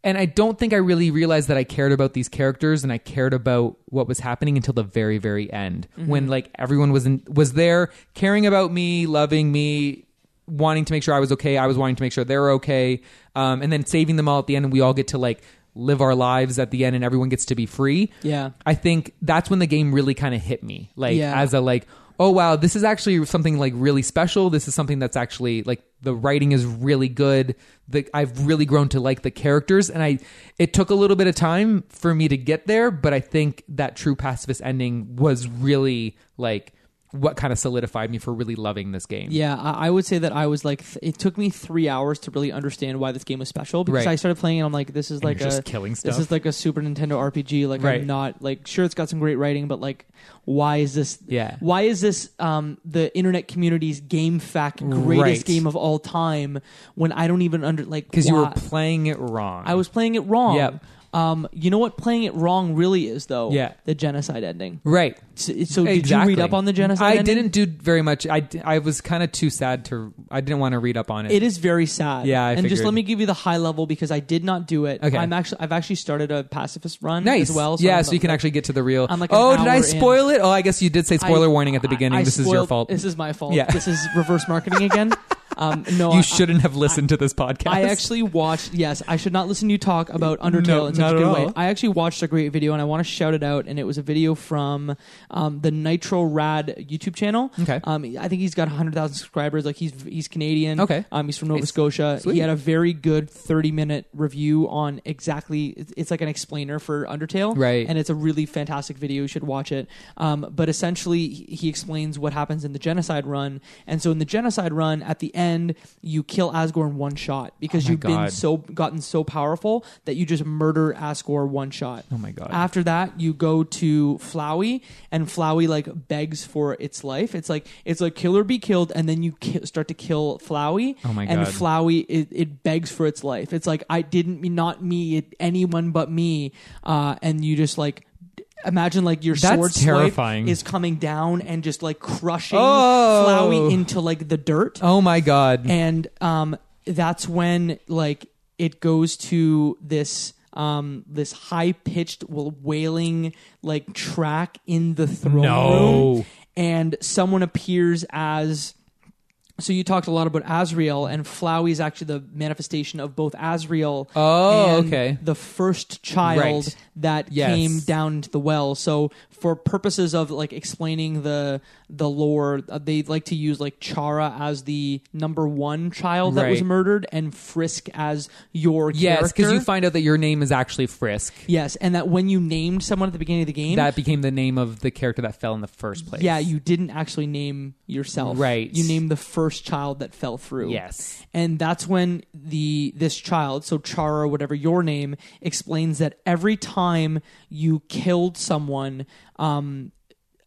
S4: And I don't think I really realized that I cared about these characters and I cared about what was happening until the very, very end, when like everyone was in, was there, caring about me, loving me, wanting to make sure I was okay. I was wanting to make sure they were okay. Um, and then saving them all at the end, and we all get to like live our lives at the end, and everyone gets to be free.
S3: Yeah.
S4: I think that's when the game really kind of hit me, like
S3: Yeah.
S4: as a like, oh wow, this is actually something like really special. This is something that's actually like the writing is really good. The, I've really grown to like the characters, and I it took a little bit of time for me to get there, but I think that true pacifist ending was really like what kind of solidified me for really loving this game.
S3: Yeah, I, I would say that I was like, th- it took me three hours to really understand why this game was special because
S4: Right.
S3: I started playing and I'm like, this is like
S4: you're
S3: a
S4: just killing stuff.
S3: This is like a Super Nintendo RPG. Like
S4: Right.
S3: I'm not like sure it's got some great writing, but like, why is this?
S4: Yeah.
S3: why is this um, the internet community's game fact greatest
S4: Right.
S3: game of all time when I don't even under like
S4: because you were
S3: why?
S4: playing it wrong.
S3: I was playing it wrong.
S4: Yep.
S3: Um, you know what playing it wrong really is though?
S4: Yeah.
S3: the genocide ending.
S4: right.
S3: So, so did you read
S4: Exactly.
S3: up on the genocide?
S4: I
S3: ending?
S4: didn't do very much. I, d- I was kind of too sad to. I didn't want to read up on it.
S3: It is very sad.
S4: Yeah, I
S3: and just
S4: figured.
S3: let me give you the high level because I did not do it.
S4: Okay.
S3: I'm actually I've actually started a pacifist run
S4: nice.
S3: as well.
S4: yeah,
S3: I'm
S4: so you can
S3: like-
S4: actually get to the real.
S3: I'm like an
S4: oh, did I
S3: hour
S4: spoil it? Oh, I guess you did say spoiler
S3: I-
S4: warning at the
S3: I-
S4: beginning.
S3: I
S4: this is your
S3: spoiled-
S4: fault.
S3: This is my fault.
S4: Yeah.
S3: This is reverse marketing
S4: *laughs*
S3: again. um, no, I-
S4: you shouldn't have listened to this podcast.
S3: I actually watched. Yes, I should not listen to you talk about Undertale
S4: No,
S3: in such
S4: not
S3: a
S4: at
S3: good
S4: all.
S3: way. I actually watched a great video, and I want to shout it out. And it was a video from um, the Nitro Rad YouTube channel.
S4: Okay.
S3: um, I think he's got hundred thousand subscribers. Like he's he's Canadian.
S4: Okay.
S3: um, he's from Nova
S4: Nice.
S3: Scotia.
S4: Sweet.
S3: He had a very good thirty minute review on exactly. it's- It's like an explainer for Undertale,
S4: Right.
S3: And it's a really fantastic video. You should watch it. Um, but essentially, he he explains what happens in the genocide run. And so, in the genocide run, at the end, you kill Asgore in one shot because
S4: Oh my
S3: you've been
S4: God.
S3: so gotten so powerful that you just murder Asgore one shot.
S4: Oh my God.
S3: After that, you go to Flowey, and Flowey like begs for its life. It's like it's like kill or be killed, and then you ki- start to kill Flowey.
S4: Oh my
S3: And
S4: God.
S3: Flowey it, it begs for its life. It's like I didn't mean not me, it, anyone but me. Uh, and you just like d- imagine like your
S4: That's
S3: sword swipe
S4: terrifying.
S3: is coming down and just like crushing
S4: Oh.
S3: Flowey into like the dirt
S4: oh my god.
S3: and um, that's when like it goes to this um, this high pitched wailing like track in the throne
S4: No.
S3: room, and someone appears as So you talked a lot about Azrael, and Flowey is actually the manifestation of both Azrael.
S4: Oh,
S3: and
S4: okay.
S3: The first child
S4: Right.
S3: that
S4: Yes.
S3: came down to the well. So for purposes of like explaining the the lore, uh, they like to use like Chara as the number one child that was
S4: Right.
S3: murdered, and Frisk as your
S4: Yes, because
S3: character.
S4: you find out that your name is actually Frisk.
S3: yes, and that when you named someone at the beginning of the game,
S4: That became the name of the character that fell in the first place.
S3: yeah, you didn't actually name yourself.
S4: Right.
S3: You named the first child that fell through.
S4: Yes.
S3: And that's when the this child, so Chara, whatever your name, explains that every time you killed someone, um,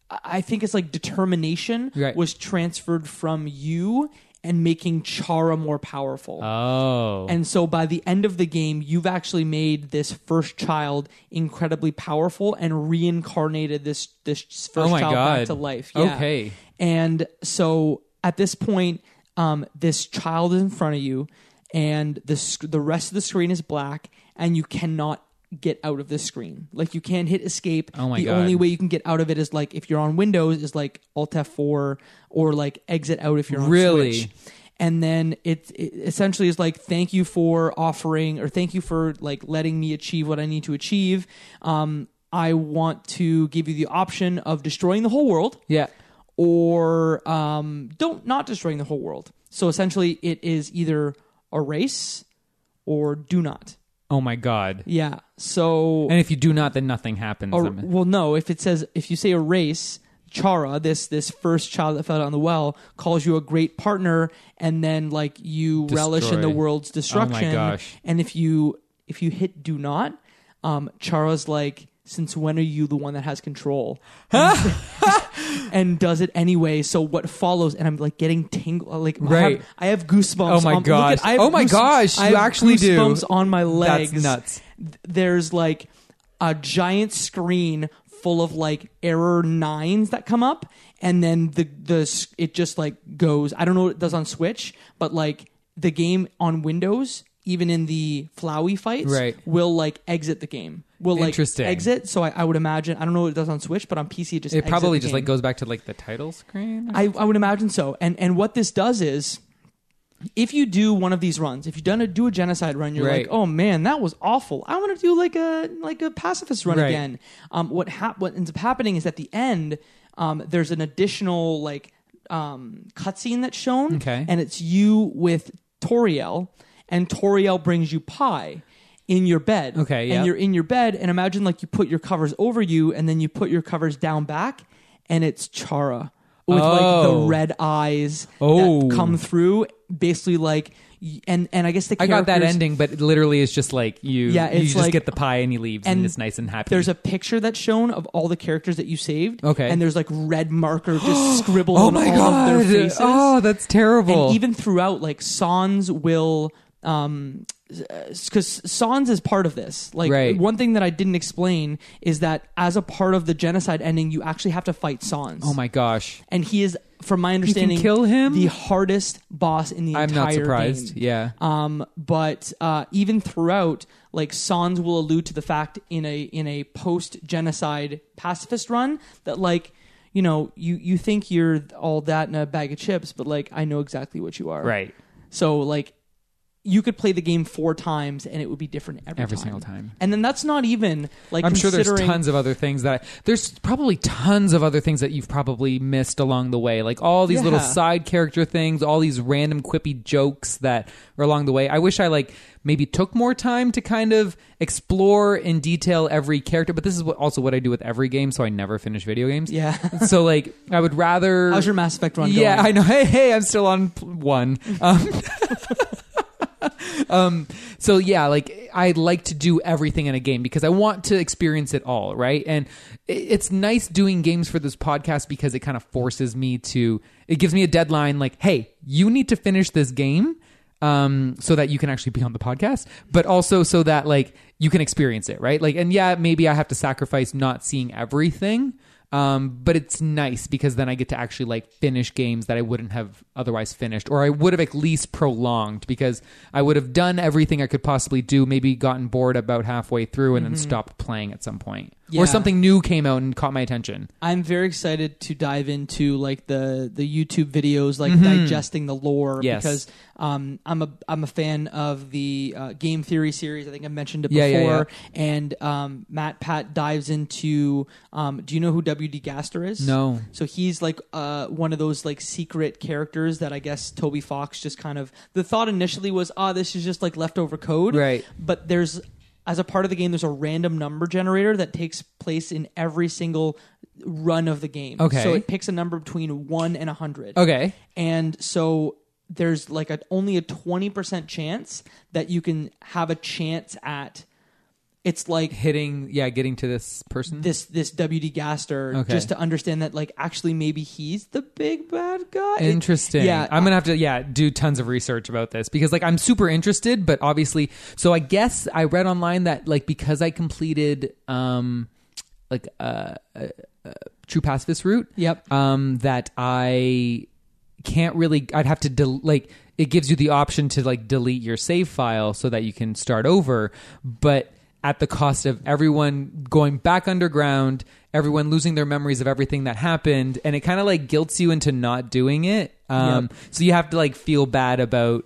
S3: I- I think it's like determination
S4: Right.
S3: was transferred from you and making Chara more powerful.
S4: Oh.
S3: And so by the end of the game, you've actually made this first child incredibly powerful and reincarnated this this first
S4: Oh my
S3: child
S4: God.
S3: back to life. Yeah.
S4: Okay.
S3: And so at this point, um, this child is in front of you, and the sc- the rest of the screen is black, and you cannot get out of this screen. Like you can't hit escape.
S4: Oh my
S3: the
S4: God.
S3: only way you can get out of it is like if you're on Windows is like Alt F4 or like exit out if you're on
S4: Really?
S3: Switch and then it, it essentially is like thank you for offering or thank you for like letting me achieve what i need to achieve um, i want to give you the option of destroying the whole world
S4: yeah.
S3: or um, don't not destroying the whole world so essentially it is either erase or do not
S4: Oh my God.
S3: yeah so
S4: And if you do not, then nothing happens.
S3: or,
S4: I'm-
S3: well, no. If it says if you say a race, Chara, this this first child that fell down the well, calls you a great partner, and then like you relish in the
S4: Destroy. Oh
S3: world's destruction.
S4: gosh.
S3: And if you if you hit do not, um, Chara's like, since when are you the one that has
S4: *laughs*
S3: control? And, *laughs* and does it anyway. So what follows? And I'm like getting tingle. Like I have-
S4: Right.
S3: I have, goosebumps.
S4: Oh my
S3: on, look
S4: gosh.
S3: at- I have
S4: Oh my
S3: goose-
S4: gosh,
S3: I
S4: you
S3: have
S4: actually do.
S3: goosebumps on my legs.
S4: That's nuts.
S3: Th- There's like a giant screen full of like error nines that come up, and then the the s- it just like goes. I don't know what it does on Switch, but like the game on Windows, even in the flowy fights,
S4: Right.
S3: will like exit the game. Will like
S4: Interesting.
S3: exit. So I, I would imagine I don't know what it does on Switch, but on PC it just
S4: it
S3: exit
S4: probably
S3: the
S4: just
S3: game.
S4: like goes back to like the title screen.
S3: I, I would imagine so. And and what this does is, if you do one of these runs, if you done a do a genocide run, you're
S4: Right.
S3: like, oh man, that was awful. I want to do like a like a pacifist run
S4: Right.
S3: again. Um, what hap- what ends up happening is at the end, um, there's an additional like um cutscene that's shown,
S4: Okay.
S3: and it's you with Toriel, and Toriel brings you pie. In your bed,
S4: Okay,
S3: and
S4: yeah.
S3: you're in your bed, and imagine like you put your covers over you, and then you put your covers down back, and it's Chara with like the
S4: Oh.
S3: red eyes
S4: Oh.
S3: that come through basically like y- and and i guess the
S4: I got that
S3: characters-
S4: ending, but it literally it's just like you.
S3: Yeah,
S4: you
S3: it's
S4: just
S3: like-
S4: get the pie and he leaves, and,
S3: and
S4: it's nice and happy.
S3: there's a picture that's shown of all the characters that you saved
S4: Okay.
S3: and there's like red
S4: *gasps*
S3: marker just scribbled
S4: oh
S3: on
S4: my
S3: all
S4: god!
S3: of their faces
S4: Oh, that's terrible.
S3: and even throughout like sans will um because sans is part of this like
S4: Right.
S3: one thing that i didn't explain is that as a part of the genocide ending you actually have to fight sans
S4: oh my gosh!
S3: and he is from my understanding
S4: kill him?
S3: the hardest boss in the
S4: I'm
S3: entire
S4: not surprised.
S3: game.
S4: Yeah.
S3: um but uh even throughout like sans will allude to the fact in a in a post genocide pacifist run that like you know you you think you're all that in a bag of chips but like i know exactly what you are
S4: right.
S3: so like you could play the game four times and it would be different every,
S4: Every single time.
S3: and then that's not even like
S4: I'm sure there's
S3: considering-
S4: tons of other things that I, there's probably tons of other things that you've probably missed along the way, like all these little
S3: Yeah.
S4: side character things, all these random quippy jokes that are along the way. I wish I like maybe took more time to kind of explore in detail every character, but this is what, also what I do with every game, so I never finish video
S3: *laughs*
S4: games. *laughs*
S3: Yeah.
S4: so like I would
S3: *laughs*
S4: rather
S3: how's your mass effect run
S4: yeah,
S3: going?
S4: I know. Hey, hey, I'm still on pl- one. Um, *laughs* um, so yeah, like I like to do everything in a game because I want to experience it all, right? And i- it's nice doing games for this podcast because it kind of forces me to. It gives me a deadline, like, hey, you need to finish this game. Um, so that you can actually be on the podcast, but also so that like you can experience it, right? Like, and yeah, maybe I have to sacrifice not seeing everything, Um, but it's nice because then I get to actually like finish games that I wouldn't have otherwise finished, or I would have at least prolonged because I would have done everything I could possibly do, maybe gotten bored about halfway through and then stopped playing at some point,
S3: Yeah.
S4: or something new came out and caught my attention.
S3: I'm very excited to dive into like the the YouTube videos, like digesting the lore,
S4: Mm-hmm. Yes.
S3: because um, I'm a I'm a fan of the uh, game theory series. I think I mentioned it
S4: Yeah,
S3: before.
S4: yeah,
S3: And um, Matt Pat dives into. Um, do you know who W.D. Gaster is?
S4: No.
S3: So he's like uh, one of those like secret characters that I guess Toby Fox just kind of. The thought initially was, ah, this is just like leftover code,
S4: Right.
S3: But there's as a part of the game, there's a random number generator that takes place in every single run of the game.
S4: Okay.
S3: So it picks a number between one and a hundred.
S4: Okay.
S3: And so there's like a, only a twenty percent chance that you can have a chance at. It's like
S4: Hitting, yeah, getting to this person.
S3: this this WD Gaster
S4: Okay.
S3: just to understand that like actually maybe he's the big bad guy. It-
S4: Interesting.
S3: yeah,
S4: I'm gonna have to yeah do tons of research about this because like I'm super interested, but obviously, so I guess I read online that like because I completed um like uh, uh, uh True Pacifist route.
S3: Yep.
S4: Um, that I can't really. I'd have to del like it gives you the option to like delete your save file so that you can start over, but at the cost of everyone going back underground, everyone losing their memories of everything that happened, and it kind of like guilts you into not doing it. Um, So you have to like feel bad about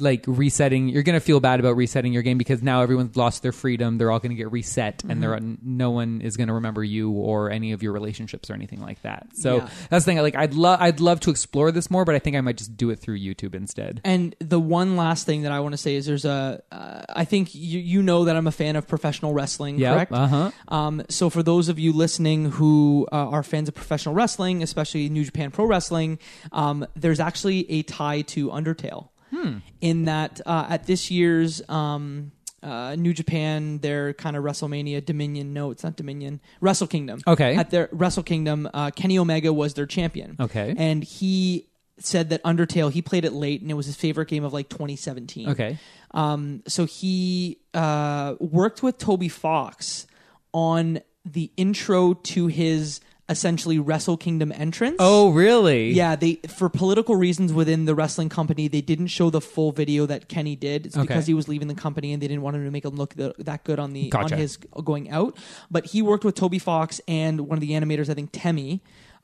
S4: like resetting you're going to feel bad about resetting your game because now everyone's lost their freedom they're all going to get reset and they're
S3: Mm-hmm.
S4: no one is going to remember you or any of your relationships or anything like that so
S3: Yeah.
S4: that's the thing like i'd love i'd love to explore this more but i think i might just do it through youtube instead
S3: And the one last thing that I want to say is there's a. Uh, I think you you know that I'm a fan of professional wrestling,
S4: Yep,
S3: correct?
S4: uh-huh.
S3: Um, so for those of you listening who uh, are fans of professional wrestling, especially New Japan Pro Wrestling, um, there's actually a tie to Undertale.
S4: Hmm.
S3: In that, uh, at this year's um, uh, New Japan, their kind of WrestleMania Dominion. No, it's not Dominion. Wrestle Kingdom.
S4: Okay.
S3: At their Wrestle Kingdom, uh, Kenny Omega was their champion.
S4: Okay.
S3: And he said that Undertale, he played it late and it was his favorite game of like 2017.
S4: okay
S3: Um, so he uh, worked with Toby Fox on the intro to his essentially Wrestle Kingdom entrance.
S4: oh really
S3: Yeah, they for political reasons within the wrestling company, they didn't show the full video that Kenny did. It's
S4: Okay.
S3: because he was leaving the company and they didn't want him to make him look th- that good on the
S4: Gotcha.
S3: on his going out. But he worked with Toby Fox and one of the animators, I think Temmie,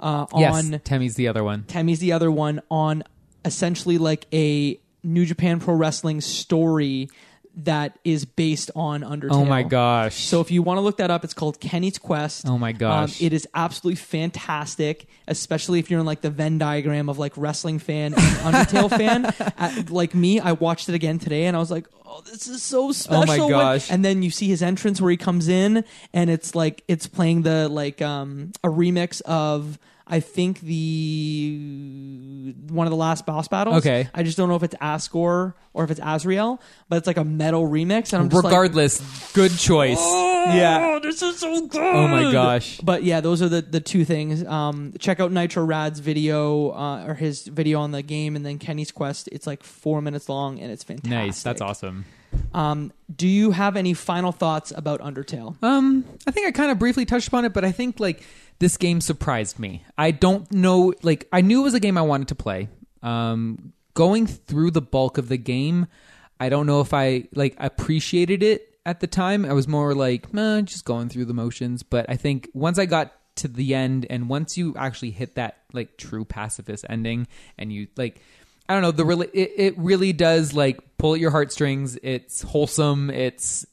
S3: uh,
S4: yes
S3: on
S4: temmie's the other one
S3: Tammy's the other one on essentially like a New Japan Pro Wrestling story that is based on Undertale.
S4: oh my gosh
S3: So if you want to look that up, it's called Kenny's Quest.
S4: Oh my gosh.
S3: Um, it is absolutely fantastic, especially if you're in like the Venn diagram of like wrestling fan and *laughs* Undertale fan. At- like me, I watched it again today and I was like, oh, this is so special.
S4: my
S3: when-"
S4: gosh.
S3: And then you see his entrance where he comes in and it's like it's playing the like um a remix of I think the one of the last boss battles.
S4: Okay.
S3: I just don't know if it's Asgore or if it's Azrael, but it's like a metal remix, and I'm just like, Oh!
S4: regardless good choice yeah
S3: this is so good.
S4: oh my gosh
S3: But yeah, those are the, the two things. Um, check out Nitro Rad's video uh, or his video on the game, and then Kenny's Quest. It's like four minutes long, and it's fantastic.
S4: nice that's awesome
S3: Um, do you have any final thoughts about Undertale?
S4: Um, I think I kind of briefly touched upon it, but I think like this game surprised me. I don't know, like I knew it was a game I wanted to play. Um, going through the bulk of the game, I don't know if I like appreciated it at the time. I was more like, "Meh, just going through the motions. But I think once I got to the end, and once you actually hit that like true pacifist ending, and you like I don't know the really it, it really does like pull at your heartstrings. It's wholesome. It's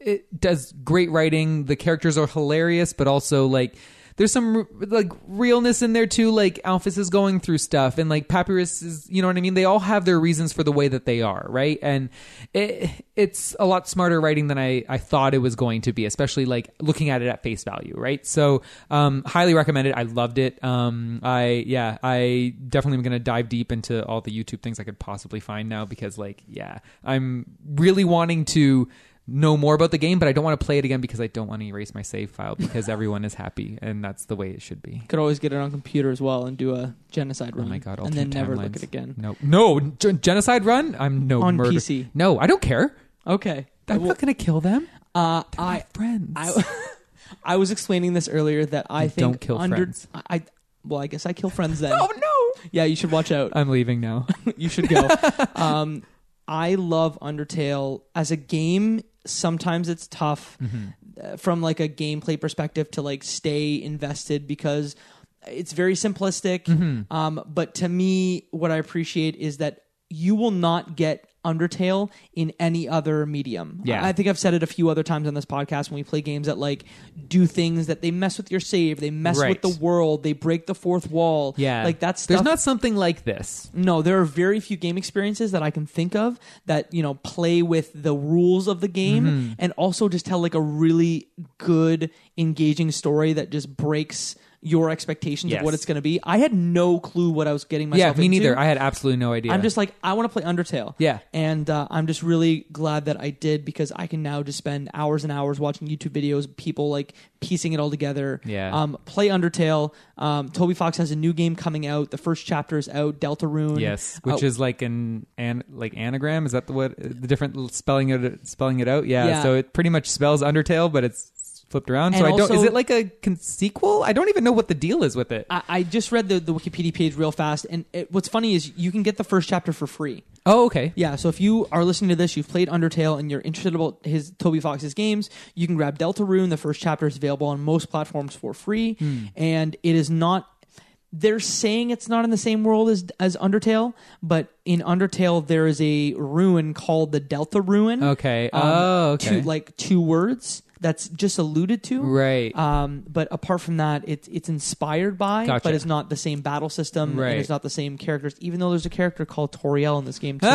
S4: it does great writing. The characters are hilarious, but also like there's some r- like realness in there too. Like Alphys is going through stuff, and like Papyrus is, you know what I mean. They all have their reasons for the way that they are, right? And it it's a lot smarter writing than I I thought it was going to be, especially like looking at it at face value, right? So um, highly recommend it. I loved it. Um, I yeah, I definitely am gonna dive deep into all the YouTube things I could possibly find now because like yeah, I'm really wanting to know more about the game, but I don't want to play it again because I don't want to erase my save file
S3: *laughs*
S4: because everyone is happy and that's the way it should be.
S3: Could always get it on computer as well and do a genocide run.
S4: Oh my god!
S3: and then
S4: alternate
S3: never
S4: timelines.
S3: look at it again.
S4: No, no gen- genocide run. I'm no
S3: On
S4: murder.
S3: PC.
S4: No, I don't care.
S3: Okay.
S4: I'm
S3: Well,
S4: not gonna kill them.
S3: uh,
S4: My *laughs*
S3: I
S4: friends.
S3: I I was explaining this earlier that I
S4: You
S3: think
S4: don't kill
S3: under,
S4: friends.
S3: I, I well, I guess I kill friends then.
S4: Oh *laughs*
S3: *laughs*
S4: no!
S3: Yeah, you should watch out.
S4: I'm leaving now.
S3: you should
S4: *laughs*
S3: go. um, I love Undertale as a game. Sometimes it's tough
S4: Mm-hmm.
S3: uh, from like a gameplay perspective to like stay invested because it's very simplistic.
S4: Mm-hmm.
S3: Um, but to me, what I appreciate is that you will not get Undertale in any other medium.
S4: Yeah.
S3: I- I think I've said it a few other times on this podcast when we play games that like do things that they mess with your save, they mess
S4: Right.
S3: with the world, they break the fourth wall.
S4: Yeah,
S3: like that's
S4: There's
S3: stuff
S4: not something like this.
S3: no, there are very few game experiences that I can think of that, you know, play with the rules of the game
S4: Mm-hmm.
S3: and also just tell like a really good, engaging story that just breaks your expectations
S4: Yes.
S3: of what it's going to be. I had no clue what I was getting
S4: Yeah,
S3: myself
S4: me
S3: into.
S4: neither. I had absolutely no idea.
S3: I'm just like, I want to play Undertale.
S4: Yeah.
S3: And uh, I'm just really glad that I did because I can now just spend hours and hours watching YouTube videos, of people like piecing it all together.
S4: Yeah.
S3: Um, play Undertale. Um, Toby Fox has a new game coming out. The first chapter is out, Deltarune.
S4: yes,
S3: Uh,
S4: which is like an an like anagram. Is that the what the different l- spelling it spelling it out? Yeah,
S3: Yeah.
S4: So it pretty much spells Undertale, but it's flipped around. so
S3: And
S4: I don't. Is
S3: also-
S4: it like a con- sequel? I don't even know what the deal is with it.
S3: I, I just read the, the Wikipedia page real fast, and it, what's funny is you can get the first chapter for free.
S4: oh, okay.
S3: Yeah, so if you are listening to this, you've played Undertale, and you're interested about his Toby Fox's games, you can grab Deltarune. The first chapter is available on most platforms for free,
S4: Hmm.
S3: and it is not. They're saying it's not in the same world as as Undertale, but in Undertale there is a ruin called the Delta Ruin. Um,
S4: Okay. Oh,
S3: Two,
S4: okay.
S3: like two words that's just alluded to.
S4: Right.
S3: Um, but apart from that, it's it's inspired by,
S4: Gotcha.
S3: but it's not the same battle system,
S4: Right.
S3: and it's not the same characters. Even though there's a character called Toriel in this game
S4: *laughs*
S3: too.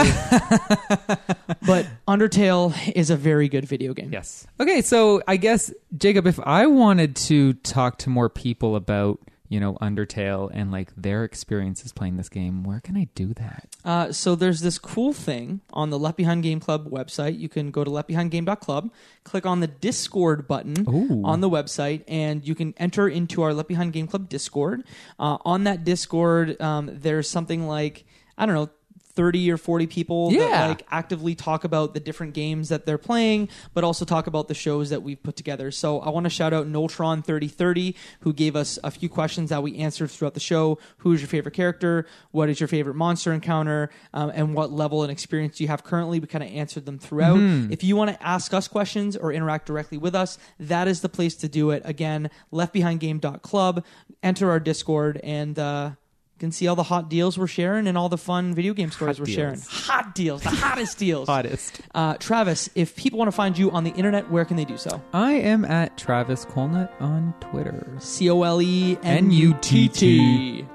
S3: but Undertale is a very good video game.
S4: Yes. Okay, so I guess Jacob, if I wanted to talk to more people about you know Undertale and like their experiences playing this game, where can I do that?
S3: Uh, so there's this cool thing on the Left Behind Game Club website. You can go to leftbehindgame.club, click on the Discord button
S4: Ooh.
S3: on the website, and you can enter into our Left Behind Game Club Discord. Uh, on that Discord, um, there's something like I don't know. 30 or 40 people
S4: Yeah.
S3: that like actively talk about the different games that they're playing but also talk about the shows that we've put together so i want to shout out noltron 3030 who gave us a few questions that we answered throughout the show who is your favorite character what is your favorite monster encounter um, and what level and experience do you have currently we kind of answered them throughout if you want to ask us questions or interact directly with us that is the place to do it again leftbehindgame.club enter our discord and uh you can see all the hot deals we're sharing and all the fun video game stories we're
S4: deals.
S3: sharing. Hot deals, the *laughs* hottest deals.
S4: Hottest.
S3: Uh, Travis, if people want to find you on the internet, where can they do so?
S4: I am at Travis Colnut on Twitter.
S3: C O L E N U T
S4: N-U-T-T.
S3: T.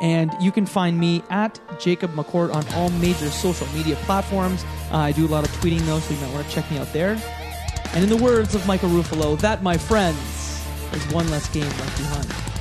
S3: And you can find me at Jacob McCord on all major social media platforms. Uh, I do a lot of tweeting though, so you might want to check me out there. And in the words of Michael Ruffalo, that, my friends, is one less game left behind.